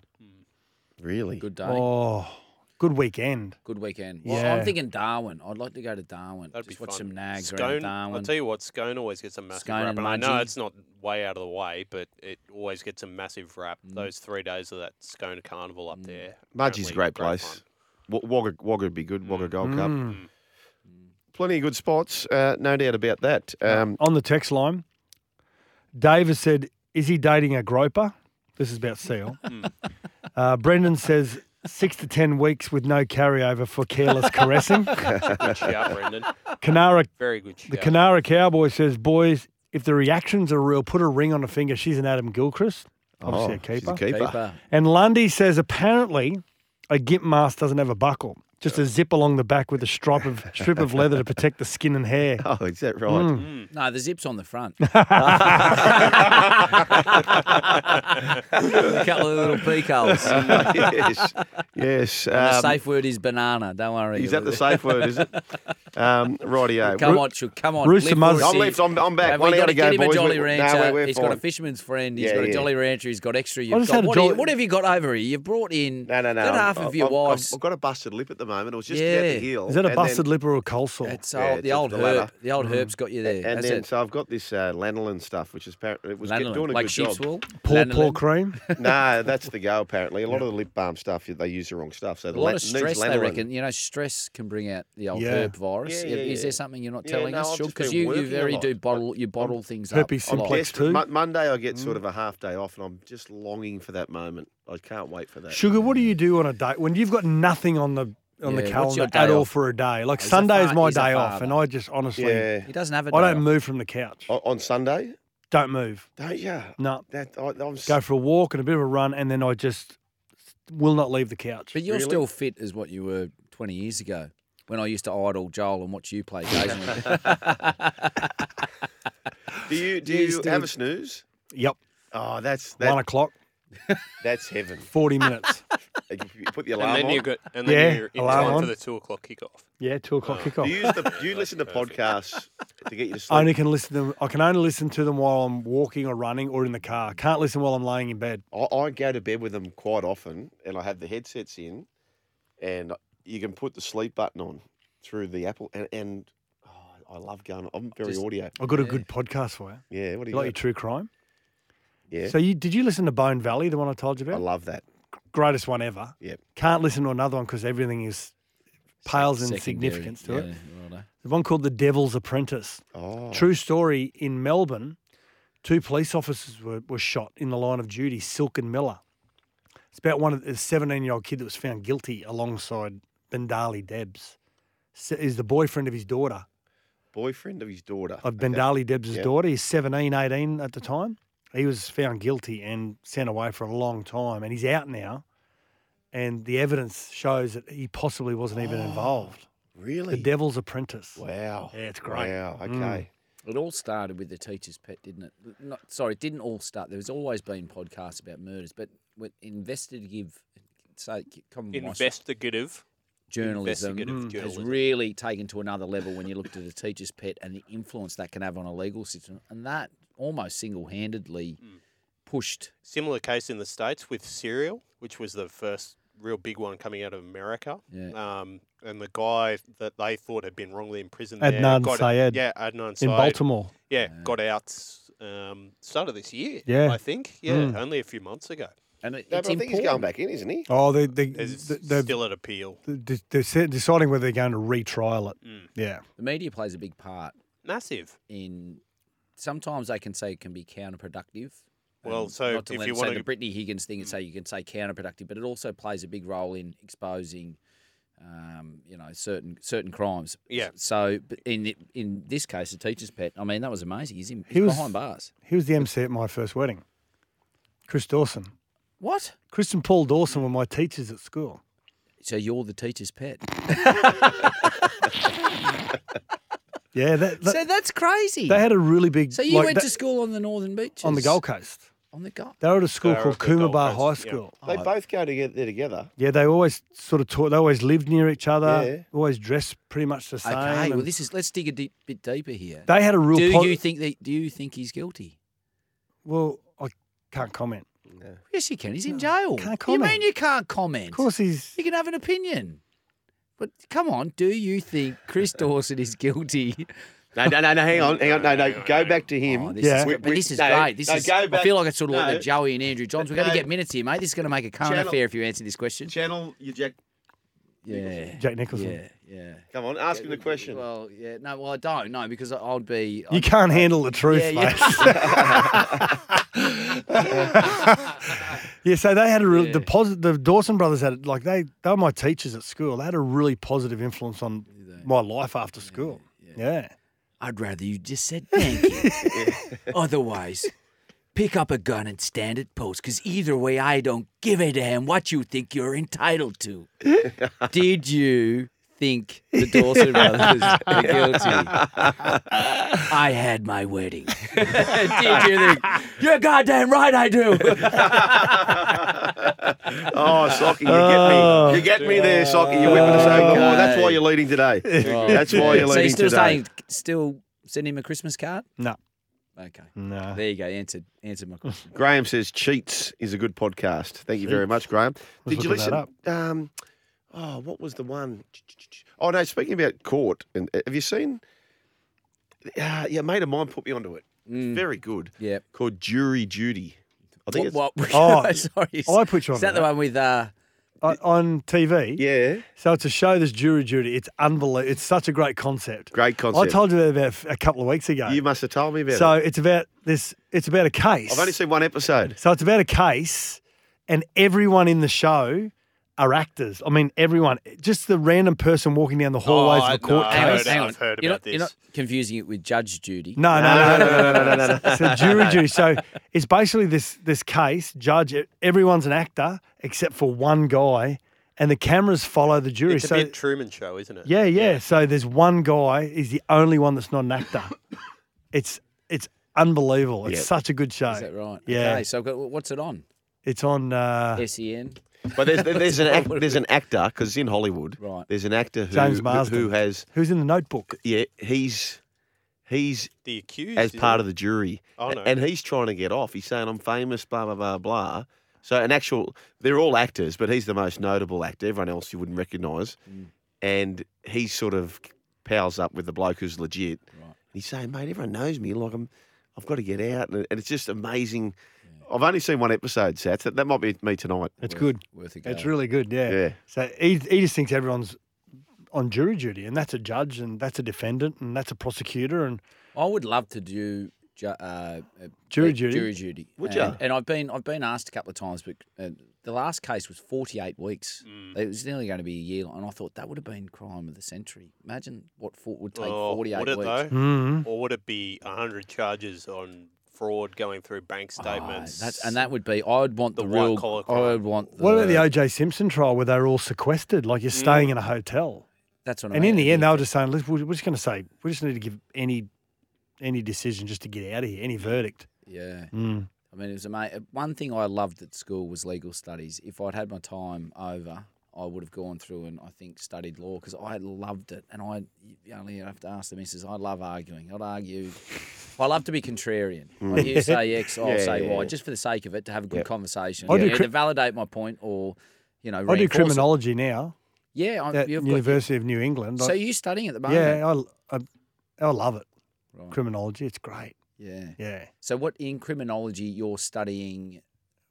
Speaker 5: really.
Speaker 6: Good day.
Speaker 3: Oh, good weekend.
Speaker 6: Good weekend. Well,
Speaker 3: Yeah.
Speaker 6: I'm thinking Darwin. I'd like to go to Darwin.
Speaker 7: That'd
Speaker 6: just
Speaker 7: be
Speaker 6: watch
Speaker 7: fun.
Speaker 6: some nags around
Speaker 7: Scone, I'll
Speaker 6: Darwin.
Speaker 7: tell you what, Scone always gets a massive
Speaker 6: Scone
Speaker 7: rap,
Speaker 6: and
Speaker 7: and I know
Speaker 6: Mudgee.
Speaker 7: it's not way out of the way, but it always gets a massive rap.
Speaker 6: Mm.
Speaker 7: Those three days of that Scone Carnival up there.
Speaker 5: Mudgee's a
Speaker 7: apparently
Speaker 5: great place.
Speaker 7: fun.
Speaker 5: Wa- Wagga, Wagga would be good. Wagga Gold Cup.
Speaker 3: Mm.
Speaker 5: Plenty of good spots, uh, no doubt about that. Um,
Speaker 3: On the text line, Dave has said, "Is he dating a groper?" This is about Seal.
Speaker 5: Hmm.
Speaker 3: uh, Brendan says. Six to ten weeks with no carryover for careless caressing.
Speaker 7: Good shout, Brendan.
Speaker 3: Canara
Speaker 7: Very good shout.
Speaker 3: The Canara Cowboy says, boys, if the reactions are real, put a ring on a finger. She's an Adam Gilchrist, obviously
Speaker 5: oh,
Speaker 3: a keeper.
Speaker 5: She's a keeper.
Speaker 6: Keeper.
Speaker 3: And Lundy says, apparently, a gimp mask doesn't have a buckle. Just a zip along the back with a stripe of strip of leather to protect the skin and hair.
Speaker 5: Oh, is that right?
Speaker 3: Mm.
Speaker 6: No, the zip's on the front. a couple of little peak holes.
Speaker 5: Um, yes, yes.
Speaker 6: And the
Speaker 5: um,
Speaker 6: safe word is banana. Don't worry.
Speaker 5: Is that the safe word? Is it? Um, rightio.
Speaker 6: Come
Speaker 5: Roo-
Speaker 6: on, Chu- come on.
Speaker 5: Rooster
Speaker 6: lift
Speaker 5: Muzz.
Speaker 6: for
Speaker 5: I'm
Speaker 6: six.
Speaker 5: left. I'm, I'm back.
Speaker 6: Have
Speaker 5: One
Speaker 6: we
Speaker 5: out
Speaker 6: got
Speaker 5: to
Speaker 6: to get
Speaker 5: go,
Speaker 6: him a
Speaker 5: boys.
Speaker 6: Jolly
Speaker 5: We-
Speaker 6: Rancher.
Speaker 5: No, we're, we're
Speaker 6: he's
Speaker 5: fine.
Speaker 6: got a fisherman's friend. He's
Speaker 5: Yeah,
Speaker 6: got a
Speaker 5: yeah.
Speaker 6: Jolly Rancher. He's got extra. You've
Speaker 5: just
Speaker 6: got,
Speaker 5: had a
Speaker 6: what, do you,
Speaker 5: Jolly-
Speaker 6: what have you got over here? You've brought in
Speaker 5: No, no, no.
Speaker 6: Good half
Speaker 5: I'm-
Speaker 6: of your
Speaker 5: I'm-
Speaker 6: wife's.
Speaker 5: I've, I've got a busted lip at the moment. It was just
Speaker 6: Yeah.
Speaker 5: about to heal.
Speaker 3: Is that a
Speaker 5: and
Speaker 3: busted
Speaker 5: then-
Speaker 3: lip or a colesaw?
Speaker 6: It's
Speaker 5: Yeah,
Speaker 6: old, Oh, the old
Speaker 5: the
Speaker 6: herb.
Speaker 5: latter.
Speaker 6: The old herb's got you there.
Speaker 5: And
Speaker 6: That's
Speaker 5: then,
Speaker 6: it.
Speaker 5: so I've got this uh, lanolin stuff, which is apparently it was get-
Speaker 6: Lanolin,
Speaker 5: doing a
Speaker 6: like
Speaker 5: good
Speaker 6: sheep's
Speaker 5: job.
Speaker 6: wool?
Speaker 3: Poor, poor cream.
Speaker 5: no, that's the go. Apparently, a lot of the lip balm stuff you- they use the wrong stuff. So
Speaker 6: A
Speaker 5: the
Speaker 6: lot
Speaker 5: lan-
Speaker 6: of
Speaker 5: needs
Speaker 6: stress, they
Speaker 5: lanolin.
Speaker 6: reckon. You know, stress can bring out the old
Speaker 5: Yeah.
Speaker 6: herb virus.
Speaker 5: Yeah, yeah,
Speaker 6: is there
Speaker 5: yeah.
Speaker 6: something you're not
Speaker 5: Yeah,
Speaker 6: telling
Speaker 5: no,
Speaker 6: us,
Speaker 5: I've
Speaker 6: Sean?
Speaker 5: just
Speaker 6: Because
Speaker 5: been
Speaker 6: you, you
Speaker 5: working a
Speaker 6: very
Speaker 5: lot.
Speaker 6: do bottle you bottle things up.
Speaker 3: Herpes
Speaker 6: a lot.
Speaker 3: simplex
Speaker 5: Desperate.
Speaker 3: too.
Speaker 5: Mo- Monday I get
Speaker 6: Mm.
Speaker 5: sort of a half day off, and I'm just longing for that moment. I can't wait for that.
Speaker 3: Sugar, what do you do on a day when you've got nothing on the on the
Speaker 5: Yeah, what's
Speaker 3: calendar
Speaker 5: your day
Speaker 3: at all
Speaker 5: off?
Speaker 3: for a day? Like
Speaker 5: He's a
Speaker 3: Sunday is
Speaker 5: fa-
Speaker 3: my
Speaker 5: he's a
Speaker 3: day off,
Speaker 5: father.
Speaker 3: and I just honestly,
Speaker 5: Yeah. He doesn't have a
Speaker 3: I
Speaker 5: day
Speaker 3: don't
Speaker 5: off.
Speaker 3: move from the couch.
Speaker 5: O- on Sunday?
Speaker 3: Don't move.
Speaker 5: Don't you?
Speaker 3: No.
Speaker 5: That I, I'm s-
Speaker 3: Mm. Go for a walk and a bit of a run, and then I just will not leave the couch.
Speaker 6: But you're still fit as what you were 20 years ago when I used to idle Joel and watch you play occasionally.
Speaker 5: Do you do
Speaker 6: You
Speaker 5: you,
Speaker 6: still-
Speaker 5: have a snooze?
Speaker 3: Yep.
Speaker 5: Oh, that's that,
Speaker 3: One o'clock,
Speaker 5: That's heaven.
Speaker 3: forty minutes.
Speaker 5: Like, you put the
Speaker 7: And
Speaker 5: alarm
Speaker 7: then
Speaker 5: on.
Speaker 7: you got- and then
Speaker 3: Yeah,
Speaker 7: you're in
Speaker 3: alarm
Speaker 7: time
Speaker 3: on.
Speaker 7: for the two o'clock kickoff.
Speaker 3: Yeah, two o'clock
Speaker 5: Do
Speaker 3: kickoff.
Speaker 5: you, use the, do you listen to podcasts to get you to sleep?
Speaker 3: I only can listen to them. I can only listen to them while I'm walking or running or in the car. Can't listen while I'm laying in bed.
Speaker 5: I, I go to bed with them quite often, and I have the headsets in, and you can put the sleep button on through the Apple, and, and oh, I love going. I'm very audio.
Speaker 3: I've got a good podcast for you.
Speaker 5: Yeah, what do
Speaker 3: You
Speaker 5: you
Speaker 3: like
Speaker 5: got?
Speaker 3: your true crime?
Speaker 5: Yeah.
Speaker 3: So you did you listen to Bone Valley, the one I told you about?
Speaker 5: I love that.
Speaker 3: Greatest one ever.
Speaker 5: Yep.
Speaker 3: Can't listen to another one because everything is pales in significance to it. The one called The Devil's Apprentice.
Speaker 5: Oh.
Speaker 3: True story in Melbourne, two police officers were, were shot in the line of duty, Silk and Miller. It's about one of the 17 year old kid that was found guilty alongside Bendali Debs. S- Is the boyfriend of his daughter,
Speaker 5: Boyfriend of his daughter.
Speaker 3: of
Speaker 5: Okay.
Speaker 3: Bendali Debs'
Speaker 5: Yep.
Speaker 3: daughter. He's 17, 18 at the time. He was found guilty and sent away for a long time, and he's out now. And the evidence shows that he possibly wasn't even involved.
Speaker 5: Really?
Speaker 3: The Devil's Apprentice.
Speaker 5: Wow.
Speaker 3: Yeah, it's great.
Speaker 5: Wow. Okay.
Speaker 3: Mm.
Speaker 6: It all started with the teacher's pet, didn't it? Not, sorry, it didn't all start. There's always been podcasts about murders, but with investigative, so common
Speaker 7: Investigative
Speaker 6: journalism,
Speaker 5: Hmm.
Speaker 7: Investigative
Speaker 6: has
Speaker 7: journalism.
Speaker 6: really taken to another level when you look to the teacher's pet and the influence that can have on a legal system, and that almost single-handedly
Speaker 7: Hmm.
Speaker 6: pushed.
Speaker 7: Similar case in the States with Serial, which was the first real big one coming out of America.
Speaker 6: Yeah.
Speaker 7: Um, and the guy that they thought had been wrongly imprisoned
Speaker 3: Adnan
Speaker 7: there. got-
Speaker 3: Syed
Speaker 7: Yeah, Adnan Syed.
Speaker 3: in Baltimore.
Speaker 7: Yeah, got out um, start of this year.
Speaker 3: Yeah.
Speaker 7: I think. Yeah,
Speaker 3: Mm.
Speaker 7: only a few months ago.
Speaker 6: And it,
Speaker 5: No, but I think he's going back in, isn't he?
Speaker 3: Oh, they, they,
Speaker 7: There's
Speaker 3: they, they're,
Speaker 7: still an appeal.
Speaker 3: de- they're se- deciding whether they're going to retrial it. Yeah.
Speaker 6: The media plays a big part.
Speaker 7: Massive.
Speaker 6: In sometimes they can say it can be counterproductive.
Speaker 7: Well, so
Speaker 6: not to
Speaker 7: if
Speaker 6: let-
Speaker 7: you
Speaker 6: say
Speaker 7: wanna- Hmm.
Speaker 6: the Brittany Higgins thing, and say you can say counterproductive, but it also plays a big role in exposing, um, you know, certain certain crimes.
Speaker 7: Yeah.
Speaker 6: So but in the- in this case, the teacher's pet. I mean, that was amazing. He's, in, he's
Speaker 3: was-
Speaker 6: behind bars.
Speaker 3: He was the MC at my first wedding. Chris Dawson.
Speaker 6: What?
Speaker 3: Chris and Paul Dawson were my teachers at school.
Speaker 6: So you're the teacher's pet.
Speaker 3: Yeah, that, that-
Speaker 6: so that's crazy.
Speaker 3: they had a really big.
Speaker 6: so you
Speaker 3: like,
Speaker 6: went
Speaker 3: that-
Speaker 6: to school on the northern beaches
Speaker 3: on the Gold Coast.
Speaker 6: On the oh, Gold.
Speaker 3: They were at a school
Speaker 5: They're
Speaker 3: called
Speaker 5: at the Gold
Speaker 3: Coomera High
Speaker 5: Coast, yeah.
Speaker 3: School.
Speaker 5: They both go to get there together.
Speaker 3: Yeah, they always sort of taught. They always lived near each other.
Speaker 5: Yeah.
Speaker 3: Always dressed pretty much the same.
Speaker 6: Okay. Well,
Speaker 3: and-
Speaker 6: this is. Let's dig a deep, bit deeper here.
Speaker 3: They had a real
Speaker 6: Do
Speaker 3: po-
Speaker 6: you think that? Do you think he's guilty?
Speaker 3: well, I can't comment.
Speaker 6: Yes, you can. He's in jail.
Speaker 3: can't
Speaker 6: What do You mean
Speaker 3: comment.
Speaker 6: you can't comment?
Speaker 3: Of course, he's
Speaker 6: You can have an opinion. But come on, do you think Chris Dawson is guilty?
Speaker 5: No, no, no, no. Hang on, hang on. No, no. Go back to him.
Speaker 6: Oh, this is,
Speaker 5: We-
Speaker 6: great. but
Speaker 5: we-
Speaker 6: this is
Speaker 5: no,
Speaker 6: great. This
Speaker 5: no,
Speaker 6: is,
Speaker 5: go
Speaker 6: I
Speaker 5: back-
Speaker 6: feel like it's sort of like
Speaker 5: no.
Speaker 6: the Joey and Andrew Johns. We're going to
Speaker 5: No.
Speaker 6: get minutes here, mate. This is going to make a current
Speaker 5: Channel-
Speaker 6: affair if you answer this question.
Speaker 5: Channel your Jack.
Speaker 6: Yeah.
Speaker 3: Jack Nicholson.
Speaker 6: Yeah, yeah.
Speaker 5: Come on, ask him the question.
Speaker 6: Well, yeah. No, well, I don't. No, because I- I'd be.
Speaker 3: You
Speaker 6: I'd-
Speaker 3: can't handle the truth,
Speaker 6: Yeah,
Speaker 3: mate.
Speaker 6: yeah.
Speaker 3: Yeah, so they had a real
Speaker 6: Yeah.
Speaker 3: the posi- The Dawson brothers had like they they were my teachers at school. They had a really positive influence on my life after school. Yeah,
Speaker 6: I'd rather you just said thank you. Otherwise, Pick up a gun and stand at post, because either way, I don't give a damn what you think you're entitled to. Did you think the Dawson brothers were guilty? I had my wedding. Did you think? You're goddamn right, I do.
Speaker 5: Oh, Socky, you
Speaker 6: Oh,
Speaker 5: get me. You get me there, Socky. You went with the same
Speaker 6: Okay.
Speaker 5: call. That's why you're leading today. That's why you're leading
Speaker 6: so you still
Speaker 5: today.
Speaker 6: saying, still send him a Christmas card?
Speaker 3: No.
Speaker 6: Okay.
Speaker 3: No.
Speaker 6: There you go. Answered. Answered my question.
Speaker 5: Graham says Cheats is a good podcast. Thank you very much, Graham.
Speaker 6: Was
Speaker 5: Did you
Speaker 6: looking
Speaker 5: listen?
Speaker 6: that
Speaker 5: Um, oh, what was the one? Oh no, speaking about court, and have you seen? Uh, yeah, a mate of mine put me onto it. It's Very good.
Speaker 6: Yeah.
Speaker 5: Called Jury Duty. I think
Speaker 6: Mm. What-
Speaker 5: it's
Speaker 3: Oh, I put you on. that.
Speaker 6: with uh,
Speaker 3: on, on TV?
Speaker 5: Yeah.
Speaker 3: So it's a show that's jury duty. It's unbelievable. It's such a great concept.
Speaker 5: great
Speaker 3: I
Speaker 5: concept.
Speaker 3: told you that about f- a couple of weeks ago.
Speaker 5: you must have told me about
Speaker 3: so
Speaker 5: it.
Speaker 3: it's about this. It's about a case.
Speaker 5: I've only seen one episode.
Speaker 3: So it's about a case, and everyone in the show are actors. I mean, everyone. Just the random person walking down the
Speaker 5: Oh,
Speaker 3: hallways of a court case.
Speaker 6: you're not, You're not confusing it with Judge Judy.
Speaker 3: No, no, no, no, no, no, no, no. So jury duty. So it's basically this this case. Judge. Everyone's an actor except for one guy, and the cameras follow the jury.
Speaker 7: It's a
Speaker 3: so
Speaker 7: bit Truman Show, isn't it?
Speaker 3: yeah, yeah, So there's one guy. He's the only one that's not an actor. it's it's unbelievable. It's
Speaker 6: Yeah.
Speaker 3: such a good show.
Speaker 6: Is that right?
Speaker 3: Yeah.
Speaker 6: Okay, so I've got, what's it on? E
Speaker 3: It's on. Uh,
Speaker 6: SEN.
Speaker 5: But there's, there's an act, there's an actor because in Hollywood, right. There's an actor who
Speaker 3: James
Speaker 5: who-
Speaker 3: Marsden.
Speaker 5: who has
Speaker 3: Who's in the Notebook?
Speaker 5: yeah he's he's
Speaker 7: the accused
Speaker 5: as
Speaker 7: isn't
Speaker 5: part
Speaker 7: he?
Speaker 5: of the jury,
Speaker 7: Oh,
Speaker 5: A-
Speaker 7: no.
Speaker 5: and he's trying to get off. He's saying I'm famous, blah blah blah blah. So an actual they're all actors, but he's the most notable actor. Everyone else you wouldn't recognise,
Speaker 3: Mm.
Speaker 5: and he sort of pals up with the bloke who's legit. And he's saying, mate, everyone knows me. Like I'm, I've got to get out, and, and it's just amazing. I've only seen one episode, Sats. That, that might be me tonight.
Speaker 3: It's good.
Speaker 6: Worth a
Speaker 3: It's really good. Yeah.
Speaker 5: Yeah.
Speaker 3: So he, he just thinks everyone's on jury duty, and that's a judge, and that's a defendant, and that's a prosecutor, and
Speaker 6: I would love to do ju- uh, uh,
Speaker 3: Jury
Speaker 6: uh,
Speaker 3: duty?
Speaker 6: Jury duty.
Speaker 3: Would
Speaker 6: and,
Speaker 3: ya?
Speaker 6: And I've been I've been asked a couple of times, but uh, the last case was 48 weeks.
Speaker 7: Mm.
Speaker 6: It was nearly going to be a year, and I thought that would have been crime of the century. Imagine what for, would take
Speaker 7: Oh,
Speaker 6: 48
Speaker 7: would it
Speaker 6: weeks.
Speaker 7: though?
Speaker 6: Mm-hmm.
Speaker 3: Mhm.
Speaker 7: Or would it be 100 charges on fraud going through bank statements?
Speaker 6: Ah, That's, and that would be I would want the,
Speaker 7: white
Speaker 6: real.
Speaker 7: collar
Speaker 6: I would want.
Speaker 3: what about the O.J. Simpson trial where they were all sequestered, like you're staying in a hotel?
Speaker 6: That's Mm. what I
Speaker 3: And in
Speaker 6: mean.
Speaker 3: the end, they were just saying, "Let's- we're we're just going to say we just need to give any any decision just to get out of here, any verdict.
Speaker 6: Yeah.
Speaker 3: Mm.
Speaker 6: I mean, it was amazing. One thing I loved at school was legal studies. If I'd had my time over, I would have gone through and I think studied law because I loved it. And I you only have to ask the missus. I love arguing. I'd argue. I love to be contrarian. Like, you say X, I'll
Speaker 3: Hmm. Yeah,
Speaker 6: say
Speaker 3: yeah,
Speaker 6: Y,
Speaker 3: yeah.
Speaker 6: just for the sake of it, to have a good conversation.
Speaker 3: I do
Speaker 6: Yeah,
Speaker 3: cri-
Speaker 6: to validate my point or, you know,
Speaker 3: I do
Speaker 6: reinforce it.
Speaker 3: criminology now
Speaker 6: Yeah, I,
Speaker 3: at
Speaker 6: you've got-
Speaker 3: University of New England.
Speaker 6: So
Speaker 3: I-
Speaker 6: you're studying at the moment?
Speaker 3: Yeah, I, I, I love it.
Speaker 6: Right.
Speaker 3: Criminology, it's great.
Speaker 6: Yeah.
Speaker 3: Yeah.
Speaker 6: So what in criminology you're studying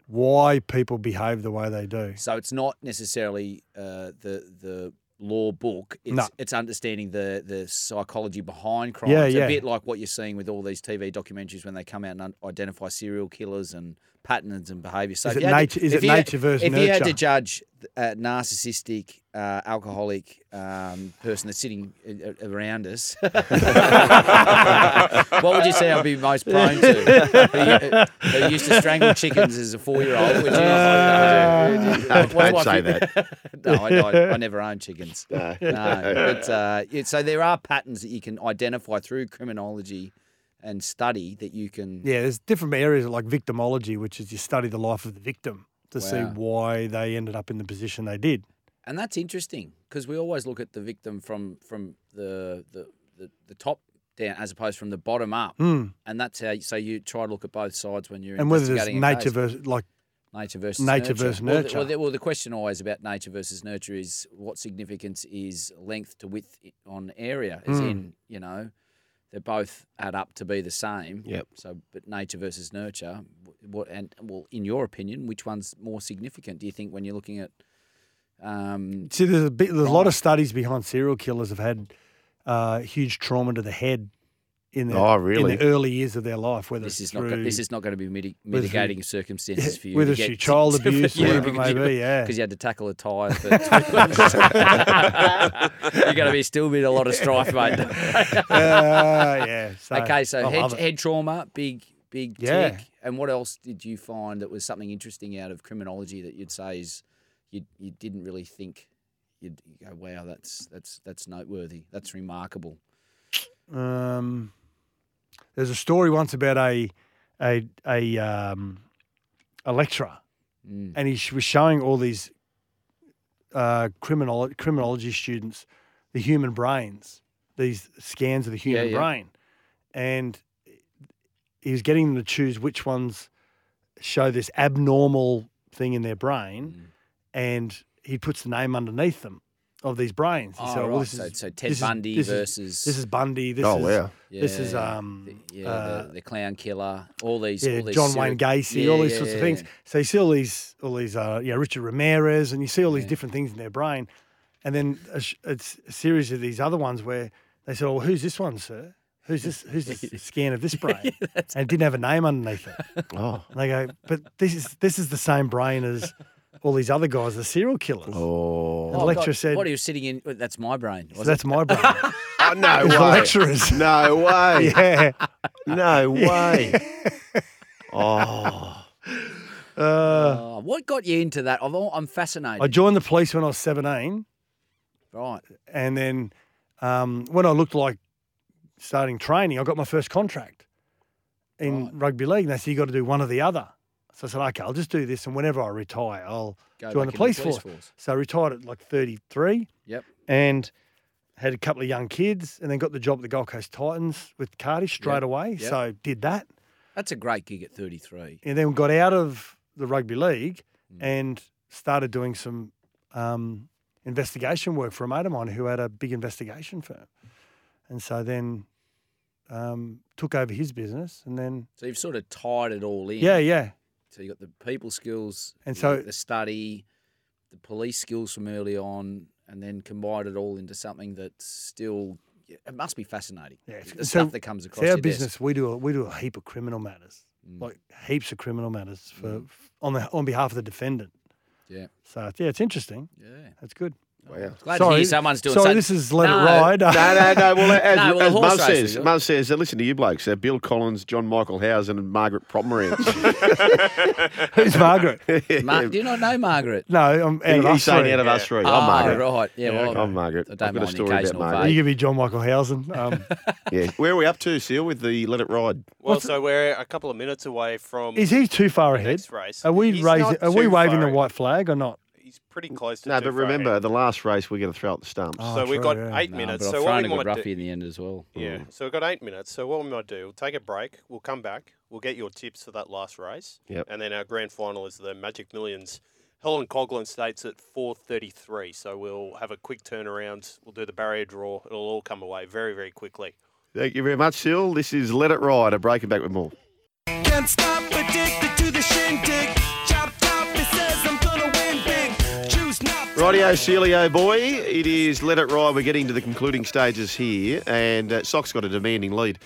Speaker 3: Why people behave the way they do.
Speaker 6: So it's not necessarily uh, the the law book. It's,
Speaker 3: No.
Speaker 6: it's understanding the the psychology behind crime.
Speaker 3: Yeah,
Speaker 6: it's
Speaker 3: yeah.
Speaker 6: a bit like what you're seeing with all these TV documentaries when they come out and un- identify serial killers and patterns and behaviour. So
Speaker 3: Is
Speaker 6: if
Speaker 3: it
Speaker 6: you had
Speaker 3: nature- is
Speaker 6: if
Speaker 3: it
Speaker 6: you had-
Speaker 3: nature versus
Speaker 6: If you had to
Speaker 3: nurture?
Speaker 6: judge a narcissistic, uh, alcoholic um, person that's sitting a- a- around us, what would you say I'd be most prone to? Who, who used to strangle chickens as a four-year-old? Would you?
Speaker 5: Uh,
Speaker 6: What's my
Speaker 5: don't say
Speaker 6: fi-
Speaker 5: that.
Speaker 6: no, I, I, I never owned chickens.
Speaker 5: No.
Speaker 6: But, uh, yeah, so there are patterns that you can identify through criminology and study that you can.
Speaker 3: Yeah, there's different areas like victimology, which is you study the life of the victim to see
Speaker 6: Wow.
Speaker 3: why they ended up in the position they did.
Speaker 6: And that's interesting because we always look at the victim from from the the, the, the top down as opposed from the bottom up.
Speaker 3: Hmm.
Speaker 6: And that's how. So you try to look at both sides when you're
Speaker 3: and whether there's
Speaker 6: investigating a
Speaker 3: nature
Speaker 6: case.
Speaker 3: versus like
Speaker 6: Nature versus
Speaker 3: nature
Speaker 6: nurture.
Speaker 3: versus
Speaker 6: Well, the-
Speaker 3: nurture.
Speaker 6: Well the, well, the question always about nature versus nurture is what significance is length to width i- on area? As
Speaker 3: Mm.
Speaker 6: in, you know, they both add up to be the same.
Speaker 5: Yep.
Speaker 6: So, but nature versus nurture, wh- what and well, in your opinion, which one's more significant? Do you think when you're looking at? Um,
Speaker 3: See, there's a bit, there's a lot of studies behind serial killers have had uh, huge trauma to the head in the,
Speaker 5: Oh,
Speaker 3: in
Speaker 5: really?
Speaker 3: the early years of their life. Whether
Speaker 6: this
Speaker 3: it's
Speaker 6: is not
Speaker 3: through,
Speaker 6: go- this is not going to be miti-
Speaker 3: whether it's through-
Speaker 6: mitigating circumstances for you.
Speaker 3: whether
Speaker 6: to
Speaker 3: it's
Speaker 6: get
Speaker 3: through child
Speaker 6: to-
Speaker 3: abuse,
Speaker 6: yeah,
Speaker 3: whatever it may be, yeah.
Speaker 6: because you had to tackle a tyre. For You're going to be still be in a lot of strife, mate.
Speaker 3: Ah, yeah. So,
Speaker 6: okay, so
Speaker 3: I
Speaker 6: head,
Speaker 3: love it.
Speaker 6: head trauma, big big
Speaker 3: Yeah.
Speaker 6: tick. And what else did you find that was something interesting out of criminology that you'd say is you you didn't really think you'd you go, wow, that's that's that's noteworthy, that's remarkable.
Speaker 3: Um, there's a story once about a a a um, a lecturer,
Speaker 6: Mm.
Speaker 3: and he sh- was showing all these uh, criminal criminology students the human brains, these scans of the human
Speaker 6: yeah.
Speaker 3: brain, and he was getting them to choose which ones show this abnormal thing in their brain,
Speaker 6: Mm.
Speaker 3: and he puts the name underneath them of these brains. He
Speaker 6: Oh,
Speaker 3: said,
Speaker 6: right. So- so Ted Bundy
Speaker 3: this is-
Speaker 6: versus-
Speaker 3: this is Bundy. This
Speaker 5: Oh,
Speaker 3: is,
Speaker 5: wow.
Speaker 3: This is
Speaker 6: Yeah,
Speaker 3: um
Speaker 6: the, yeah,
Speaker 3: uh,
Speaker 6: the, the clown killer, all these,
Speaker 3: yeah,
Speaker 6: all these
Speaker 3: John
Speaker 6: serial-
Speaker 3: Wayne Gacy,
Speaker 6: Yeah,
Speaker 3: all these
Speaker 6: yeah,
Speaker 3: sorts of
Speaker 6: yeah,
Speaker 3: things.
Speaker 6: yeah.
Speaker 3: So you see all these all these uh yeah Richard Ramirez and you see all these different things in their brain, and then a, sh- it's a series of these other ones where they said, "Oh, who's this one, sir? Who's this? Who's this scan of this brain?" and it didn't have a name underneath it.
Speaker 5: Oh.
Speaker 3: And they go, "But this is this is the same brain as all these other guys, the serial killers."
Speaker 5: Oh,
Speaker 3: And the
Speaker 6: Oh,
Speaker 3: lecturer
Speaker 6: God,
Speaker 3: said,
Speaker 6: "What are you sitting in?" well, That's my brain.
Speaker 3: so
Speaker 6: was
Speaker 3: "That's
Speaker 6: it?
Speaker 3: my brain."
Speaker 5: Oh, no
Speaker 3: It's
Speaker 5: way.
Speaker 3: the lecturers.
Speaker 5: No way.
Speaker 3: yeah.
Speaker 5: No way.
Speaker 3: Uh,
Speaker 5: oh.
Speaker 6: Oh, what got you into that? I've, al- I'm fascinated.
Speaker 3: I joined the police when I was 17.
Speaker 6: right.
Speaker 3: And then um, when I looked like starting training, I got my first contract in rugby league. And they said, you got to do one or the other. So I said, okay, I'll just do this. And whenever I retire, I'll
Speaker 6: Go
Speaker 3: join
Speaker 6: back
Speaker 3: the
Speaker 6: in
Speaker 3: police, force. So I retired at like 33
Speaker 6: Yep.
Speaker 3: and had a couple of young kids and then got the job at the Gold Coast Titans with Cardiff straight away.
Speaker 6: yep.
Speaker 3: So did that
Speaker 6: That's a great gig at 33.
Speaker 3: and then got out of the rugby league
Speaker 6: Mm.
Speaker 3: and started doing some um, investigation work for a mate of mine who had a big investigation firm. And so then um, took over his business and then,
Speaker 6: So you've sort of tied it all in.
Speaker 3: yeah, yeah.
Speaker 6: So you got the people skills,
Speaker 3: And
Speaker 6: you got
Speaker 3: so-
Speaker 6: the study, the police skills from early on, and then combined it all into something that's still. It must be fascinating.
Speaker 3: Yeah, it's-
Speaker 6: the
Speaker 3: so
Speaker 6: stuff that comes
Speaker 3: it's
Speaker 6: across
Speaker 3: our
Speaker 6: your
Speaker 3: business,
Speaker 6: Desk. Mm.
Speaker 3: we do a, we do a heap of criminal matters, like heaps of criminal matters for on the on behalf of the defendant.
Speaker 6: Yeah.
Speaker 3: So it's- yeah, it's interesting.
Speaker 6: Yeah.
Speaker 3: That's good.
Speaker 5: Wow.
Speaker 6: Glad to
Speaker 3: sorry,
Speaker 6: hear someone's doing
Speaker 3: sorry,
Speaker 6: something.
Speaker 3: this is let
Speaker 6: No,
Speaker 3: it ride.
Speaker 5: No, no, no. Well, as,
Speaker 6: No, well, the
Speaker 5: as
Speaker 6: horse
Speaker 5: Muzz
Speaker 6: race
Speaker 5: says,
Speaker 6: is-
Speaker 5: Muzz says, uh, listen to you blokes, uh, Bill Collins, John Michael Howes, and Margaret Properance.
Speaker 3: Who's Margaret?
Speaker 6: Mar- do you not know Margaret?
Speaker 3: No, I'm out
Speaker 5: He-
Speaker 3: of
Speaker 5: he's
Speaker 3: us
Speaker 5: saying
Speaker 3: three.
Speaker 5: out of us three.
Speaker 6: Ah,
Speaker 5: I'm Margaret.
Speaker 6: right. Yeah, well,
Speaker 5: I'm Margaret.
Speaker 6: I
Speaker 5: I've
Speaker 6: don't
Speaker 5: got a
Speaker 6: mind the
Speaker 5: story about
Speaker 6: occasional
Speaker 5: Margaret.
Speaker 3: You could be John Michael Housen. Um,
Speaker 5: Yeah. Where are we up to, Seal, with the Let It Ride?
Speaker 7: Well, so we're a couple of minutes away from.
Speaker 3: Is he too far ahead?
Speaker 7: Next race.
Speaker 3: Are we
Speaker 7: He's
Speaker 3: raising?
Speaker 7: not
Speaker 3: Are we
Speaker 7: too
Speaker 3: waving
Speaker 7: far
Speaker 3: the
Speaker 7: ahead.
Speaker 3: white flag or not?
Speaker 7: He's pretty close to.
Speaker 5: No,
Speaker 7: too
Speaker 5: but
Speaker 7: far
Speaker 5: remember,
Speaker 7: ahead.
Speaker 5: the last race, we're going to throw out the stumps.
Speaker 3: Oh,
Speaker 7: so we've
Speaker 3: true,
Speaker 7: got
Speaker 3: yeah.
Speaker 7: eight
Speaker 6: No,
Speaker 7: minutes.
Speaker 6: But
Speaker 7: so
Speaker 6: I've
Speaker 7: what
Speaker 6: thrown
Speaker 7: we
Speaker 6: him a
Speaker 7: might
Speaker 6: rough
Speaker 7: do,
Speaker 6: in the end as well.
Speaker 7: yeah. So we've got eight minutes. So what we might do, we'll take a break. We'll come back. We'll get your tips for that last race.
Speaker 5: Yep.
Speaker 7: And then our grand final is the Magic Millions. Helen Coughlin states at 4:33. So we'll have a quick turnaround. We'll do the barrier draw. It'll all come away very, very quickly.
Speaker 5: Thank you very much, Seal. This is Let It Ride. A break and back with more.
Speaker 8: Can't stop, addicted to the shindig. Chop top, it says I'm gonna win big. Choose not to
Speaker 5: Rightio, Sealio boy. It is Let It Ride. We're getting to the concluding stages here, and uh, Sock's got a demanding lead.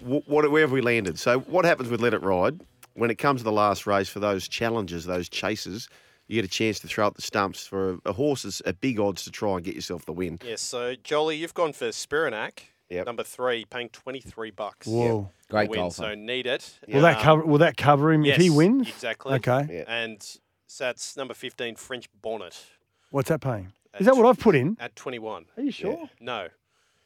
Speaker 5: Wh- what, where have we landed? So, what happens with Let It Ride when it comes to the last race for those challenges, those chases? You get a chance to throw out the stumps for a, a horse is at big odds to try and get yourself the win.
Speaker 7: Yes. So Jolie, you've gone for Spiranak,
Speaker 5: Yep.
Speaker 7: number three, paying 23 bucks.
Speaker 3: Whoa.
Speaker 6: Great
Speaker 7: win,
Speaker 6: golfer.
Speaker 7: So need it.
Speaker 3: Will that
Speaker 7: Um,
Speaker 3: cover? Will that cover him if he
Speaker 7: yes,
Speaker 3: wins?
Speaker 7: Exactly.
Speaker 3: Okay.
Speaker 5: Yeah.
Speaker 7: And Sats number 15, French Bonnet,
Speaker 3: What's that paying? Is that what I've put in?
Speaker 7: at 21.
Speaker 3: Are you sure?
Speaker 7: No.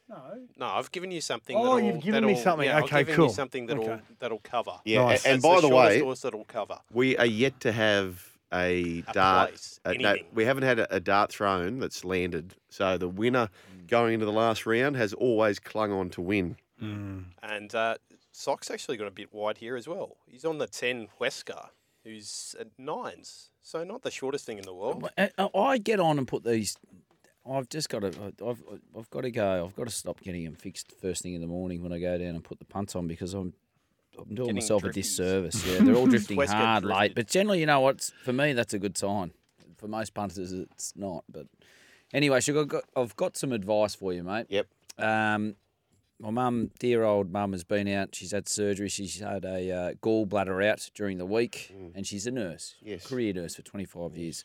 Speaker 3: No.
Speaker 7: No, I've given you something.
Speaker 3: Oh,
Speaker 7: that'll,
Speaker 3: you've given me
Speaker 7: that'll-
Speaker 3: something.
Speaker 7: Yeah,
Speaker 3: Okay,
Speaker 7: I've given
Speaker 3: cool.
Speaker 7: You something that'll
Speaker 3: Okay.
Speaker 7: that'll cover.
Speaker 5: Yeah,
Speaker 3: Nice.
Speaker 5: a- and,
Speaker 7: That's
Speaker 5: by the,
Speaker 7: the, shortest
Speaker 5: way,
Speaker 7: horse that'll cover.
Speaker 5: we are yet to have a,
Speaker 7: A
Speaker 5: dart.
Speaker 7: place,
Speaker 5: a- no,
Speaker 7: anything.
Speaker 5: we haven't had a, a dart thrown that's landed. So the winner going into the last round has always clung on to win.
Speaker 7: And uh, Sock's actually got a bit wide here as well. He's on the 10 Huesca, who's at nines. So not the shortest thing in the world.
Speaker 6: I- I I get on and put these. I've just got to. I've I've got to go. I've got to stop getting them fixed first thing in the morning when I go down and put the punts on because I'm. I'm doing
Speaker 7: Getting
Speaker 6: myself a
Speaker 7: drifties.
Speaker 6: disservice. Yeah, they're all drifting
Speaker 7: West get
Speaker 6: hard late,
Speaker 7: drifted.
Speaker 6: but generally, you know what? For me, that's a good sign. For most punters, it's not. But anyway, Sugar, I've got, I've got some advice for you, mate.
Speaker 5: Yep.
Speaker 6: Um, my mum, dear old mum, has been out. She's had surgery. She's had a uh, gallbladder out during the week, and she's a nurse,
Speaker 5: Mm. Yes.
Speaker 6: career nurse for 25 years.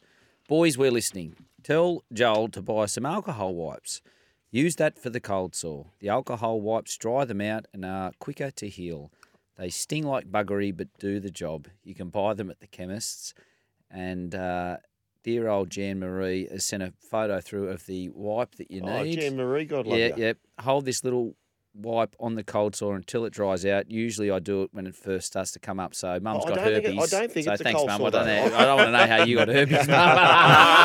Speaker 6: Boys, we're listening. Tell Joel to buy some alcohol wipes. Use that for the cold sore. The alcohol wipes dry them out and are quicker to heal. They sting like buggery, but do the job. You can buy them at the chemists. And uh, dear old Jan Marie has sent a photo through of the wipe that you
Speaker 5: Oh,
Speaker 6: need.
Speaker 5: Jan Marie, God love
Speaker 6: yeah,
Speaker 5: ya.
Speaker 6: Yep. Hold this little wipe on the cold sore until it dries out. Usually I do it when it first starts to come up. So mum's
Speaker 5: I
Speaker 6: got
Speaker 5: don't think it- I
Speaker 6: herpes.
Speaker 5: don't think
Speaker 6: so
Speaker 5: it's a
Speaker 6: thanks,
Speaker 5: cold
Speaker 6: mum.
Speaker 5: sore,
Speaker 6: I don't,
Speaker 5: though.
Speaker 6: know, I don't want to know how you got herpes, mum.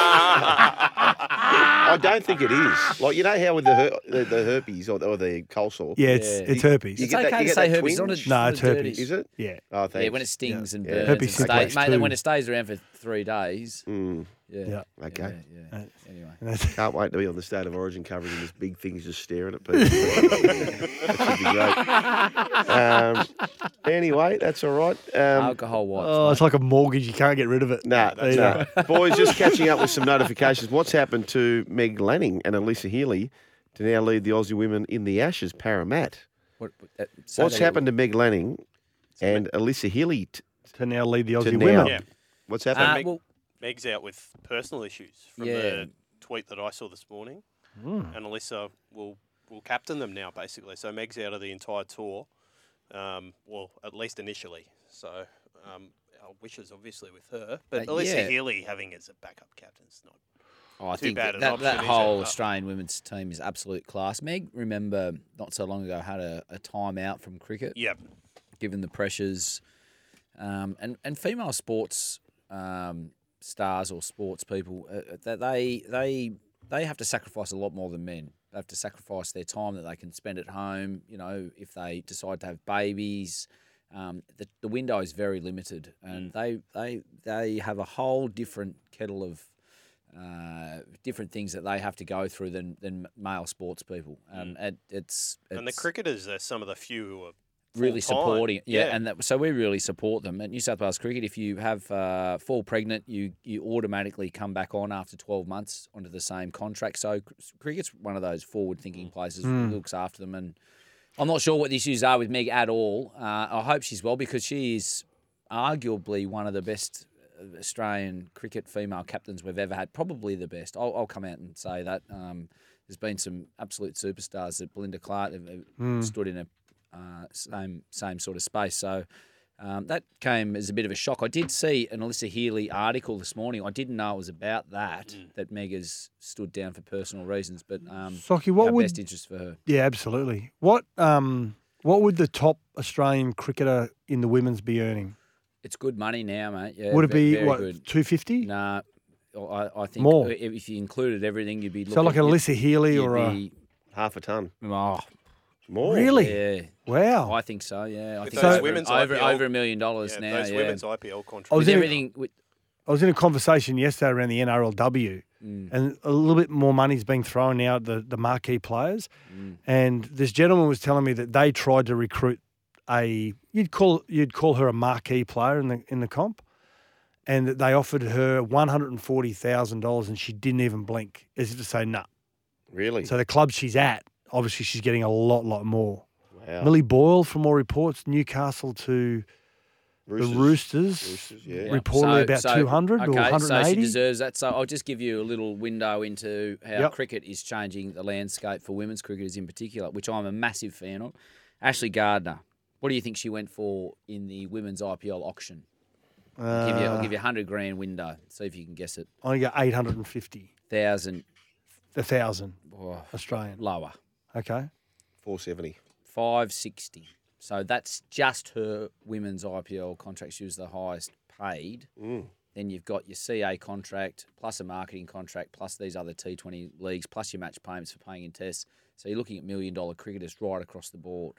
Speaker 5: I don't think it is. Like you know how with the her- the, the herpes or, or the cold sore.
Speaker 3: Yeah, it's- it's herpes. It's okay to
Speaker 5: get
Speaker 3: say
Speaker 5: that
Speaker 3: herpes, not
Speaker 5: twinge?
Speaker 3: a- No, not it's a herpes. dirty-
Speaker 5: Is it?
Speaker 3: Yeah.
Speaker 5: Oh, thanks.
Speaker 6: Yeah, when it stings and
Speaker 5: Yeah.
Speaker 6: burns.
Speaker 5: Herpes
Speaker 6: and
Speaker 5: syphilis
Speaker 6: stays, mate, and when
Speaker 5: too.
Speaker 6: it stays around for three days.
Speaker 5: Hmm.
Speaker 6: Yeah.
Speaker 5: Okay.
Speaker 6: Yeah. Anyway.
Speaker 5: Can't wait to be on the state of origin covering this big thing just staring at people. that should be great. Um, anyway, that's all right. Um,
Speaker 6: Alcohol wipes.
Speaker 3: Oh, it's like a mortgage. You can't get rid of it.
Speaker 5: Nah, nah. Boys, just catching up with some notifications. What's happened to Meg Lanning and Elisa Healy to now lead the Aussie women in the Ashes Paramat?
Speaker 6: What, uh,
Speaker 5: What's happened to Meg Lanning and Elisa Healy t-
Speaker 3: to now lead the
Speaker 5: to
Speaker 3: Aussie
Speaker 5: now?
Speaker 3: women?
Speaker 7: Yeah.
Speaker 5: What's
Speaker 7: So
Speaker 6: Uh,
Speaker 5: happened?
Speaker 7: Meg- Meg's out with personal issues from
Speaker 5: Yeah.
Speaker 7: the tweet that I saw this morning,
Speaker 5: Mm.
Speaker 7: and Alyssa will will captain them now basically. So Meg's out of the entire tour, um, well at least initially. So um, our wishes obviously with her, but
Speaker 6: Uh,
Speaker 7: Alyssa
Speaker 6: yeah.
Speaker 7: Healy having it as a backup captain's not
Speaker 6: Oh, I
Speaker 7: too
Speaker 6: think
Speaker 7: bad
Speaker 6: that,
Speaker 7: an
Speaker 6: that,
Speaker 7: option,
Speaker 6: that
Speaker 7: is it?
Speaker 6: whole
Speaker 7: Uh,
Speaker 6: Australian women's team is absolute class. Meg, remember not so long ago, had a, a time out from cricket.
Speaker 7: Yep.
Speaker 6: Given the pressures, um, and and female sports um, stars or sports people, uh, uh, that they they they have to sacrifice a lot more than men. They have to sacrifice their time that they can spend at home. You know, if they decide to have babies, um, the, the window is very limited, and
Speaker 7: Mm.
Speaker 6: they they they have a whole different kettle of uh, different things that they have to go through than than male sports people. Um, it, it's, it's
Speaker 7: Mm. and the cricketers are some of the few who are
Speaker 6: really
Speaker 7: full-time.
Speaker 6: supporting it. Yeah, and that, so we really support them at New South Wales Cricket. If you have uh, fall pregnant, you you automatically come back on after twelve months onto the same contract. So cr- cricket's one of those forward thinking places
Speaker 14: Mm.
Speaker 6: that looks after them. And I'm not sure what the issues are with Meg at all. Uh, I hope she's well because she is arguably one of the best. uh, Australian cricket female captains we've ever had, probably the best. I'll, I'll come out and say that. Um, there's been some absolute superstars that Belinda Clark have, have
Speaker 3: Hmm.
Speaker 14: Mm.
Speaker 6: stood in a uh, same same sort of space. So um, that came as a bit of a shock. I did see an Alyssa Healy article this morning. I didn't know it was about that
Speaker 7: Hmm.
Speaker 6: that Meg has stood down for personal reasons, but um,
Speaker 3: Socky, what
Speaker 6: our
Speaker 3: would-
Speaker 6: best interest for her?
Speaker 3: Yeah, absolutely. What um what would the top Australian cricketer in the women's be earning?
Speaker 6: It's good money now, mate. Yeah,
Speaker 3: would it
Speaker 6: ve-
Speaker 3: be
Speaker 6: very
Speaker 3: what
Speaker 6: good.
Speaker 3: two fifty?
Speaker 6: Nah, I, I think
Speaker 3: More.
Speaker 6: if if you included everything, you'd be
Speaker 3: So like
Speaker 6: looking-
Speaker 3: an
Speaker 6: you'd-
Speaker 3: Alyssa Healy
Speaker 6: you'd
Speaker 3: or a-
Speaker 6: be-
Speaker 5: Half a ton.
Speaker 6: Oh.
Speaker 5: More.
Speaker 3: Really?
Speaker 6: Yeah.
Speaker 3: Wow.
Speaker 6: I think so. Yeah. I
Speaker 3: With
Speaker 6: think
Speaker 3: those
Speaker 6: over-
Speaker 3: women's
Speaker 6: over
Speaker 7: IPL
Speaker 6: over a million dollars
Speaker 7: Yeah,
Speaker 6: now.
Speaker 7: those
Speaker 6: yeah. Oh,
Speaker 7: women's IPL
Speaker 3: I was
Speaker 6: With
Speaker 3: in a-
Speaker 6: everything with
Speaker 3: I was in a conversation yesterday around the NRLW,
Speaker 6: Mm.
Speaker 3: and a little bit more money's being thrown now at the, the marquee players.
Speaker 6: Mm.
Speaker 3: And this gentleman was telling me that they tried to recruit a you'd call you'd call her a marquee player in the in the comp, and that they offered her one hundred and forty thousand dollars, and she didn't even blink, as if to say no.
Speaker 5: Really?
Speaker 3: So the club she's at, obviously, she's getting a lot, lot more.
Speaker 5: Wow.
Speaker 3: Millie Boyle, from all reports, Newcastle to
Speaker 5: Roosters.
Speaker 3: the Roosters,
Speaker 5: yeah.
Speaker 6: Yeah.
Speaker 3: reportedly
Speaker 6: So-
Speaker 3: about
Speaker 6: so-
Speaker 3: 200 or
Speaker 6: okay, So she
Speaker 3: 180.
Speaker 6: deserves that. So I'll just give you a little window into how
Speaker 3: Yep.
Speaker 6: cricket is changing the landscape for women's cricketers in particular, which I'm a massive fan of. Ashley Gardner, what do you think she went for in the women's IPL auction? I'll give you, I'll give you a hundred grand window. See if you can guess it.
Speaker 3: I got 850,
Speaker 6: Thousand
Speaker 3: a thousand
Speaker 6: oh,
Speaker 3: Australian.
Speaker 6: lower.
Speaker 3: Okay.
Speaker 5: 470.
Speaker 6: 560. So that's just her women's IPL contract. She was the highest paid. Then you've got your CA contract, plus a marketing contract, plus these other T20 leagues, plus your match payments for paying in tests. So you're looking at million dollar cricketers right across the board.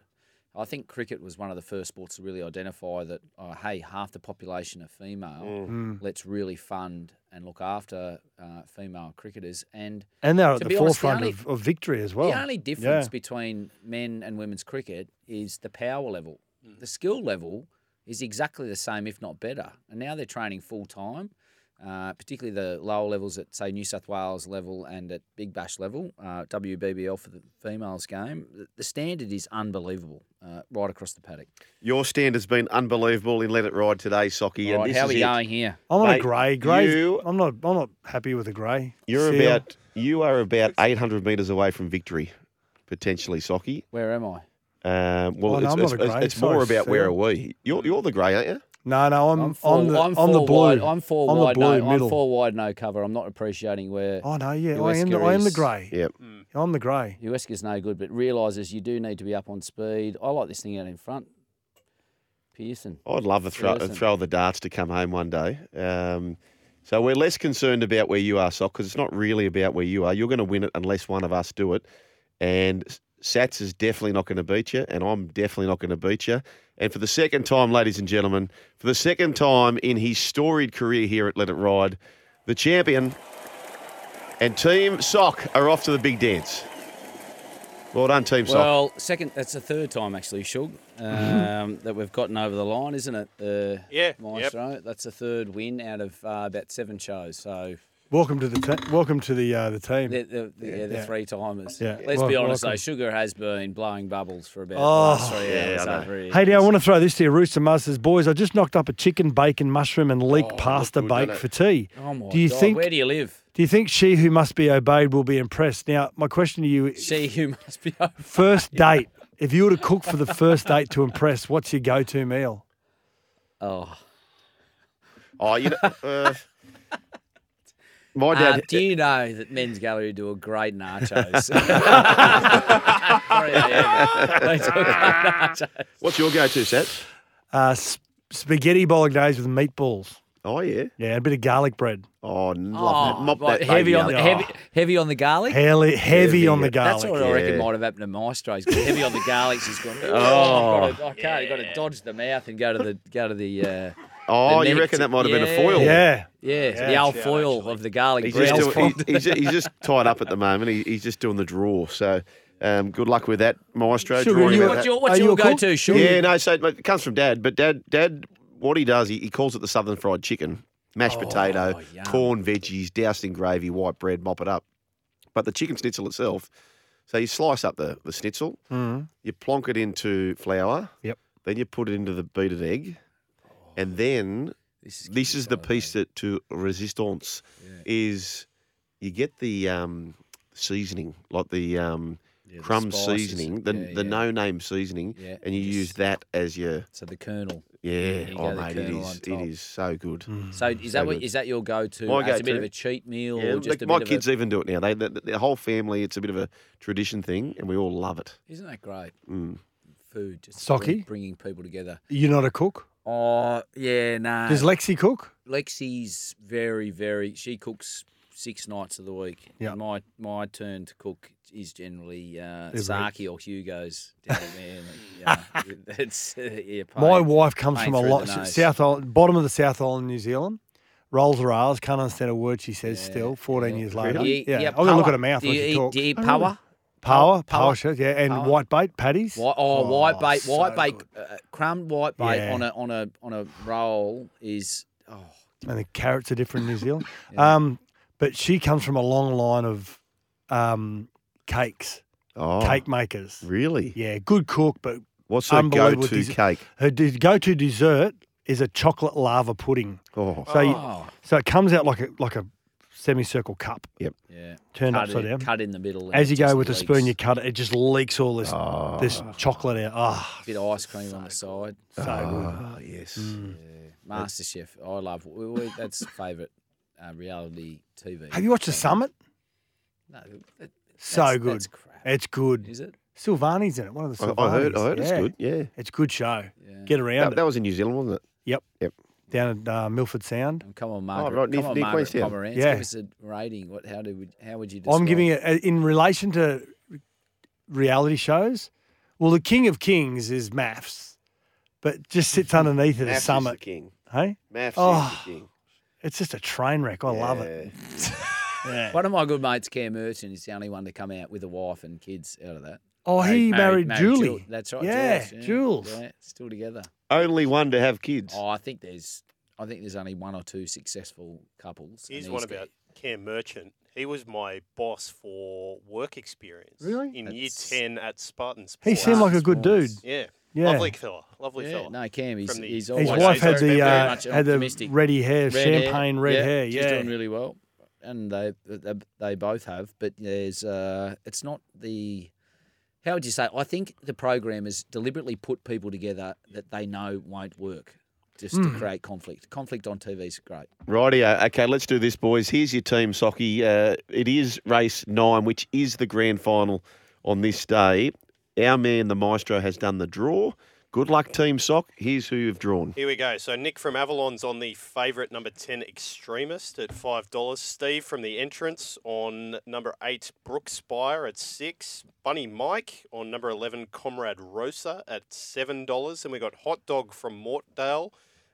Speaker 6: I think cricket was one of the first sports to really identify that, oh, hey, half the population are female.
Speaker 3: Mm. Mm.
Speaker 6: Let's really fund and look after uh, female cricketers. And
Speaker 3: And they're at
Speaker 6: to
Speaker 3: the
Speaker 6: be honest,
Speaker 3: forefront
Speaker 6: only-
Speaker 3: of, of victory as well.
Speaker 6: the only difference
Speaker 3: Yeah.
Speaker 6: between men and women's cricket is the power level. The skill level is exactly the same, if not better. And now they're training full time, uh, particularly the lower levels at, say, New South Wales level and at Big Bash level, uh, WBBL for the females game. The- The standard is unbelievable uh, right across the paddock.
Speaker 5: Your stand has been unbelievable in Let It Ride today, Socky.
Speaker 6: All
Speaker 5: and
Speaker 6: right,
Speaker 5: this
Speaker 6: how
Speaker 5: is
Speaker 6: are we
Speaker 5: it.
Speaker 6: going here?
Speaker 3: I'm on a
Speaker 5: Mate,
Speaker 3: grey. Grey.
Speaker 5: you-
Speaker 3: I'm not. I'm not happy with a grey.
Speaker 5: You're
Speaker 3: seal.
Speaker 5: about you are about 800 metres away from victory, potentially, Socky.
Speaker 6: Where am I?
Speaker 5: Um, well,
Speaker 3: Oh, no,
Speaker 5: it's,
Speaker 3: I'm not
Speaker 5: it's,
Speaker 3: a
Speaker 5: it's-
Speaker 3: grey.
Speaker 5: it's
Speaker 3: Sorry,
Speaker 5: more about where are
Speaker 3: Steve.
Speaker 5: we. You're, you're the grey, aren't you?
Speaker 3: No, no, I'm, I'm,
Speaker 6: four-
Speaker 3: the, I'm,
Speaker 6: I'm four
Speaker 3: the blue.
Speaker 6: Wide, I'm 4
Speaker 3: I'm
Speaker 6: wide.
Speaker 3: the blue
Speaker 6: no,
Speaker 3: middle.
Speaker 6: I'm four wide. No cover. I'm not appreciating where.
Speaker 3: Oh, no, yeah, I
Speaker 6: Uesca
Speaker 3: am the- I am the
Speaker 6: is.
Speaker 3: grey.
Speaker 5: Yep.
Speaker 3: I'm the grey.
Speaker 6: Uesca's no good, but realises you do need to be up on speed. I like this thing out in front. Pearson.
Speaker 5: I'd love the throw,
Speaker 6: Pearson.
Speaker 5: throw of the darts to come home one day. Um, so we're less concerned about where you are, Sock, because it's not really about where you are. You're going to win it unless one of us do it. And S- Sats is definitely not going to beat you, and I'm definitely not going to beat you. And for the second time, ladies and gentlemen, for the second time in his storied career here at Let It Ride, the champion and Team Sock are off to the big dance. Well done, Team Sock.
Speaker 6: Well, second. That's the third time actually, Shug, um, that we've gotten over the line, isn't it? Uh,
Speaker 7: Yeah,
Speaker 6: Maestro. That's the third win out of uh, about seven shows. So
Speaker 3: Welcome to the te- welcome to the uh, the team.
Speaker 6: the, the, the, yeah, the
Speaker 3: Yeah.
Speaker 6: three timers.
Speaker 3: Yeah.
Speaker 6: Let's
Speaker 3: Wel-
Speaker 6: be honest
Speaker 3: welcome.
Speaker 6: though, Sugar has been blowing bubbles for about the
Speaker 3: Oh,
Speaker 6: last three
Speaker 5: Yeah,
Speaker 6: hours.
Speaker 5: I know.
Speaker 6: over here.
Speaker 3: Hey, now I want to throw this to you, Rooster Masters boys. I just knocked up a chicken, bacon, mushroom, and leek pasta
Speaker 5: good,
Speaker 3: bake
Speaker 5: don't it?
Speaker 3: for tea.
Speaker 6: Oh my
Speaker 3: do you
Speaker 6: God,
Speaker 3: think?
Speaker 6: Where do you live?
Speaker 3: Do you think she who must be obeyed will be impressed? Now, my question to you:
Speaker 6: She who must be over.
Speaker 3: first date. If you were to cook for the first date to impress, what's your go-to meal?
Speaker 6: Oh.
Speaker 5: Oh, you know, uh, my
Speaker 6: Uh,
Speaker 5: dad.
Speaker 6: do you know that Men's Gallery do a great nachos? Sorry, yeah. They do great nachos.
Speaker 5: What's your go-to, Sats?
Speaker 3: Uh, sp- spaghetti bolognese with meatballs.
Speaker 5: Oh yeah.
Speaker 3: Yeah, and a bit of garlic bread.
Speaker 5: Oh, love
Speaker 6: Oh,
Speaker 5: that. Mop
Speaker 6: right,
Speaker 5: that
Speaker 6: heavy
Speaker 5: baby
Speaker 6: on
Speaker 5: up.
Speaker 6: the heavy, heavy on the garlic.
Speaker 3: Heavy, heavy on the garlic.
Speaker 6: That's what I reckon
Speaker 5: yeah.
Speaker 6: might have happened to Maestro's. 'cause Heavy on the garlics, he's gone. Oh, I've got to, I can't. I've got to dodge the mouth and go to the go to the. Uh,
Speaker 5: Oh,
Speaker 6: The
Speaker 5: you
Speaker 6: neck
Speaker 5: reckon
Speaker 6: to-
Speaker 5: that might have been a
Speaker 6: yeah.
Speaker 5: foil?
Speaker 3: yeah.
Speaker 6: yeah, the old foil of the garlic.
Speaker 5: He's
Speaker 6: bread.
Speaker 5: just, doing, he- he's, ju- he's just tied up at the moment. He, he's just doing the draw. So, um, good luck with that, Maestro.
Speaker 3: Sugar,
Speaker 5: drawing
Speaker 3: you-
Speaker 5: about
Speaker 6: what's
Speaker 5: that.
Speaker 6: your, what's
Speaker 3: Are you
Speaker 6: your
Speaker 3: a cook?
Speaker 6: go-to? Sure.
Speaker 5: Yeah, no. So it comes from Dad, but Dad, Dad, what he does, he, he calls it the Southern Fried Chicken, mashed potato,
Speaker 6: yum.
Speaker 5: corn, veggies, doused in gravy, white bread, mop it up. But the chicken schnitzel itself, so you slice up the the schnitzel, you plonk it into flour,
Speaker 3: Yep.
Speaker 5: Then you put it into the beaten egg, and then
Speaker 6: This Oh, is
Speaker 5: this is the piece that to resistance is you get the um, seasoning, like the um,
Speaker 6: the
Speaker 5: crumb
Speaker 6: spices.
Speaker 5: seasoning, the,
Speaker 6: Yeah,
Speaker 5: the
Speaker 6: yeah.
Speaker 5: no name seasoning,
Speaker 6: Yeah,
Speaker 5: and you
Speaker 6: just-
Speaker 5: use that as your
Speaker 6: so the kernel.
Speaker 5: yeah.
Speaker 6: you
Speaker 5: oh
Speaker 6: go the
Speaker 5: mate, it
Speaker 6: kernel on
Speaker 5: is it
Speaker 6: top. Mm.
Speaker 5: is so good.
Speaker 6: So is that what
Speaker 5: good.
Speaker 6: is that your go-to?
Speaker 5: My
Speaker 6: It's a bit
Speaker 5: go-to.
Speaker 6: of a cheat meal
Speaker 5: Yeah,
Speaker 6: or just
Speaker 5: like
Speaker 6: a bit
Speaker 5: my
Speaker 6: of
Speaker 5: kids
Speaker 6: a,
Speaker 5: even do it now. They the, the whole family. It's a bit of a tradition thing, and we all love it.
Speaker 6: Isn't that great?
Speaker 5: Mm.
Speaker 6: Food just
Speaker 3: Socky?
Speaker 6: bring- bringing people together.
Speaker 3: You're not a cook.
Speaker 6: Oh yeah, no.
Speaker 3: Does Lexi cook?
Speaker 6: Lexi's very, very. She cooks six nights of the week.
Speaker 3: Yeah.
Speaker 6: My my turn to cook is generally uh,
Speaker 3: Every-
Speaker 6: Saki or Hugo's. Down there. yeah, it's uh, yeah.
Speaker 3: My
Speaker 6: pain.
Speaker 3: wife comes
Speaker 6: pain
Speaker 3: from a
Speaker 6: through
Speaker 3: lot
Speaker 6: the nose.
Speaker 3: South Island, bottom of the South Island, New Zealand. Rolls her R's, can't understand a word she says. still, fourteen years later.
Speaker 6: You eat-
Speaker 3: Yeah,
Speaker 6: you
Speaker 3: I'm
Speaker 6: have
Speaker 3: gonna look
Speaker 6: power.
Speaker 3: at her mouth
Speaker 6: Do
Speaker 3: when
Speaker 6: you
Speaker 3: she
Speaker 6: eat,
Speaker 3: talks.
Speaker 6: Do you eat power?
Speaker 3: Power, power
Speaker 6: power?
Speaker 3: shows, yeah, and
Speaker 6: Power.
Speaker 3: white bait patties.
Speaker 6: White, oh, white bait,
Speaker 3: so
Speaker 6: white bait, uh, crumb white bait
Speaker 3: Yeah.
Speaker 6: on a on a on a roll is oh
Speaker 3: and the carrots are different in New Zealand. um, but she comes from a long line of um, cakes,
Speaker 5: Oh,
Speaker 3: cake makers.
Speaker 5: really?
Speaker 3: Yeah, good cook, but
Speaker 5: What's her
Speaker 3: Unbelievable
Speaker 5: go-to
Speaker 3: dessert.
Speaker 5: cake?
Speaker 3: her de- go-to dessert is a chocolate lava pudding.
Speaker 5: Oh,
Speaker 3: So, you-
Speaker 6: oh
Speaker 3: so it comes out like a like a semicircle cup
Speaker 6: yeah.
Speaker 3: turned
Speaker 6: cut
Speaker 3: upside
Speaker 6: it-
Speaker 3: down.
Speaker 6: cut in the middle. and
Speaker 3: As
Speaker 6: it
Speaker 3: you go
Speaker 6: just
Speaker 3: with a spoon, you
Speaker 6: leaks.
Speaker 3: cut it. It just leaks all
Speaker 5: Oh.
Speaker 3: this
Speaker 6: Mm.
Speaker 3: this chocolate out. Ah,
Speaker 6: bit of ice cream on the side.
Speaker 3: so good.
Speaker 5: oh, yes.
Speaker 6: Master Chef, I love. We, we, that's favourite uh, reality TV.
Speaker 3: Have you watched The Summit?
Speaker 6: No, that-
Speaker 3: So
Speaker 6: that's-
Speaker 3: good.
Speaker 6: That's crap.
Speaker 3: It's good.
Speaker 6: Is it?
Speaker 3: Silvani's in it. One of the
Speaker 5: I,
Speaker 3: Silvanis.
Speaker 5: I heard. I heard it's
Speaker 3: Yeah.
Speaker 5: good. Yeah.
Speaker 3: It's a good show.
Speaker 6: Yeah.
Speaker 3: Get around
Speaker 5: That,
Speaker 3: it.
Speaker 5: that was in New Zealand, wasn't it?
Speaker 3: Yep.
Speaker 5: Yep.
Speaker 3: Down at uh, Milford Sound.
Speaker 6: Um, come on, Margaret.
Speaker 5: Oh, right, near-
Speaker 6: come on,
Speaker 5: near
Speaker 6: Margaret
Speaker 5: Queenstown.
Speaker 6: Pomerantz.
Speaker 3: Yeah.
Speaker 6: Give us a rating. What? How do? We, how would you?
Speaker 3: I'm giving
Speaker 6: describe
Speaker 3: it uh, in relation to reality shows. Well, the king of kings is maths, but just sits underneath it
Speaker 5: Maths
Speaker 3: at
Speaker 5: is the
Speaker 3: Summit.
Speaker 5: king.
Speaker 3: Hey,
Speaker 5: Maths
Speaker 3: Oh,
Speaker 5: is the king.
Speaker 3: it's just a train wreck. I love it.
Speaker 5: Yeah.
Speaker 3: Yeah.
Speaker 6: One of my good mates, Cam Merchant, is the only one to come out with a wife and kids out of that.
Speaker 3: Oh, he married,
Speaker 6: Jul-
Speaker 3: Julie.
Speaker 6: That's right.
Speaker 3: Yeah,
Speaker 6: Jules.
Speaker 3: Jules.
Speaker 6: Yeah, still together.
Speaker 5: Only one to have kids.
Speaker 6: Oh, I think there's. I think there's only one or two successful couples. and
Speaker 7: Here's one
Speaker 6: got-
Speaker 7: about Cam Merchant. He was my boss for work experience.
Speaker 3: Really?
Speaker 7: In
Speaker 6: That's-
Speaker 7: year 10 at Spartans.
Speaker 3: He seemed like a
Speaker 6: Nice,
Speaker 3: good dude.
Speaker 6: nice.
Speaker 7: Yeah.
Speaker 3: Yeah.
Speaker 7: Lovely fella. Lovely
Speaker 6: Yeah,
Speaker 7: fella.
Speaker 6: no, Cam. He's,
Speaker 7: From the-
Speaker 6: he's
Speaker 7: His
Speaker 3: His
Speaker 6: always
Speaker 3: wife had
Speaker 6: very
Speaker 3: the uh,
Speaker 6: much an
Speaker 3: had the
Speaker 6: optimistic.
Speaker 3: ready hair,
Speaker 6: Red hair.
Speaker 3: champagne red
Speaker 6: yeah,
Speaker 3: hair.
Speaker 6: she's
Speaker 3: yeah.
Speaker 6: doing really well, and they they, they both have. But there's uh, it's not the how would you say? I think the programmers deliberately put people together that they know won't work, just
Speaker 5: Mm.
Speaker 3: Hmm.
Speaker 6: to create conflict. Conflict on TV is great.
Speaker 5: Rightio. uh, Okay, let's do this, boys. Here's your team, Socky. Uh, it is race nine, which is the grand final on this day. Our man, the maestro, has done the draw. Good luck, Team Sock. Here's who you've drawn.
Speaker 7: Here we go. So Nick from Avalon's on the favourite number 10 extremist at $5. Steve from the entrance on number 8 Brooke Spire at 6. Bunny Mike on number 11 Comrade Rosa at $7. And we got Hot Dog from Mortdale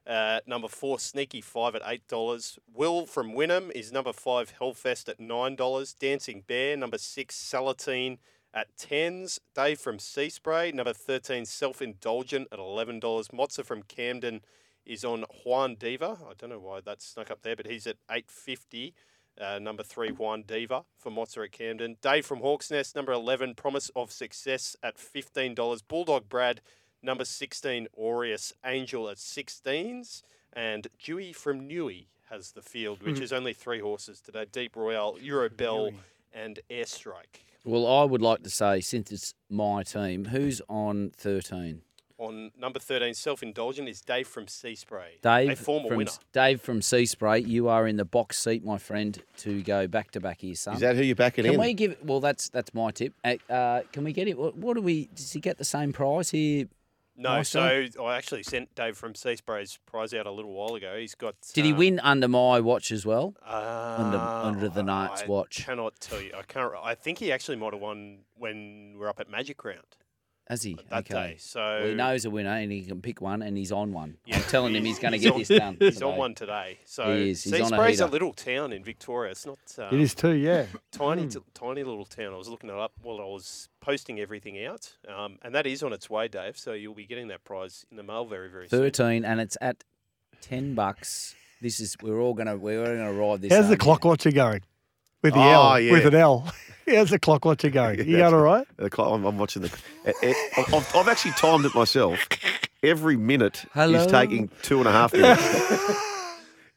Speaker 7: uh, number four, Sneaky Five at eight dollars. Will from Wynnum is number five, Hellfest at nine dollars. Dancing Bear, number six, Salatine at tens. Dave from Sea Spray, number thirteen, Self Indulgent at eleven dollars. Mozza from Camden is on Juan Diva. I don't know why that snuck up there, but he's at eight fifty. Uh, number three, Juan Diva for Mozza at Camden. Dave from Hawks Nest, number 11, Promise of Success at $15. Bulldog Brad, number 16, Aureus Angel at 16s. And Dewey from Newey has the field, which
Speaker 6: Hmm.
Speaker 7: is only three horses today Deep Royale, Eurobell, and Airstrike
Speaker 6: Well, I would like to say, since it's my team, who's on 13?
Speaker 7: on number 13, Self Indulgent, is Dave from Sea Spray. a
Speaker 6: Dave
Speaker 7: former
Speaker 6: from
Speaker 7: winner.
Speaker 6: Dave from Sea Spray, you are in the box seat, my friend, to go back to back here, son.
Speaker 5: Is that who you're backing
Speaker 6: can
Speaker 5: in?
Speaker 6: Can we give? Well, that's that's my tip. Uh, Uh, can we get it? What, what do we? Does he get the same prize here?
Speaker 7: No,
Speaker 6: Nice,
Speaker 7: so I actually sent Dave from Sea Spray's prize out a little while ago. He's got.
Speaker 6: Did he
Speaker 7: um,
Speaker 6: win under my watch as well? under
Speaker 7: Uh,
Speaker 6: under the Knights'
Speaker 7: I
Speaker 6: watch.
Speaker 7: Cannot tell you. I can't. re- I think he actually might have won when we're up at Magic Round.
Speaker 6: Has he?
Speaker 7: that
Speaker 6: okay.
Speaker 7: day, so-
Speaker 6: Well, he knows a winner and he can pick one and he's on one.
Speaker 7: Yeah,
Speaker 6: I'm telling him he's going to get
Speaker 7: on-
Speaker 6: this done.
Speaker 7: He's
Speaker 6: today.
Speaker 7: on one today. So
Speaker 6: He is. He's
Speaker 7: Sea
Speaker 6: on a
Speaker 7: Spray's a,
Speaker 6: heater.
Speaker 7: little town in Victoria. It's not. Um,
Speaker 3: It is too, yeah.
Speaker 7: Tiny, t- tiny little town. I was looking it up while I was posting everything out, um, and that is on its way, Dave. So you'll be getting that prize in the mail very, very soon.
Speaker 6: 13 and it's at 10 bucks. This is we're all going to we're all going to ride this.
Speaker 3: How's the
Speaker 6: home.
Speaker 3: clock watcher going? With the
Speaker 5: Oh,
Speaker 6: Ah,
Speaker 3: L, with
Speaker 5: yeah.
Speaker 3: an L. How's the clock watcher going? you
Speaker 5: That's-
Speaker 3: going all right?
Speaker 5: The clock, I'm, I'm watching the. eh, eh, I've, I've- I've actually timed it myself. Every minute
Speaker 3: Hello?
Speaker 5: is taking two and a half minutes.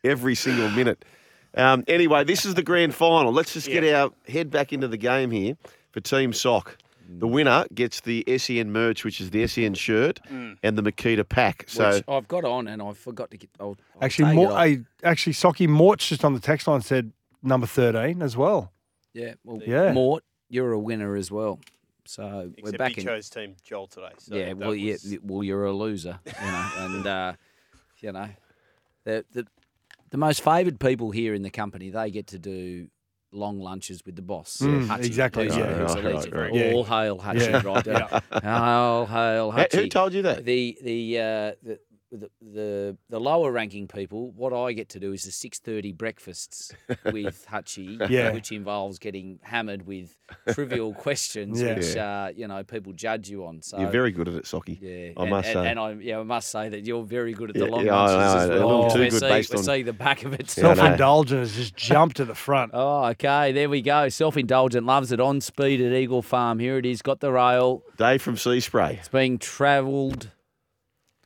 Speaker 5: Every single minute. Um, anyway, this is the grand final. Let's just get our head back into the game here for Team Sock. The winner gets the SEN merch, which is the SEN shirt,
Speaker 6: Mm.
Speaker 5: and the Makita pack. So
Speaker 6: Which I've got on and I forgot to get. I'll, I'll
Speaker 3: Actually,
Speaker 6: take
Speaker 3: Mor-
Speaker 6: it off.
Speaker 3: I, actually, Socky Mort's just on the text line said number 13 as well.
Speaker 6: yeah, well,
Speaker 3: Yeah.
Speaker 6: Mort, you're a winner as well. So we're
Speaker 7: Except
Speaker 6: back
Speaker 7: he
Speaker 6: in.
Speaker 7: chose Team Joel today. So
Speaker 6: yeah,
Speaker 7: that
Speaker 6: well, yeah,
Speaker 7: was-
Speaker 6: y- well, you're a loser, you know, and uh, you know, the the the most favoured people here in the company they get to do long lunches with the boss.
Speaker 3: Mm,
Speaker 6: Hutchie,
Speaker 3: exactly,
Speaker 6: who's
Speaker 3: yeah.
Speaker 6: a- who's
Speaker 3: Right,
Speaker 6: a
Speaker 3: right,
Speaker 6: legend.
Speaker 3: right, right.
Speaker 6: All hail Hutchie,
Speaker 3: Yeah.
Speaker 6: right?
Speaker 3: Yeah.
Speaker 6: All hail
Speaker 5: Hey,
Speaker 6: Hutchie.
Speaker 5: who told you that?
Speaker 6: The the. Uh, the the, the the lower ranking people, what I get to do is the six thirty breakfasts with Hutchie,
Speaker 3: Yeah.
Speaker 6: which involves getting hammered with trivial questions,
Speaker 5: Yeah.
Speaker 6: which
Speaker 5: Yeah.
Speaker 6: uh, you know people judge you on. So
Speaker 5: you're very good at it, Socky.
Speaker 6: yeah,
Speaker 5: I
Speaker 6: and,
Speaker 5: must
Speaker 6: and,
Speaker 5: say.
Speaker 6: and I, yeah, I must say that you're very good at the
Speaker 5: Yeah,
Speaker 6: long Oh,
Speaker 5: yeah, I
Speaker 6: lunches as
Speaker 5: know,
Speaker 6: well.
Speaker 5: a little too
Speaker 6: we're
Speaker 5: good
Speaker 6: seeing,
Speaker 5: based
Speaker 6: we're
Speaker 5: on-
Speaker 6: seeing the back of it.
Speaker 3: Self indulgent has just jumped to the front.
Speaker 6: Oh, okay. There we go. Self indulgent loves it on speed at Eagle Farm. Here it is. Got the rail.
Speaker 5: Dave from Sea Spray.
Speaker 6: It's being travelled.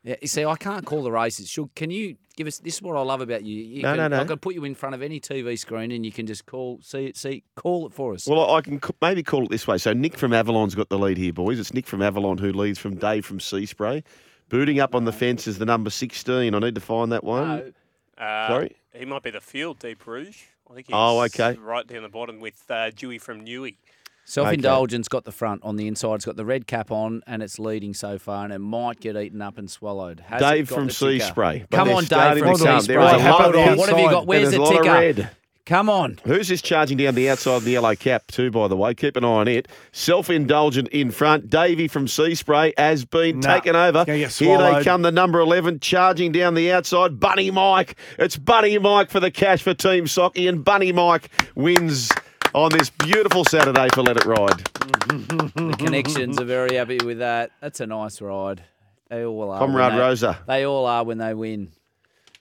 Speaker 6: Yeah, you see, I can't call the races. Should can you give us? This is what I love about you. you
Speaker 5: No,
Speaker 6: can,
Speaker 5: no, no.
Speaker 6: I can put you in front of any TV screen, and you can just call. See, it. see, call it for us.
Speaker 5: Well, I I can c- maybe call it this way. So Nick from Avalon's got the lead here, boys. It's Nick from Avalon who leads from Dave from Sea Spray. Booting up on the fence is the number 16. I need to find that one.
Speaker 7: Uh,
Speaker 5: Sorry?
Speaker 7: He might be the field, Deep Rouge. I think he's
Speaker 5: Oh, okay.
Speaker 7: right down the bottom with uh, Dewey from Newey.
Speaker 6: Self indulgence got the front on the inside. It's got the red cap on, and it's leading so far, and it might get eaten up and swallowed. Has it
Speaker 5: Dave
Speaker 6: got
Speaker 5: from
Speaker 6: the
Speaker 5: Sea
Speaker 6: ticker?
Speaker 5: Spray. But
Speaker 6: Come
Speaker 5: they're
Speaker 6: on, Dave
Speaker 5: starting
Speaker 6: from
Speaker 5: to
Speaker 6: Sea
Speaker 5: come.
Speaker 6: Spray.
Speaker 5: There is a lot
Speaker 6: Hold
Speaker 5: of
Speaker 6: on. What have you
Speaker 5: outside.
Speaker 6: got? Where's
Speaker 5: There's
Speaker 6: the
Speaker 5: a lot of
Speaker 6: ticker?
Speaker 5: red.
Speaker 6: Come on.
Speaker 5: Who's this charging down the outside of the yellow cap, too, by the way? Keep an eye on it. Self indulgent in front. Davey from Sea Spray has been
Speaker 3: Nah,
Speaker 5: taken over.
Speaker 3: it's gonna get
Speaker 5: Here they
Speaker 3: swallowed.
Speaker 5: come, the number 11, charging down the outside. Bunny Mike. It's Bunny Mike for the cash for Team Socky, and Bunny Mike wins on this beautiful Saturday for Let It Ride.
Speaker 6: The connections are very happy with that. That's a nice ride. They all are. when
Speaker 5: Comrade
Speaker 6: they-
Speaker 5: Rosa.
Speaker 6: They all are when they win.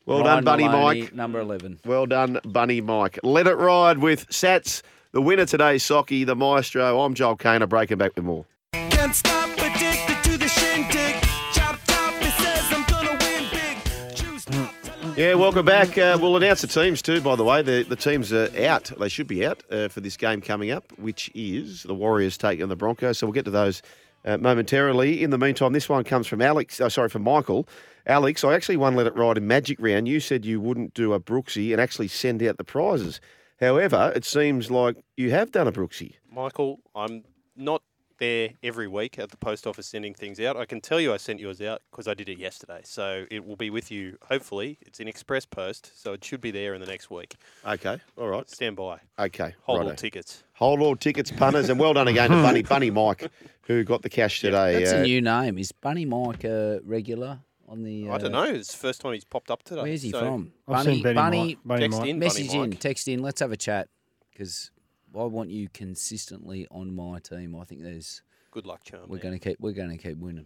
Speaker 5: Well
Speaker 6: Ryan
Speaker 5: done, Bunny
Speaker 6: Maloney,
Speaker 5: Mike.
Speaker 6: Number 11.
Speaker 5: Well done, Bunny Mike. Let It Ride with Sats. The winner today, Socky, the maestro. I'm Joel Kaner, breaking back with more.
Speaker 8: Can't stop addicted to the shindig. Chop top, it says I'm gonna win big. Choose not to like
Speaker 5: Yeah, welcome back. Uh, we'll announce the teams too, by the way. The, the teams are out. They should be out uh, for this game coming up, which is the Warriors taking on the Broncos. So we'll get to those uh, momentarily. In the meantime, this one comes from Alex. Oh, sorry, from Michael. Alex, I actually won Let It Ride in Magic Round. You said you wouldn't do a Brooksy and actually send out the prizes. However, it seems like you have done a Brooksy.
Speaker 7: Michael, I'm not there every week at the post office sending things out. I can tell you I sent yours out because I did it yesterday. So it will be with you, hopefully. It's in express post, so it should be there in the next week.
Speaker 5: Okay, all right.
Speaker 7: Stand by.
Speaker 5: Okay.
Speaker 7: Hold all
Speaker 5: righto.
Speaker 7: tickets.
Speaker 5: Hold all tickets, punters, and well done again to Bunny Bunny Mike, who got the cash today.
Speaker 6: That's
Speaker 5: Uh,
Speaker 6: a new name. Is Bunny Mike a regular on the? uh,
Speaker 7: I don't know. It's the first time he's popped up today.
Speaker 6: Where's he
Speaker 7: so-
Speaker 6: from?
Speaker 3: I've seen Bunny Mike- Bunny
Speaker 6: text
Speaker 3: Mike.
Speaker 6: in,
Speaker 7: Bunny
Speaker 6: message in,
Speaker 7: Mike.
Speaker 6: text in. Let's have a chat because I want you consistently on my team. I think there's
Speaker 7: good luck charm.
Speaker 6: We're going to keep. We're going to keep winning.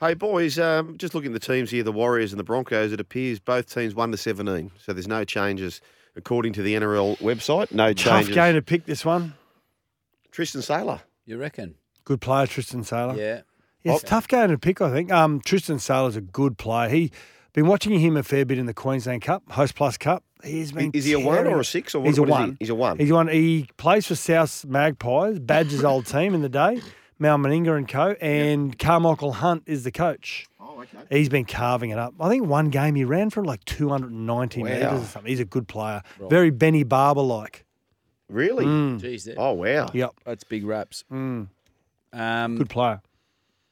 Speaker 5: Hey boys, um, just looking at the teams here, the Warriors and the Broncos. It appears both teams one to seventeen, so there's no changes according to the NRL website. No
Speaker 3: Tough
Speaker 5: changes.
Speaker 3: game to pick this one.
Speaker 5: Tristan Saylor.
Speaker 6: You reckon?
Speaker 3: Good player, Tristan Saylor.
Speaker 6: Yeah.
Speaker 3: Yeah,
Speaker 5: Oh.
Speaker 3: it's a tough game to pick, I think. Um, Tristan Saylor's a good player. He been watching him a fair bit in the Queensland Cup, Host Plus Cup. He's been
Speaker 5: Is he a one
Speaker 3: tearing
Speaker 5: or
Speaker 3: it.
Speaker 5: a six or what-
Speaker 3: he's a
Speaker 5: what is he?
Speaker 3: one.
Speaker 5: He's a one.
Speaker 3: He's one. He plays for South Magpies, Badger's old team in the day, Mal Meninga and co. And Carmichael Hunt is the coach. Oh, okay. He's been carving it up. I think one game he ran for like 290
Speaker 5: Wow.
Speaker 3: metres or something. He's a good player.
Speaker 5: Right.
Speaker 3: Very Benny Barber like.
Speaker 5: Really?
Speaker 3: Mm.
Speaker 6: Jeez, that-
Speaker 5: Oh wow.
Speaker 3: Yep.
Speaker 6: That's big raps.
Speaker 3: Mm.
Speaker 6: Um,
Speaker 3: Good player.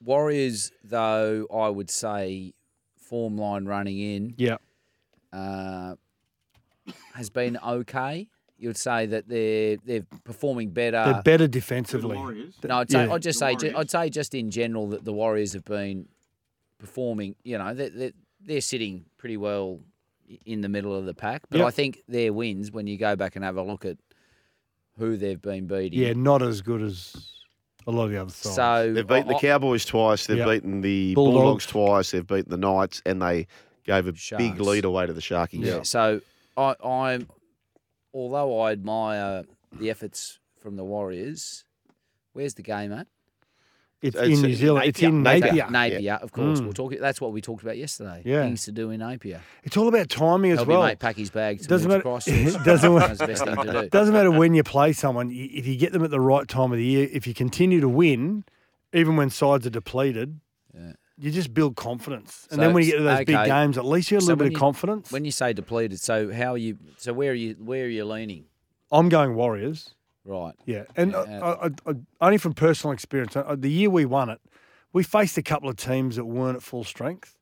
Speaker 6: Warriors, though, I would say form line running in.
Speaker 3: Yeah.
Speaker 6: Uh, has been okay. You'd say that they're they're performing better.
Speaker 5: Uh,
Speaker 3: They're better defensively.
Speaker 6: No, I'd, say,
Speaker 3: Yeah.
Speaker 6: I'd just say ju- I'd say just in general that the Warriors have been performing. You know, they're, they're, they're sitting pretty well i- in the middle of the pack. But
Speaker 3: Yep.
Speaker 6: I think their wins, when you go back and have a look at who they've been beating,
Speaker 3: Yeah, not as good as a lot of the other sides.
Speaker 6: So
Speaker 5: They've beaten
Speaker 7: Oh,
Speaker 5: the
Speaker 6: I- I-
Speaker 5: Cowboys twice. They've
Speaker 3: Yep.
Speaker 5: beaten the Bulldogs.
Speaker 3: Bulldogs.
Speaker 5: twice. They've beaten the Knights, and they gave a big
Speaker 6: Sharks.
Speaker 5: lead away to the Sharkies.
Speaker 6: Yeah. So I, I'm, although I admire the efforts from the Warriors, where's the game at?
Speaker 3: It's in New Zealand. It's in Napier.
Speaker 6: uh, Napier, Napier, of course.
Speaker 3: Mm.
Speaker 6: We'll talk. That's what we talked about yesterday.
Speaker 3: Yeah.
Speaker 6: Things to do in Napier.
Speaker 3: It's all about timing as
Speaker 6: Help
Speaker 3: well.
Speaker 6: your mate pack his bag to
Speaker 3: doesn't
Speaker 6: move
Speaker 3: matter.
Speaker 6: to Christchurch.
Speaker 3: doesn't, wa-
Speaker 6: That's the best thing to do.
Speaker 3: doesn't matter when you play someone. y- If you get them at the right time of the year, if you continue to win, even when sides are depleted, you just build confidence. And
Speaker 6: So
Speaker 3: then when you get to those
Speaker 6: it's-
Speaker 3: big
Speaker 6: okay.
Speaker 3: games, at least you have a
Speaker 6: So
Speaker 3: little
Speaker 6: when
Speaker 3: bit of
Speaker 6: you-
Speaker 3: confidence.
Speaker 6: When you say depleted, so how are you? So where are you? Where are you leaning?
Speaker 3: I'm going Warriors.
Speaker 6: Right.
Speaker 3: Yeah, and I, I, I, only from personal experience, uh, the year we won it, we faced a couple of teams that weren't at full strength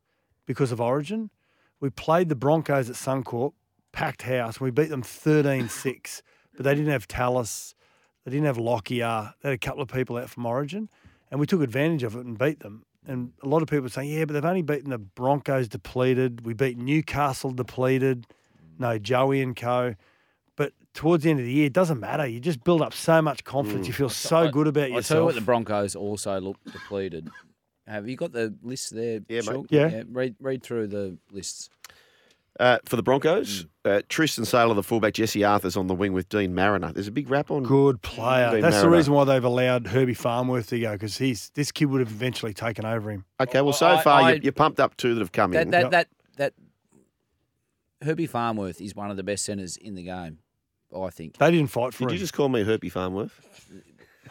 Speaker 3: because of Origin. We played the Broncos at Suncorp, packed house, and we beat them 13-6, but they didn't have Tallis, they didn't have Lockyer, they had a couple of people out from Origin, and we took advantage of it and beat them. And a lot of people saying, yeah, but they've only beaten the Broncos depleted. We beat Newcastle depleted. No, Joey and co. But towards the end of the year, it doesn't matter. You just build up so much confidence. You feel so good about
Speaker 6: Mm. I tell you
Speaker 3: yourself.
Speaker 6: what, the Broncos also look depleted. Have you got the list there? Yeah,
Speaker 5: mate.
Speaker 3: Yeah.
Speaker 6: read read through the lists.
Speaker 5: Uh, for the Broncos, uh, Tristan Saylor, the fullback, Jesse Arthur's on the wing with Dean Mariner. There's a big rap on.
Speaker 3: Good player.
Speaker 5: Dean
Speaker 3: That's the
Speaker 5: Mariner.
Speaker 3: reason why they've allowed Herbie Farmworth to go because he's this kid would have eventually taken over him.
Speaker 5: Okay, well, so
Speaker 6: I-
Speaker 5: far
Speaker 6: I-
Speaker 5: you, you pumped up two that have come
Speaker 6: That
Speaker 5: in.
Speaker 6: that, that that Herbie Farmworth is one of the best centres in the game, I think.
Speaker 3: They didn't fight for
Speaker 5: Did
Speaker 3: him.
Speaker 5: you just call me Herpy Farmworth?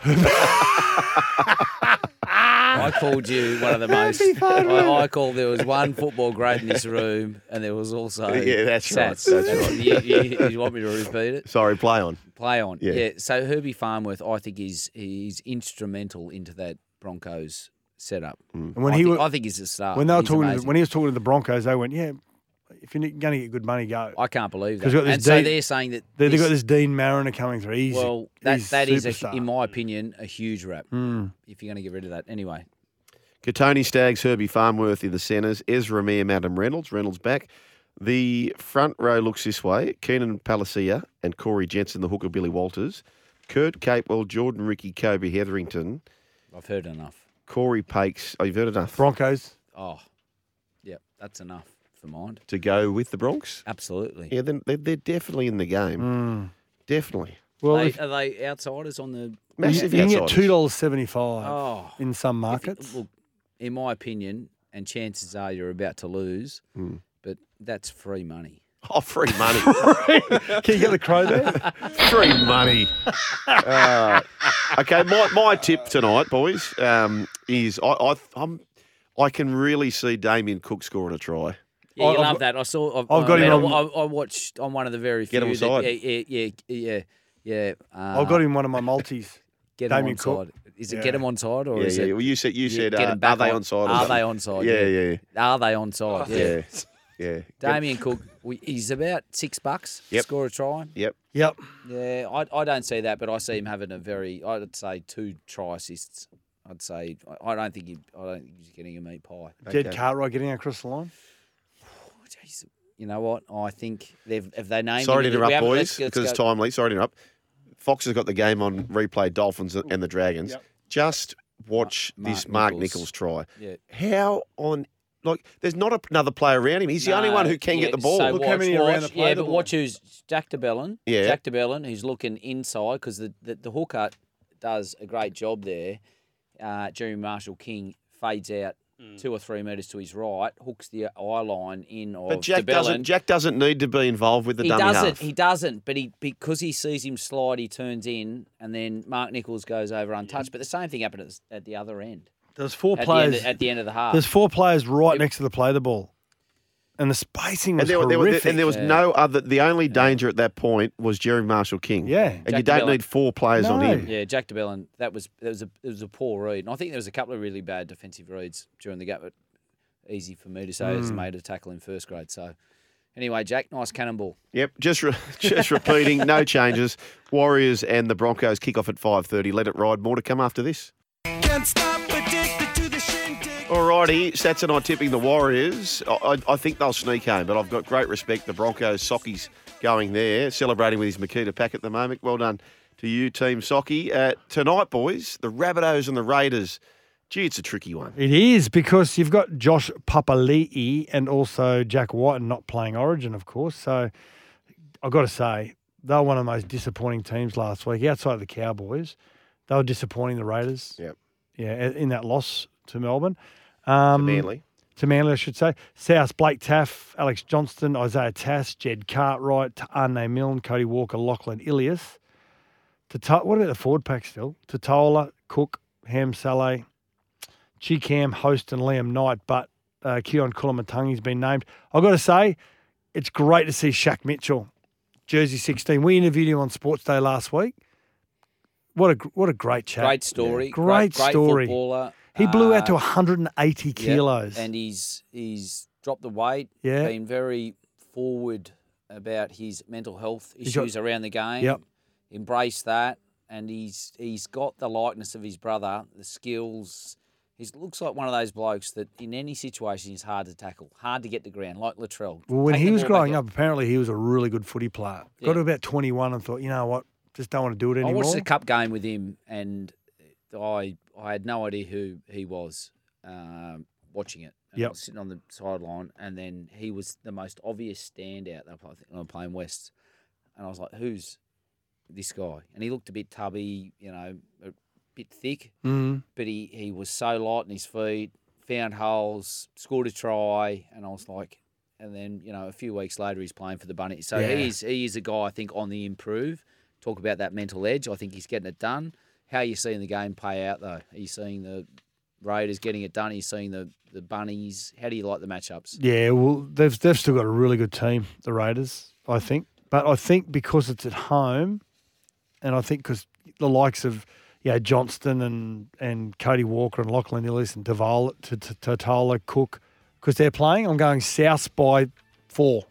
Speaker 3: Ah.
Speaker 6: I called you one of the most.
Speaker 5: Herbie Farmworth.
Speaker 6: I, I called. There was one football great in this room, and there was also
Speaker 5: Yeah, that's right,
Speaker 6: Sats.
Speaker 5: that's right.
Speaker 6: You, you- you want me to repeat it?
Speaker 5: Sorry, play on.
Speaker 6: Play on.
Speaker 5: Yeah.
Speaker 6: Yeah. So Herbie Farmworth, I think, is he's instrumental into that Broncos setup.
Speaker 3: And when
Speaker 6: I
Speaker 3: he
Speaker 6: think,
Speaker 3: wa-
Speaker 6: I think he's a star.
Speaker 3: when they were
Speaker 6: He's
Speaker 3: talking, to the,
Speaker 6: amazing.
Speaker 3: when he was talking to the Broncos, they went, "Yeah, if you're going to get good money, go."
Speaker 6: I can't believe that.
Speaker 3: 'Cause we've got this
Speaker 6: and so
Speaker 3: Dean-
Speaker 6: they're saying that
Speaker 3: They- They've got this
Speaker 6: this-
Speaker 3: Dean Mariner coming through. He's
Speaker 6: Well, that,
Speaker 3: he's
Speaker 6: that is, a,
Speaker 3: superstar.
Speaker 6: in my opinion, a huge rap.
Speaker 3: Mm.
Speaker 6: If you're going to get rid of that, anyway.
Speaker 5: Katoni Staggs, Herbie Farmworth in the centres, Ezra Mir, Adam Reynolds, Reynolds back. The front row looks this way Keenan Palacia and Corey Jensen, the hooker Billy Walters, Kurt Capewell, Jordan Ricky, Kobe Hetherington,
Speaker 6: I've heard enough.
Speaker 5: Corey Pakes. Oh, you've heard enough.
Speaker 3: Broncos.
Speaker 6: Oh, yep, that's enough for mine.
Speaker 5: To go with the Bronx?
Speaker 6: Absolutely.
Speaker 5: Yeah, then they're, they're definitely in the game. Definitely.
Speaker 3: Well,
Speaker 6: They-
Speaker 3: if-
Speaker 6: are they outsiders on the
Speaker 3: you, you
Speaker 5: Massive
Speaker 3: can get
Speaker 5: outsiders.
Speaker 3: two dollars seventy five
Speaker 6: Oh.
Speaker 3: in some markets. Hmm.
Speaker 6: Look, in my opinion, and chances are you're about to lose, but That's free money.
Speaker 5: Oh, free money.
Speaker 6: Can you get the crow there?
Speaker 5: free money. Uh, okay, my, my tip tonight, boys, um, is I, I I'm I can really see Damien Cook scoring a try.
Speaker 6: Yeah, you love that. I saw. I've,
Speaker 5: I've got
Speaker 6: I,
Speaker 5: him
Speaker 6: mean, I-
Speaker 5: on-
Speaker 6: I, I watched on one of the very few.
Speaker 5: Get him
Speaker 6: that-
Speaker 5: offside.
Speaker 6: yeah, yeah, yeah, yeah. yeah
Speaker 3: I've got
Speaker 6: uh,
Speaker 3: him one of my multis.
Speaker 6: Get him
Speaker 3: Damien
Speaker 6: on
Speaker 3: Cook.
Speaker 6: side. Is it get him on side or
Speaker 5: yeah,
Speaker 6: is
Speaker 5: yeah.
Speaker 6: it?
Speaker 5: Well, you said you
Speaker 6: yeah,
Speaker 5: said
Speaker 6: get
Speaker 5: uh,
Speaker 6: him back
Speaker 5: are they
Speaker 6: on-
Speaker 5: on side?
Speaker 6: Are they on side?
Speaker 5: Yeah, yeah,
Speaker 6: Are they on side?
Speaker 5: yeah,
Speaker 6: Yeah.
Speaker 5: yeah. yeah.
Speaker 6: Damien Cook, we- he's about six bucks.
Speaker 5: Yep.
Speaker 6: Score a try.
Speaker 5: Yep.
Speaker 3: Yep.
Speaker 6: Yeah, I, I don't see that, but I see him having a very, I'd say two try assists. I'd say I- I don't think he, I don't think he's getting a meat pie.
Speaker 3: Jed Cartwright getting across the line.
Speaker 6: You know what? I think they've if they named.
Speaker 5: Sorry to
Speaker 6: him, we
Speaker 5: interrupt,
Speaker 6: haven't-
Speaker 5: boys,
Speaker 6: let's- let's
Speaker 5: because it's
Speaker 6: go-
Speaker 5: timely. Sorry to interrupt. Fox has got the game on replay Dolphins and the Dragons. Just watch this Mark Nichols, try.
Speaker 6: Yeah.
Speaker 5: How on, like, there's not a, another player around him. He's the only
Speaker 6: No,
Speaker 5: one who can
Speaker 6: yeah,
Speaker 5: get the ball.
Speaker 6: So watch, watch, Yeah, but watch who's Jack DeBellin.
Speaker 5: Yeah.
Speaker 6: Jack DeBellin, who's looking inside because the, the, the hooker does a great job there. Uh, Jeremy Marshall King fades out two or three metres to his right, hooks the eye line in of
Speaker 5: But Jack
Speaker 6: DeBellin.
Speaker 5: doesn't, Jack doesn't need to be involved with the
Speaker 6: he
Speaker 5: dummy
Speaker 6: doesn't.
Speaker 5: half.
Speaker 6: He doesn't. But he because he sees him slide, he turns in, and then Mark Nichols goes over untouched. But the same thing happened at the, s- at the other end.
Speaker 3: There's four
Speaker 6: at
Speaker 3: players
Speaker 6: the end of, at the end of the half.
Speaker 3: There's four players right next to the play the ball, and the spacing was
Speaker 5: And there, were- there were-
Speaker 3: horrific.
Speaker 5: and there was no other. The only danger at that point was Jerry Marshall King. Yeah, and
Speaker 6: Jack
Speaker 5: you don't
Speaker 6: DeBellin.
Speaker 5: need four players on him.
Speaker 6: Yeah, Jack DeBellin. That was that was a it was a poor read, and I think there was a couple of really bad defensive reads during the gap. But easy for me to say as a
Speaker 3: Hmm.
Speaker 5: Mm.
Speaker 6: made a tackle in first grade. So anyway, Jack, nice cannonball.
Speaker 5: Yep, just re- just repeating, no changes. Warriors and the Broncos kick off at five thirty. Let it ride. More to come after this.
Speaker 8: Can't stop addicted to the shindig.
Speaker 5: Alrighty, Sats and I tipping the Warriors. I, I, I think they'll sneak home, but I've got great respect. The Broncos Sockies going there, celebrating with his Makita pack at the moment. Well done to you, Team Socky. Uh, tonight, boys, the Rabbitohs and the Raiders. Gee, it's a tricky one.
Speaker 3: It is because you've got Josh Papali'i and also Jack White not playing Origin, of course. So I've got to say, they were one of the most disappointing teams last week, outside of the Cowboys. They were disappointing the Raiders.
Speaker 5: Yep.
Speaker 3: Yeah, in that loss to Melbourne. Um,
Speaker 5: Manly.
Speaker 3: To Manly, I should say. South, Blake Taff, Alex Johnston, Isaiah Tass, Jed Cartwright, Arne Milne, Cody Walker, Lachlan Ilias. Tata- what about the forward pack still? Totola, Cook, Ham Saleh, Chicam, Host, and Liam Knight, but uh, Keon Kulamatungi's been named. I've got to say, it's great to see Shaq Mitchell, Jersey 16. We interviewed him on Sports Day last week. What a gr- what a great chat.
Speaker 6: Great story.
Speaker 3: Great, story.
Speaker 6: footballer.
Speaker 3: He blew out to
Speaker 6: Uh,
Speaker 3: 180
Speaker 6: Yeah,
Speaker 3: kilos.
Speaker 6: and he's he's dropped the weight.
Speaker 3: Yeah.
Speaker 6: been very forward about his mental health
Speaker 3: He's got-
Speaker 6: issues around the game.
Speaker 3: Yep.
Speaker 6: embraced that, and he's he's got the likeness of his brother, the skills. He looks like one of those blokes that in any situation is hard to tackle, hard to get to ground, like Latrell.
Speaker 3: well, when
Speaker 6: Take
Speaker 3: he
Speaker 6: the
Speaker 3: was
Speaker 6: ball back
Speaker 3: growing up, apparently he was a really good footy player.
Speaker 6: Yeah.
Speaker 3: Got to about 21 and thought, you know what, just don't want to do it
Speaker 6: I
Speaker 3: anymore.
Speaker 6: watched a cup game with him, and I I had no idea who he was um, watching it. And I
Speaker 3: Yep.
Speaker 6: was sitting on the sideline, and then he was the most obvious standout. They were playing, they were playing West, and I was like, "Who's this guy?" And he looked a bit tubby, you know, a bit thick,
Speaker 3: Mhm.
Speaker 6: but he he was so light on his feet, found holes, scored a try, and I was like. And then you know, a few weeks later, he's playing for the Bunnies. So
Speaker 3: Yeah.
Speaker 6: he is he is a guy I think on the improve talk about that mental edge. I think he's getting it done. How are you seeing the game pay out though? Are you seeing the Raiders getting it done? Are you seeing the, the bunnies? How do you like the matchups?
Speaker 3: Yeah, well, they've they've still got a really good team, the Raiders, I think. But I think because it's at home, and I think because the likes of yeah Johnston and and Cody Walker and Lachlan Illis and Deval to to- Totola Cook, because they're playing, I'm going South by four.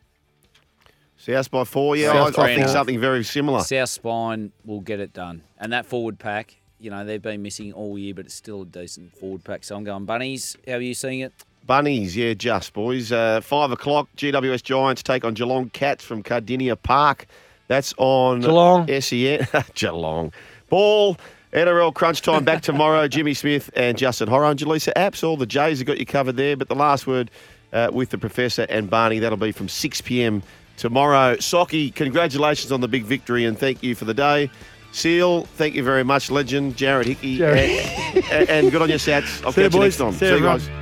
Speaker 5: South by four, yeah.
Speaker 6: South by
Speaker 5: I, I think
Speaker 6: four.
Speaker 5: something very similar.
Speaker 6: South spine will get it done, and that forward pack. You know they've been missing all year, but it's still a decent forward pack. So I'm going bunnies. How are you seeing it?
Speaker 5: Bunnies, yeah, just boys. Uh, five o'clock, GWS Giants take on Geelong Cats from Cardinia Park. That's on Geelong. SEN. Geelong. Ball. NRL crunch time back tomorrow. Jimmy Smith and Justin Horro and Jaleesa Apps. All the Jays have got you covered there. But the last word uh, with the Professor and Barney, that'll be from 6 p.m. tomorrow. Socky, congratulations on the big victory and thank you for the day. Seal, thank you very much, legend. Jared Hickey.
Speaker 3: Jared.
Speaker 5: And, and good on your sats. I'll
Speaker 3: See you,
Speaker 5: catch
Speaker 3: boys.
Speaker 5: you next time.
Speaker 3: See you,
Speaker 5: See you guys.
Speaker 3: everyone.